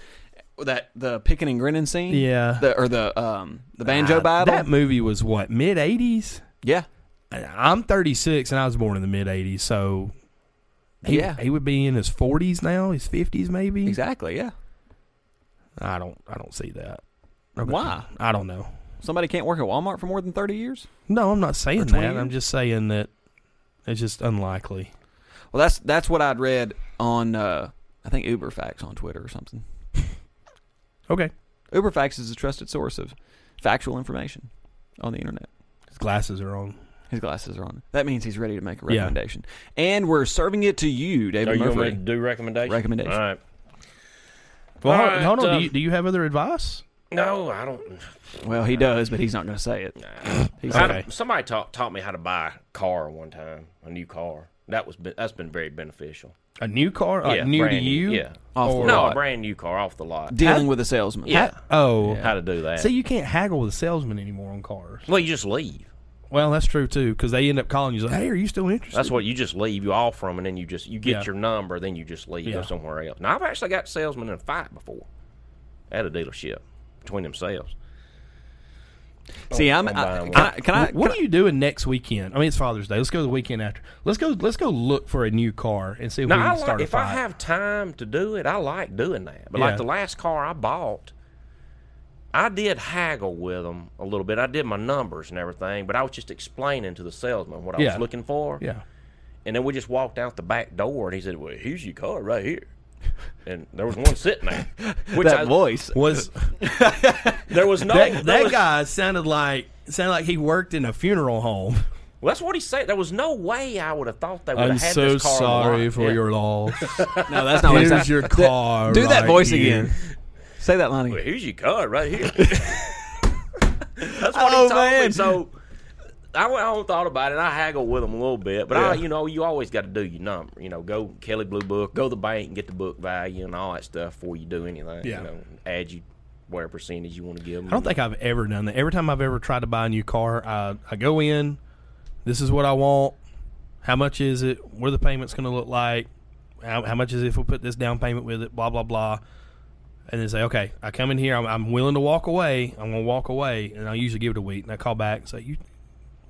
[SPEAKER 1] that the picking and grinning scene,
[SPEAKER 3] Yeah.
[SPEAKER 1] the, or the um the banjo
[SPEAKER 3] Uh,
[SPEAKER 1] battle,
[SPEAKER 3] That movie was what, mid 80s?
[SPEAKER 1] yeah,
[SPEAKER 3] I'm 36 and I was born in the mid 80s. So he,
[SPEAKER 1] Yeah.
[SPEAKER 3] he would be in his 40s now, his 50s maybe.
[SPEAKER 1] exactly, yeah.
[SPEAKER 3] I don't I don't see that.
[SPEAKER 1] Why?
[SPEAKER 3] I don't know.
[SPEAKER 1] Somebody can't work at Walmart for more than thirty years.
[SPEAKER 3] No, I'm not saying
[SPEAKER 1] 20
[SPEAKER 3] that. I'm
[SPEAKER 1] years?
[SPEAKER 3] just saying that it's just unlikely.
[SPEAKER 1] Well, that's that's what I'd read on uh, I think Uberfax on Twitter or something.
[SPEAKER 3] Okay.
[SPEAKER 1] Uberfax is a trusted source of factual information on the internet.
[SPEAKER 3] His glasses are on.
[SPEAKER 1] His glasses are on. That means he's ready to make a recommendation, and we're serving it to you,
[SPEAKER 2] Are
[SPEAKER 1] David
[SPEAKER 2] Oh, you going
[SPEAKER 1] Murphy.
[SPEAKER 2] to do recommendations?
[SPEAKER 1] Recommendation.
[SPEAKER 2] All right.
[SPEAKER 3] Well,
[SPEAKER 2] All
[SPEAKER 3] hold,
[SPEAKER 2] right,
[SPEAKER 3] hold on.
[SPEAKER 2] um,
[SPEAKER 3] do, you, do you have other advice?
[SPEAKER 2] No, I don't.
[SPEAKER 1] Well, he does, but he's not going to say it. He's
[SPEAKER 2] I
[SPEAKER 1] okay.
[SPEAKER 2] don't- somebody taught taught me how to buy a car one time, a new car. That was be- that's been very beneficial.
[SPEAKER 3] A new car? Like
[SPEAKER 2] yeah,
[SPEAKER 3] new to
[SPEAKER 2] brand new,
[SPEAKER 3] you?
[SPEAKER 2] Yeah.
[SPEAKER 1] Off the
[SPEAKER 2] no, a
[SPEAKER 1] lot.
[SPEAKER 2] brand new car off the lot.
[SPEAKER 1] Dealing with a salesman.
[SPEAKER 2] yeah.
[SPEAKER 3] Oh.
[SPEAKER 2] How to do that?
[SPEAKER 3] See, you can't haggle with a salesman anymore on cars.
[SPEAKER 2] well, you just leave.
[SPEAKER 3] Well, that's true, too, because they end up calling you like, hey, are you still interested?
[SPEAKER 2] That's what you just leave. You offer them, and then you just you get
[SPEAKER 3] Yeah.
[SPEAKER 2] your number, then you just leave
[SPEAKER 3] Yeah.
[SPEAKER 2] go somewhere else. Now I've actually got salesmen in a fight before at a dealership between themselves.
[SPEAKER 1] See, I'm.
[SPEAKER 2] I'm
[SPEAKER 1] I,
[SPEAKER 2] buying
[SPEAKER 1] can I? Can I
[SPEAKER 3] Wh- what
[SPEAKER 1] can
[SPEAKER 3] are you doing next weekend? I mean, it's Father's Day. Let's go the weekend after. Let's go. Let's go look for a new car and see if
[SPEAKER 2] Now
[SPEAKER 3] we can
[SPEAKER 2] I
[SPEAKER 3] start
[SPEAKER 2] like,
[SPEAKER 3] a
[SPEAKER 2] if I
[SPEAKER 3] fight.
[SPEAKER 2] have time to do it, I like doing that. But
[SPEAKER 3] Yeah.
[SPEAKER 2] like the last car I bought, I did haggle with them a little bit. I did my numbers and everything, but I was just explaining to the salesman what I
[SPEAKER 3] Yeah.
[SPEAKER 2] was looking for.
[SPEAKER 3] yeah,
[SPEAKER 2] And then we just walked out the back door, and he said, "Well, here's your car right here." And there was one sitting there,
[SPEAKER 3] *laughs*
[SPEAKER 2] which
[SPEAKER 1] that
[SPEAKER 2] *laughs* I,
[SPEAKER 1] voice.
[SPEAKER 3] was
[SPEAKER 2] there
[SPEAKER 3] *laughs*
[SPEAKER 2] was no there
[SPEAKER 3] that, that
[SPEAKER 2] was-
[SPEAKER 3] guy sounded like sounded like he worked in a funeral home. *laughs*
[SPEAKER 2] Well, that's what he said. There was no way I would have thought they would have had this car. on the lot. Yeah.
[SPEAKER 3] loss.
[SPEAKER 1] *laughs* No, that's not. what it
[SPEAKER 3] Here's
[SPEAKER 1] sounds-
[SPEAKER 3] your
[SPEAKER 1] *laughs* Th-
[SPEAKER 3] car
[SPEAKER 1] Do that
[SPEAKER 3] right
[SPEAKER 1] voice
[SPEAKER 3] here.
[SPEAKER 1] again. Say that line
[SPEAKER 2] Well,
[SPEAKER 1] again.
[SPEAKER 2] here's your car right
[SPEAKER 3] *laughs*
[SPEAKER 2] here. that's what
[SPEAKER 1] Oh,
[SPEAKER 2] he told
[SPEAKER 1] man.
[SPEAKER 2] me. So I went home, thought about it. and I haggled with him a little bit, but I,
[SPEAKER 1] Yeah.
[SPEAKER 2] you know, you always got to do your number. You know, go Kelly Blue Book, go to the bank and get the book value and all that stuff before you do anything.
[SPEAKER 3] Yeah.
[SPEAKER 2] You know, add you whatever percentage you want to give them.
[SPEAKER 3] I don't think I've ever done that. Every time I've ever tried to buy a new car, I, I go in, this is what I want, how much is it, what are the payments going to look like, how, how much is it if we put this down payment with it, blah, blah, blah. And then say, okay, I come in here, I'm, I'm willing to walk away, I'm going to walk away, and I usually give it a week, and I call back and say, you,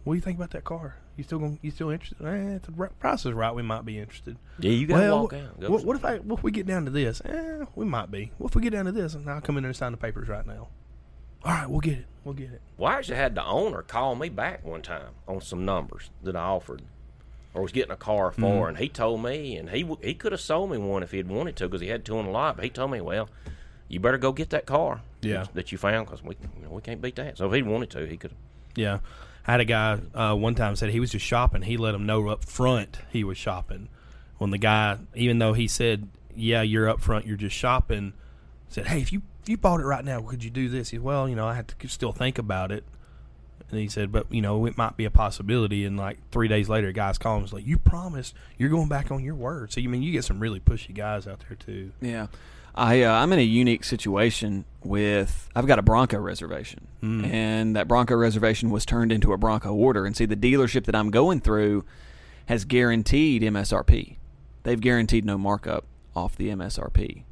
[SPEAKER 3] what do you think about that car? You still going? You still interested? Eh, if the ri- price is right, we might be interested.
[SPEAKER 2] Yeah, you gotta walk out. Go
[SPEAKER 3] What, what if I? What if we get down to this? Eh, we might be. What if we get down to this? And I'll come in there and sign the papers right now. All right, we'll get it. We'll get it.
[SPEAKER 2] Well, I actually had the owner call me back one time on some numbers that I offered or was getting a car for, and he told me, and he w- he could have sold me one if he had wanted to because he had two on the lot, but he told me, well, you better go get that car
[SPEAKER 3] Yeah.
[SPEAKER 2] that, that you found because we, you know, we can't beat that. So if he wanted to, he could have.
[SPEAKER 3] Yeah, I had a guy uh, one time said he was just shopping. He let him know up front he was shopping. When the guy, even though he said, "Yeah, you're up front, you're just shopping," said, "Hey, if you if you bought it right now, could you do this?" He said, "Well, you know, I had to still think about it." And he said, "But you know, it might be a possibility." And like three days later, a guy's calling him he's like, "You promised you're going back on your word." So you mean you get some really pushy guys out there too?
[SPEAKER 1] Yeah. I, uh, I'm in a unique situation with I've got a Bronco reservation, and that Bronco reservation was turned into a Bronco order. And see, the dealership that I'm going through has guaranteed MSRP. They've guaranteed no markup off the MSRP.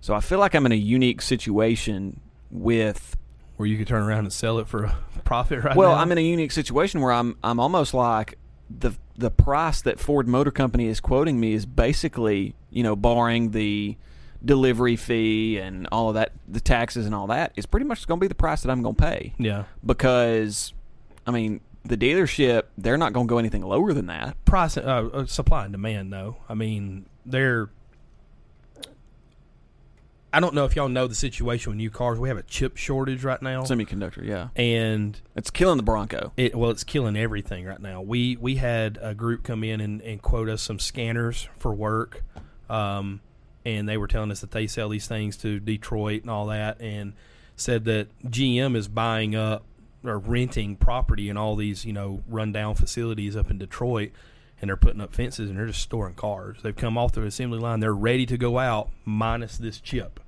[SPEAKER 1] So I feel like I'm in a unique situation with
[SPEAKER 3] Where you could turn around and sell it for a *laughs* profit right
[SPEAKER 1] well,
[SPEAKER 3] now?
[SPEAKER 1] I'm in a unique situation where I'm I'm almost like the the price that Ford Motor Company is quoting me is basically, you know, barring the delivery fee and all of that, the taxes and all that, is pretty much going to be the price that I'm going to pay.
[SPEAKER 3] yeah.
[SPEAKER 1] Because I mean, the dealership, they're not going to go anything lower than that.
[SPEAKER 3] price uh, uh, supply and demand though i mean they're i don't know if y'all know the situation with new cars we have a chip shortage right now
[SPEAKER 1] Semiconductor, yeah.
[SPEAKER 3] and
[SPEAKER 1] It's killing the Bronco.
[SPEAKER 3] it well it's killing everything right now we we had a group come in and, and quote us some scanners for work um, and they were telling us that they sell these things to detroit and all that and said that gm is buying up or renting property in all these you know rundown facilities up in detroit and they're putting up fences and they're just storing cars they've come off the assembly line they're ready to go out minus this chip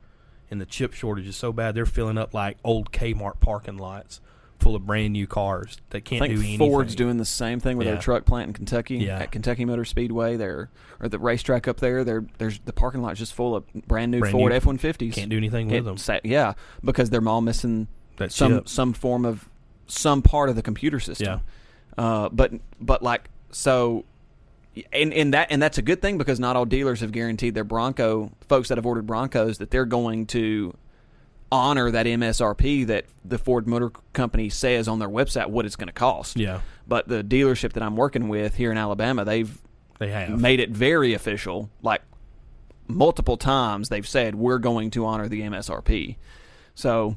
[SPEAKER 3] and the chip shortage is so bad they're filling up like old Kmart parking lots full of brand new cars that can't
[SPEAKER 1] I
[SPEAKER 3] do
[SPEAKER 1] think
[SPEAKER 3] anything.
[SPEAKER 1] Ford's doing the same thing with
[SPEAKER 3] Yeah.
[SPEAKER 1] their truck plant in Kentucky
[SPEAKER 3] Yeah.
[SPEAKER 1] at Kentucky Motor Speedway. There or the racetrack up there. There, there's the parking lot's just full of brand new
[SPEAKER 3] Brand
[SPEAKER 1] Ford
[SPEAKER 3] new.
[SPEAKER 1] F one fifties.
[SPEAKER 3] Can't do anything with them.
[SPEAKER 1] yeah, because they're all missing
[SPEAKER 3] That
[SPEAKER 1] some
[SPEAKER 3] chip.
[SPEAKER 1] some form of some part of the computer system. Uh, but but like so. And, and that and that's a good thing because not all dealers have guaranteed their Bronco folks that have ordered Broncos that they're going to honor that MSRP that the Ford Motor Company says on their website what it's going to cost.
[SPEAKER 3] Yeah.
[SPEAKER 1] But the dealership that I'm working with here in Alabama, they've
[SPEAKER 3] They have.
[SPEAKER 1] made it very official. Like multiple times, they've said we're going to honor the MSRP. So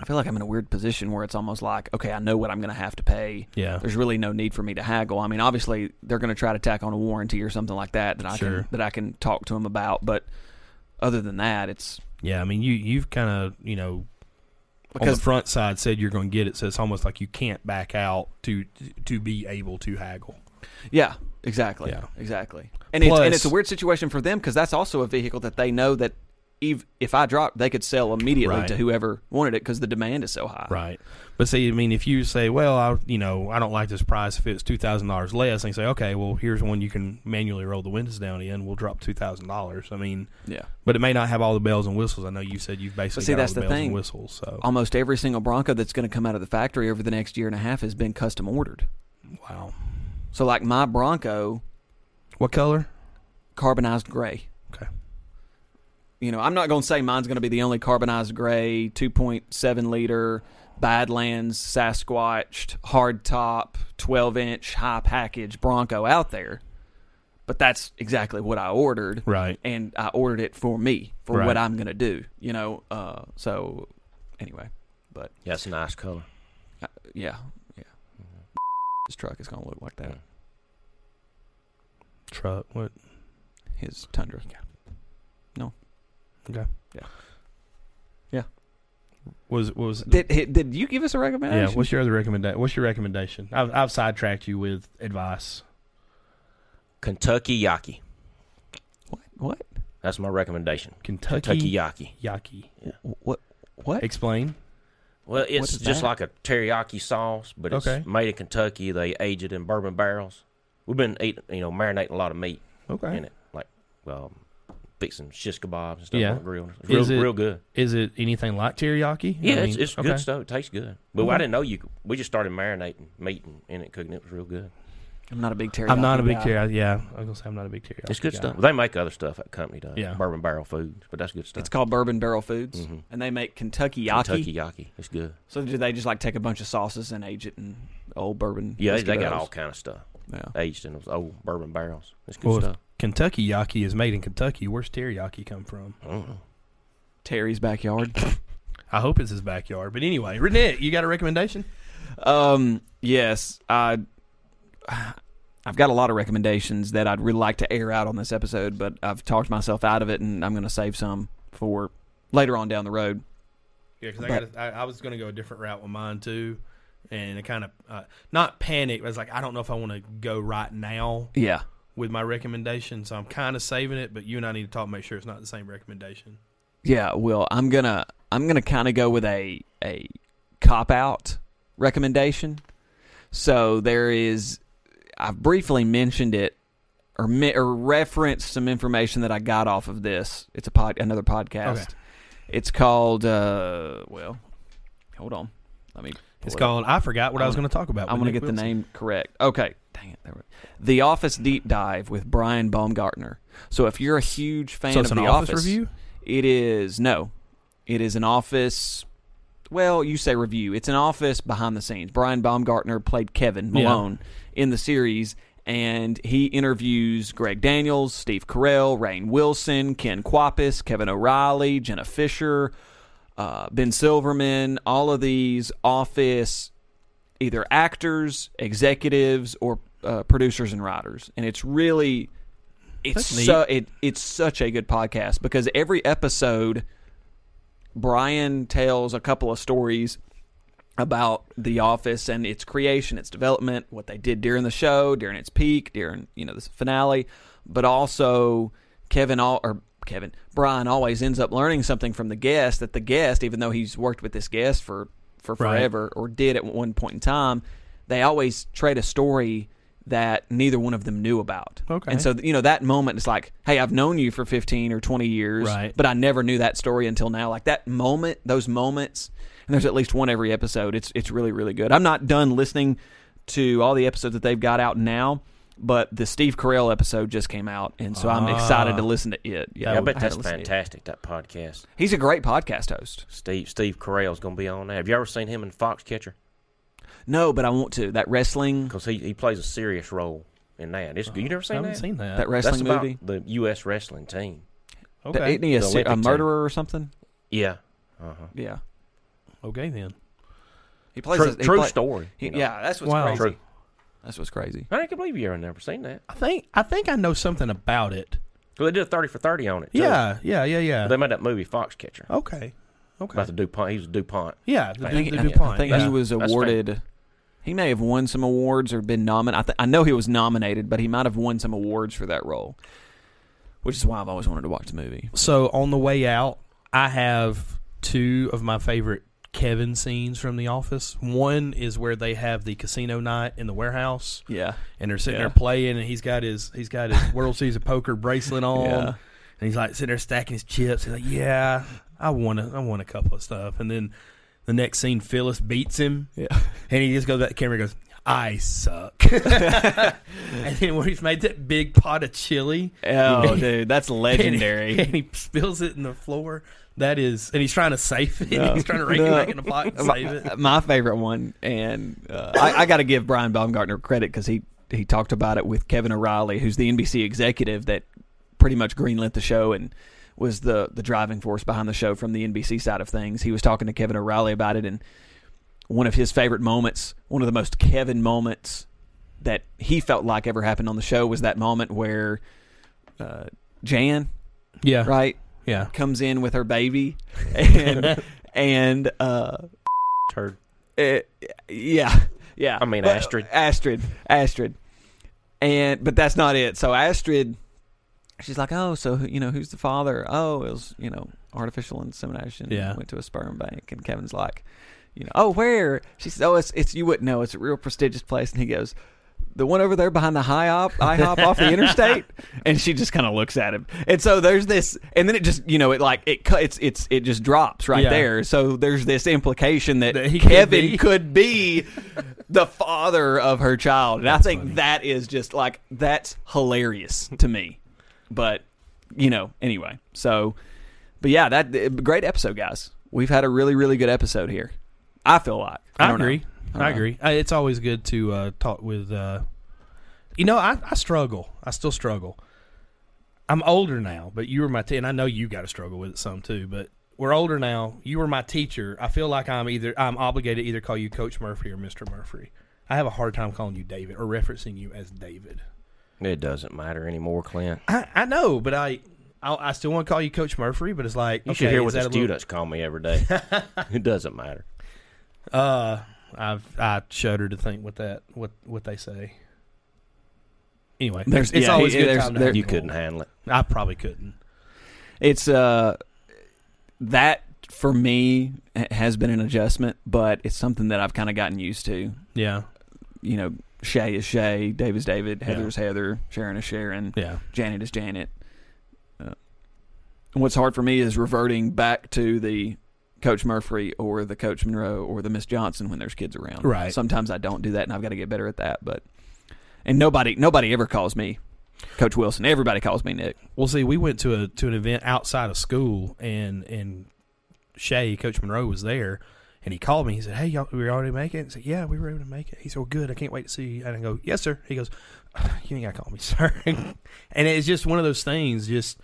[SPEAKER 1] I feel like I'm in a weird position where it's almost like, okay, I know what I'm going to have to pay.
[SPEAKER 3] Yeah.
[SPEAKER 1] there's really no need for me to haggle. I mean, obviously they're going to try to tack on a warranty or something like that that I
[SPEAKER 3] Sure.
[SPEAKER 1] can that I can talk to them about. But other than that, it's
[SPEAKER 3] Yeah, I mean you you've kind of you know on
[SPEAKER 1] Because-
[SPEAKER 3] the front side said you're going to get it, so it's almost like you can't back out to to be able to haggle.
[SPEAKER 1] Yeah, exactly.
[SPEAKER 3] Yeah.
[SPEAKER 1] Exactly. And, it's,
[SPEAKER 3] Plus-
[SPEAKER 1] and it's a weird situation for them because that's also a vehicle that they know that ev if I drop, they could sell immediately
[SPEAKER 3] Right.
[SPEAKER 1] to whoever wanted it because the demand is so high.
[SPEAKER 3] Right. But see, I mean, if you say, well, I, you know, I don't like this price. If it's two thousand dollars less, and you say, okay, well, here's one you can manually roll the windows down in. We'll drop two thousand dollars. I mean,
[SPEAKER 1] Yeah.
[SPEAKER 3] but it may not have all the bells and whistles. I know you said you've basically
[SPEAKER 1] But see,
[SPEAKER 3] got
[SPEAKER 1] that's
[SPEAKER 3] all the,
[SPEAKER 1] the
[SPEAKER 3] bells and
[SPEAKER 1] thing.
[SPEAKER 3] whistles. So
[SPEAKER 1] Almost every single Bronco that's going to come out of the factory over the next year and a half has been custom ordered.
[SPEAKER 3] wow,
[SPEAKER 1] So, like my Bronco,
[SPEAKER 3] what color?
[SPEAKER 1] carbonized gray.
[SPEAKER 3] Okay,
[SPEAKER 1] You know, I'm not going to say mine's going to be the only carbonized gray 2.7 liter Badlands Sasquatched hardtop 12 inch high package Bronco out there, but that's exactly what I ordered.
[SPEAKER 3] right.
[SPEAKER 1] And I ordered it for me, for
[SPEAKER 3] Right.
[SPEAKER 1] what I'm going to do, you know? Uh, so, anyway, but
[SPEAKER 2] Yeah, it's a nice color.
[SPEAKER 1] uh, yeah, yeah.
[SPEAKER 3] Mm-hmm.
[SPEAKER 1] His truck is going to look like
[SPEAKER 3] Mm.
[SPEAKER 1] that.
[SPEAKER 3] Truck. What?
[SPEAKER 1] His Tundra.
[SPEAKER 3] Was what was?
[SPEAKER 1] Did, hi- did you give us a recommendation?
[SPEAKER 3] yeah. What's your other recommendation? What's your recommendation? I've, I've sidetracked you with advice.
[SPEAKER 2] Kentucky Yaki.
[SPEAKER 1] what? What?
[SPEAKER 2] That's my recommendation.
[SPEAKER 3] Kentucky,
[SPEAKER 2] Kentucky Yaki.
[SPEAKER 3] Yaki.
[SPEAKER 1] What? What?
[SPEAKER 3] Explain.
[SPEAKER 2] Well, it's
[SPEAKER 1] is
[SPEAKER 2] just
[SPEAKER 1] that?
[SPEAKER 2] like a teriyaki sauce, but it's
[SPEAKER 3] Okay.
[SPEAKER 2] made in Kentucky. They age it in bourbon barrels. We've been eating, you know, marinating a lot of meat in
[SPEAKER 3] Okay.
[SPEAKER 2] it, like well, fixing shish kebabs and stuff
[SPEAKER 3] Yeah.
[SPEAKER 2] on the grill. It's
[SPEAKER 3] Is
[SPEAKER 2] real,
[SPEAKER 3] it-
[SPEAKER 2] real good.
[SPEAKER 3] Is it anything like teriyaki? I
[SPEAKER 2] Yeah, it's,
[SPEAKER 3] mean,
[SPEAKER 2] it's
[SPEAKER 3] okay.
[SPEAKER 2] good stuff. It tastes good. But
[SPEAKER 3] Okay.
[SPEAKER 2] I didn't know you. Could, we just started marinating meat and in it, cooking. It was real good.
[SPEAKER 1] I'm not a big teriyaki.
[SPEAKER 3] I'm not a big
[SPEAKER 1] guy.
[SPEAKER 3] teriyaki. Yeah, I was gonna say I'm not a big teriyaki.
[SPEAKER 2] It's good
[SPEAKER 3] guy.
[SPEAKER 2] stuff. They make other stuff that company does.
[SPEAKER 3] Yeah.
[SPEAKER 2] bourbon barrel foods, but that's good stuff.
[SPEAKER 1] It's called Bourbon Barrel Foods,
[SPEAKER 2] Mhm.
[SPEAKER 1] and they make Kentucky yaki.
[SPEAKER 2] Kentucky yaki. It's good.
[SPEAKER 1] So do they just like take a bunch of sauces and age it in old bourbon?
[SPEAKER 2] Yeah, they,
[SPEAKER 1] whiskey
[SPEAKER 2] they got all
[SPEAKER 1] barrels?
[SPEAKER 2] kind of stuff
[SPEAKER 1] Yeah.
[SPEAKER 2] aged in those old bourbon barrels. It's good
[SPEAKER 3] Well, if
[SPEAKER 2] stuff.
[SPEAKER 3] Kentucky yaki is made in Kentucky. Where's teriyaki come from?
[SPEAKER 2] I don't know.
[SPEAKER 1] Terry's backyard.
[SPEAKER 3] I hope it's his backyard. But anyway, Renee, you got a recommendation?
[SPEAKER 1] Um, yes, I, I've got a lot of recommendations that I'd really like to air out on this episode, but I've talked myself out of it, and I'm going to save some for later on down the road.
[SPEAKER 3] Yeah, because I,
[SPEAKER 1] But-
[SPEAKER 3] got. I, I was going to go a different route with mine too, and I kind of uh, not panic. But I was like, I don't know if I want to go right now
[SPEAKER 1] Yeah,
[SPEAKER 3] with my recommendation, so I'm kind of saving it. But you and I need to talk, and make sure it's not the same recommendation.
[SPEAKER 1] yeah. Well, I'm gonna I'm gonna kind of go with a a cop out recommendation. So there is, I've briefly mentioned it. Or, me, or referenced some information that I got off of this. It's a pod, another podcast.
[SPEAKER 3] Okay.
[SPEAKER 1] It's called uh, well, hold on. Let me. pull it
[SPEAKER 3] It's
[SPEAKER 1] up.
[SPEAKER 3] called. I forgot what i
[SPEAKER 1] I'm
[SPEAKER 3] was
[SPEAKER 1] gonna-
[SPEAKER 3] going to talk about.
[SPEAKER 1] I'm going to
[SPEAKER 3] with Nick
[SPEAKER 1] get the
[SPEAKER 3] Wilson.
[SPEAKER 1] name correct. Okay. Dang it. There we The Office Deep Dive with Brian Baumgartner. So if you're a huge fan
[SPEAKER 3] So it's
[SPEAKER 1] of
[SPEAKER 3] an
[SPEAKER 1] The
[SPEAKER 3] office,
[SPEAKER 1] Office,
[SPEAKER 3] review.
[SPEAKER 1] it is no. It is an Office well, you say review. It's an Office behind the scenes. Brian Baumgartner played Kevin
[SPEAKER 3] Yeah.
[SPEAKER 1] Malone in the series and he interviews Greg Daniels, Steve Carell, Rain Wilson, Ken Quapis, Kevin O'Reilly, Jenna Fisher, uh, Ben Silverman, all of these Office either actors, executives, or uh, producers and writers, and it's really it's
[SPEAKER 3] That's neat.
[SPEAKER 1] so it it's such a good podcast because every episode Brian tells a couple of stories about the office and its creation, its development, what they did during the show, during its peak, during you know the finale, but also Kevin all or Kevin Brian always ends up learning something from the guest that the guest, even though he's worked with this guest for for
[SPEAKER 3] Right.
[SPEAKER 1] forever or did at one point in time, they always trade a story that neither one of them knew about.
[SPEAKER 3] Okay.
[SPEAKER 1] and so you know that moment is like, hey, I've known you for fifteen or twenty years,
[SPEAKER 3] Right.
[SPEAKER 1] but I never knew that story until now. Like that moment, those moments, and there's at least one every episode. It's it's really really good. I'm not done listening to all the episodes that they've got out now, but the Steve Carell episode just came out, and so I'm
[SPEAKER 3] Ah.
[SPEAKER 1] excited to listen to it. Yeah,
[SPEAKER 2] Yeah, I
[SPEAKER 1] had
[SPEAKER 2] bet
[SPEAKER 1] to
[SPEAKER 2] that's
[SPEAKER 1] listen to it.
[SPEAKER 2] fantastic. That podcast.
[SPEAKER 1] He's a great podcast host.
[SPEAKER 2] Steve Steve Carell's gonna be on that. Have you ever seen him in Foxcatcher?
[SPEAKER 1] No, but I want to that wrestling
[SPEAKER 2] Because he, he plays a serious role in that. It's good. You never
[SPEAKER 3] I
[SPEAKER 2] seen
[SPEAKER 3] haven't
[SPEAKER 2] that?
[SPEAKER 3] seen that.
[SPEAKER 1] that
[SPEAKER 2] That's
[SPEAKER 1] wrestling
[SPEAKER 2] about
[SPEAKER 1] movie.
[SPEAKER 2] the U.S. wrestling team.
[SPEAKER 3] okay.
[SPEAKER 1] Isn't he a,
[SPEAKER 2] The
[SPEAKER 1] se- a
[SPEAKER 2] Olympic team.
[SPEAKER 1] murderer or something?
[SPEAKER 2] Yeah. Uh-huh.
[SPEAKER 1] Yeah,
[SPEAKER 3] okay then.
[SPEAKER 1] he plays.
[SPEAKER 2] True,
[SPEAKER 1] a, he
[SPEAKER 2] true
[SPEAKER 1] play-
[SPEAKER 2] story.
[SPEAKER 1] he-
[SPEAKER 2] you know.
[SPEAKER 1] Yeah, that's what's
[SPEAKER 3] Wow.
[SPEAKER 1] crazy.
[SPEAKER 2] True.
[SPEAKER 1] That's what's crazy.
[SPEAKER 2] I can't believe you ever never seen that.
[SPEAKER 3] I think I think I know something about it.
[SPEAKER 2] Well, they did a thirty for thirty on it. too.
[SPEAKER 3] Yeah, yeah, yeah, yeah.
[SPEAKER 2] They made that movie Foxcatcher
[SPEAKER 3] okay, okay.
[SPEAKER 2] about the Dupont. He was Dupont. *laughs*
[SPEAKER 3] yeah, the,
[SPEAKER 1] I
[SPEAKER 3] Du-
[SPEAKER 1] think,
[SPEAKER 3] the
[SPEAKER 1] I-
[SPEAKER 3] DuPont.
[SPEAKER 1] I think
[SPEAKER 3] yeah.
[SPEAKER 1] he was
[SPEAKER 2] That's fair.
[SPEAKER 1] awarded. He may have won some awards or been nominated. I, th- I know he was nominated, but he might have won some awards for that role, which is why I've always wanted to watch the movie.
[SPEAKER 3] So on the way out, I have two of my favorite Kevin scenes from The Office. One is where they have the casino night in the warehouse,
[SPEAKER 1] Yeah,
[SPEAKER 3] and they're sitting
[SPEAKER 1] Yeah.
[SPEAKER 3] there playing, and he's got his he's got his World Series of Poker bracelet on,
[SPEAKER 1] Yeah.
[SPEAKER 3] and he's like sitting there stacking his chips. He's like, "Yeah, I won a I won a couple of stuff," and then. The next scene, Phyllis beats him,
[SPEAKER 1] yeah.
[SPEAKER 3] and he just goes. That camera goes, "I suck." *laughs* and then when he's made that big pot of chili,
[SPEAKER 1] Oh, dude, that's *laughs*
[SPEAKER 3] and he, *laughs* and he spills it in the floor. That is, and he's trying to save it.
[SPEAKER 1] No.
[SPEAKER 3] he's trying to rake it
[SPEAKER 1] No.
[SPEAKER 3] back in the pot
[SPEAKER 1] *laughs*
[SPEAKER 3] and save it.
[SPEAKER 1] my, my favorite one, and uh, I, I got to give Brian Baumgartner credit because he he talked about it with Kevin O'Reilly, who's the NBC executive that pretty much greenlit the show and was the the driving force behind the show from the NBC side of things. He was talking to Kevin O'Reilly about it, and one of his favorite moments, one of the most Kevin moments that he felt like ever happened on the show was that moment where uh, Jan,
[SPEAKER 3] Yeah,
[SPEAKER 1] right, *laughs*
[SPEAKER 3] yeah.
[SPEAKER 1] comes in with her baby and and uh
[SPEAKER 2] Turd.
[SPEAKER 1] uh, yeah, yeah.
[SPEAKER 2] I mean,
[SPEAKER 1] But-
[SPEAKER 2] Astrid.
[SPEAKER 1] Astrid, Astrid, and but that's not it. So Astrid, she's like, oh, so who- you know, who's the father? Oh, it was you know artificial insemination.
[SPEAKER 3] Yeah.
[SPEAKER 1] Went to a sperm bank, and Kevin's like, you know, oh, where? She says, oh, it's it's you wouldn't know. It's a real prestigious place. And he goes, the one over there behind the high op, IHOP off
[SPEAKER 2] *laughs*
[SPEAKER 1] the interstate. And she just kind of looks at him. And so there's this, and then it just, you know, it like it cu- it's it's it just drops right
[SPEAKER 3] Yeah.
[SPEAKER 1] there. So there's this implication *laughs* that,
[SPEAKER 3] That he could
[SPEAKER 1] Kevin
[SPEAKER 3] be.
[SPEAKER 1] could be the father of her child. And I think that is just like that's hilarious to me. But you know, anyway. So, but yeah, that uh, great episode, guys. We've had a really really good episode here. I feel like I,
[SPEAKER 3] I,
[SPEAKER 1] don't know.
[SPEAKER 3] agree.
[SPEAKER 1] don't
[SPEAKER 3] I,
[SPEAKER 1] know.
[SPEAKER 3] agree. I, it's always good to uh, talk with. Uh, you know, I, I struggle. I still struggle. I'm older now, but you were my te- and I know you got to struggle with it some too. But we're older now. You were my teacher. I feel like I'm either I'm obligated to either call you Coach Murphy or Mister Murphy. I have a hard time calling you David or referencing you as David.
[SPEAKER 2] It doesn't matter anymore, Clint.
[SPEAKER 3] I, I know, but I, I I still want to call you Coach Murphy. But it's like
[SPEAKER 2] You
[SPEAKER 3] okay,
[SPEAKER 2] should hear
[SPEAKER 3] is
[SPEAKER 2] what the
[SPEAKER 3] that a little-
[SPEAKER 2] students call me every day. it doesn't matter.
[SPEAKER 3] Uh, I've I shudder to think what that what what they say. Anyway,
[SPEAKER 1] There's-
[SPEAKER 3] it's
[SPEAKER 1] yeah,
[SPEAKER 3] always a
[SPEAKER 1] yeah,
[SPEAKER 3] good
[SPEAKER 1] there's-
[SPEAKER 3] time. To
[SPEAKER 1] there-
[SPEAKER 3] have
[SPEAKER 2] You
[SPEAKER 3] people.
[SPEAKER 2] couldn't handle it.
[SPEAKER 3] I probably couldn't.
[SPEAKER 1] It's uh that for me h- has been an adjustment, but it's something that I've kind of gotten used to.
[SPEAKER 3] Yeah,
[SPEAKER 1] You know, Shay is Shay, Dave is David, Heather
[SPEAKER 3] Yeah.
[SPEAKER 1] is Heather, Sharon is Sharon.
[SPEAKER 3] yeah,
[SPEAKER 1] Janet is Janet. Uh, what's hard for me is reverting back to the Coach Murphy or the Coach Monroe or the Miss Johnson when there's kids around.
[SPEAKER 3] Right.
[SPEAKER 1] Sometimes I don't do that, and I've got to get better at that. But and nobody nobody ever calls me Coach Wilson. Everybody calls me Nick.
[SPEAKER 3] Well, see, we went to a to an event outside of school, and and Shay, Coach Monroe, was there, and he called me. He said, "Hey, y'all, we were already making." it? I said, "Yeah, we were able to make it." He said, "Well, good. I can't wait to see." you. And I go, "Yes, sir." He goes, "You ain't got to call me *laughs* sir." and it's just one of those things. Just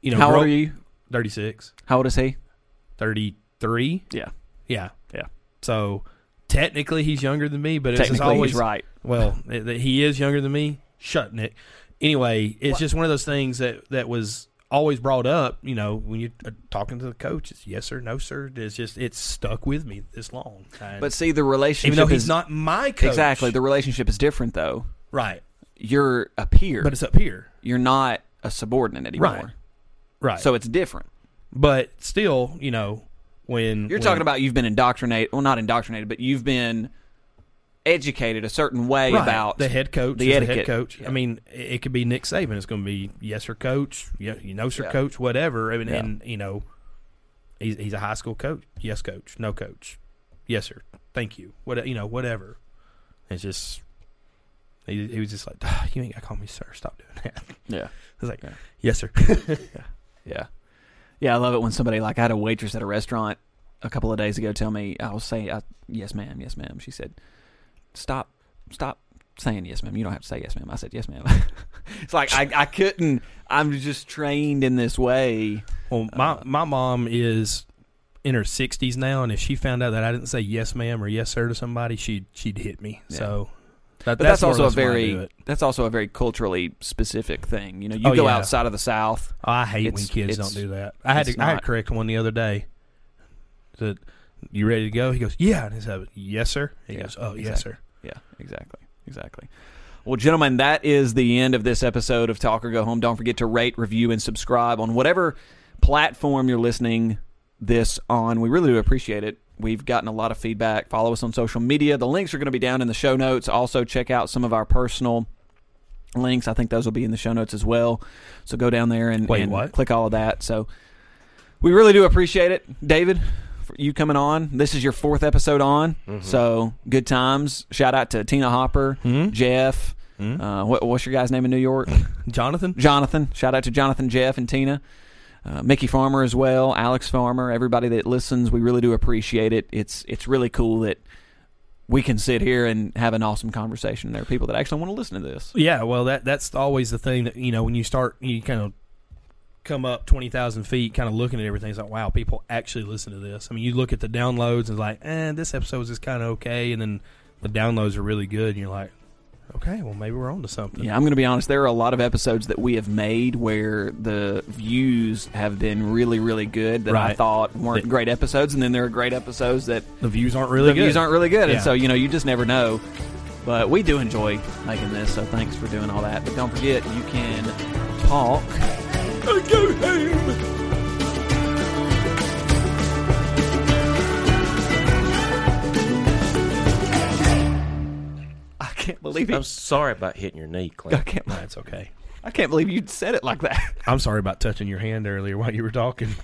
[SPEAKER 3] you know,
[SPEAKER 1] How
[SPEAKER 3] grow-
[SPEAKER 1] old are you?
[SPEAKER 3] 36,
[SPEAKER 1] How old is he?
[SPEAKER 3] 33.
[SPEAKER 1] Yeah.
[SPEAKER 3] Yeah,
[SPEAKER 1] Yeah.
[SPEAKER 3] So technically, he's younger than me, but it's just
[SPEAKER 1] Technically,
[SPEAKER 3] always
[SPEAKER 1] he's right.
[SPEAKER 3] Well, th- th- he is younger than me. Shut Nick. Anyway, it's just one of those things that that was always brought up. You know, when you're uh, talking to the coach, it's yes sir, no sir. It's just it's stuck with me this long. And
[SPEAKER 1] But see, the relationship
[SPEAKER 3] even though he's
[SPEAKER 1] is
[SPEAKER 3] not my coach,
[SPEAKER 1] exactly the relationship is different though.
[SPEAKER 3] right,
[SPEAKER 1] You're a peer,
[SPEAKER 3] but it's up here,
[SPEAKER 1] you're not a subordinate anymore.
[SPEAKER 3] Right. right.
[SPEAKER 1] So it's different.
[SPEAKER 3] but still, you know, when
[SPEAKER 1] You're
[SPEAKER 3] when-
[SPEAKER 1] talking about you've been indoctrinated, well, not indoctrinated, but you've been educated a certain way
[SPEAKER 3] Right.
[SPEAKER 1] about
[SPEAKER 3] the head coach,
[SPEAKER 1] the
[SPEAKER 3] the, the
[SPEAKER 1] etiquette.
[SPEAKER 3] head coach. I mean, it, it could be Nick Saban. It's going to be yes sir, coach. Yeah, you know, sir,
[SPEAKER 1] Yeah.
[SPEAKER 3] coach. Whatever. I mean,
[SPEAKER 1] Yeah.
[SPEAKER 3] and you know, he's he's a high school coach. Yes, coach. No, coach. Yes, sir. Thank you. What you know, whatever. It's just he, he was just like, "Ah, you ain't got to call me sir. Stop doing that. *laughs* I
[SPEAKER 1] Yeah,
[SPEAKER 3] was like,
[SPEAKER 1] Yeah.
[SPEAKER 3] yes, sir.
[SPEAKER 1] yeah, yeah. I love it when somebody like I had a waitress at a restaurant a couple of days ago tell me I was saying I, yes ma'am, yes ma'am. She said, stop, stop saying yes ma'am. You don't have to say yes ma'am. I said yes ma'am. *laughs* it's like I, I couldn't. I'm just trained in this way.
[SPEAKER 3] Well, my my mom is in her sixties now, and if she found out that I didn't say yes, ma'am, or yes, sir to somebody, she'd she'd hit me.
[SPEAKER 1] Yeah.
[SPEAKER 3] So. That,
[SPEAKER 1] But that's,
[SPEAKER 3] more or
[SPEAKER 1] also a
[SPEAKER 3] less why I do
[SPEAKER 1] very
[SPEAKER 3] it.
[SPEAKER 1] that's also a very culturally specific thing. You know, you
[SPEAKER 3] Oh,
[SPEAKER 1] go
[SPEAKER 3] yeah.
[SPEAKER 1] outside of the South.
[SPEAKER 3] Oh, I hate
[SPEAKER 1] It's-
[SPEAKER 3] when kids
[SPEAKER 1] it's-
[SPEAKER 3] don't do that. I had
[SPEAKER 1] it's
[SPEAKER 3] to, I had
[SPEAKER 1] not.
[SPEAKER 3] to correct one the other day. That you ready to go? He goes, yeah. And he said, yes, sir. He
[SPEAKER 1] Yeah,
[SPEAKER 3] goes, oh, yes,
[SPEAKER 1] exactly.
[SPEAKER 3] sir.
[SPEAKER 1] Yeah, exactly. Exactly. Well, gentlemen, that is the end of this episode of Talk or Go Home. Don't forget to rate, review, and subscribe on whatever platform you're listening this on. We really do appreciate it. We've gotten a lot of feedback. Follow us on social media. The links are going to be down in the show notes. Also, check out some of our personal links. I think those will be in the show notes as well. So go down there and,
[SPEAKER 3] Wait,
[SPEAKER 1] and
[SPEAKER 3] what?
[SPEAKER 1] click all of that. So we really do appreciate it, David, for you coming on. This is your fourth episode on, so good times. Shout out to Tina Hopper, Jeff. Uh, what, what's your guy's name in New York?
[SPEAKER 3] Jonathan,
[SPEAKER 1] Jonathan. Shout out to Jonathan, Jeff, and Tina. Uh, Mickey Farmer as well, Alex Farmer, everybody that listens, we really do appreciate it. It's it's really cool that we can sit here and have an awesome conversation. There are people that actually want to listen to this.
[SPEAKER 3] Yeah, well, that that's always the thing that you know when you start, you kind of come up twenty thousand feet, kind of looking at everything. It's like, wow, people actually listen to this. I mean, you look at the downloads and it's like, eh, this episode was just kind of okay, and then the downloads are really good, and you're like, okay, well, maybe we're onto something.
[SPEAKER 1] Yeah, I'm going to be honest. There are a lot of episodes that we have made where the views have been really, really good that I
[SPEAKER 3] Right.
[SPEAKER 1] thought weren't
[SPEAKER 3] That-
[SPEAKER 1] great episodes, and then there are great episodes that
[SPEAKER 3] The views aren't really
[SPEAKER 1] the
[SPEAKER 3] good.
[SPEAKER 1] views aren't really good,
[SPEAKER 3] Yeah.
[SPEAKER 1] and so you know you just never know. But we do enjoy making this, so thanks for doing all that. But don't forget, you can talk.
[SPEAKER 3] Go home.
[SPEAKER 1] believe you.
[SPEAKER 2] I'm sorry about hitting your knee,
[SPEAKER 1] I
[SPEAKER 2] Clint.
[SPEAKER 1] can't.
[SPEAKER 3] That's okay.
[SPEAKER 1] I can't believe you said it like that.
[SPEAKER 3] I'm sorry about touching your hand earlier while you were talking.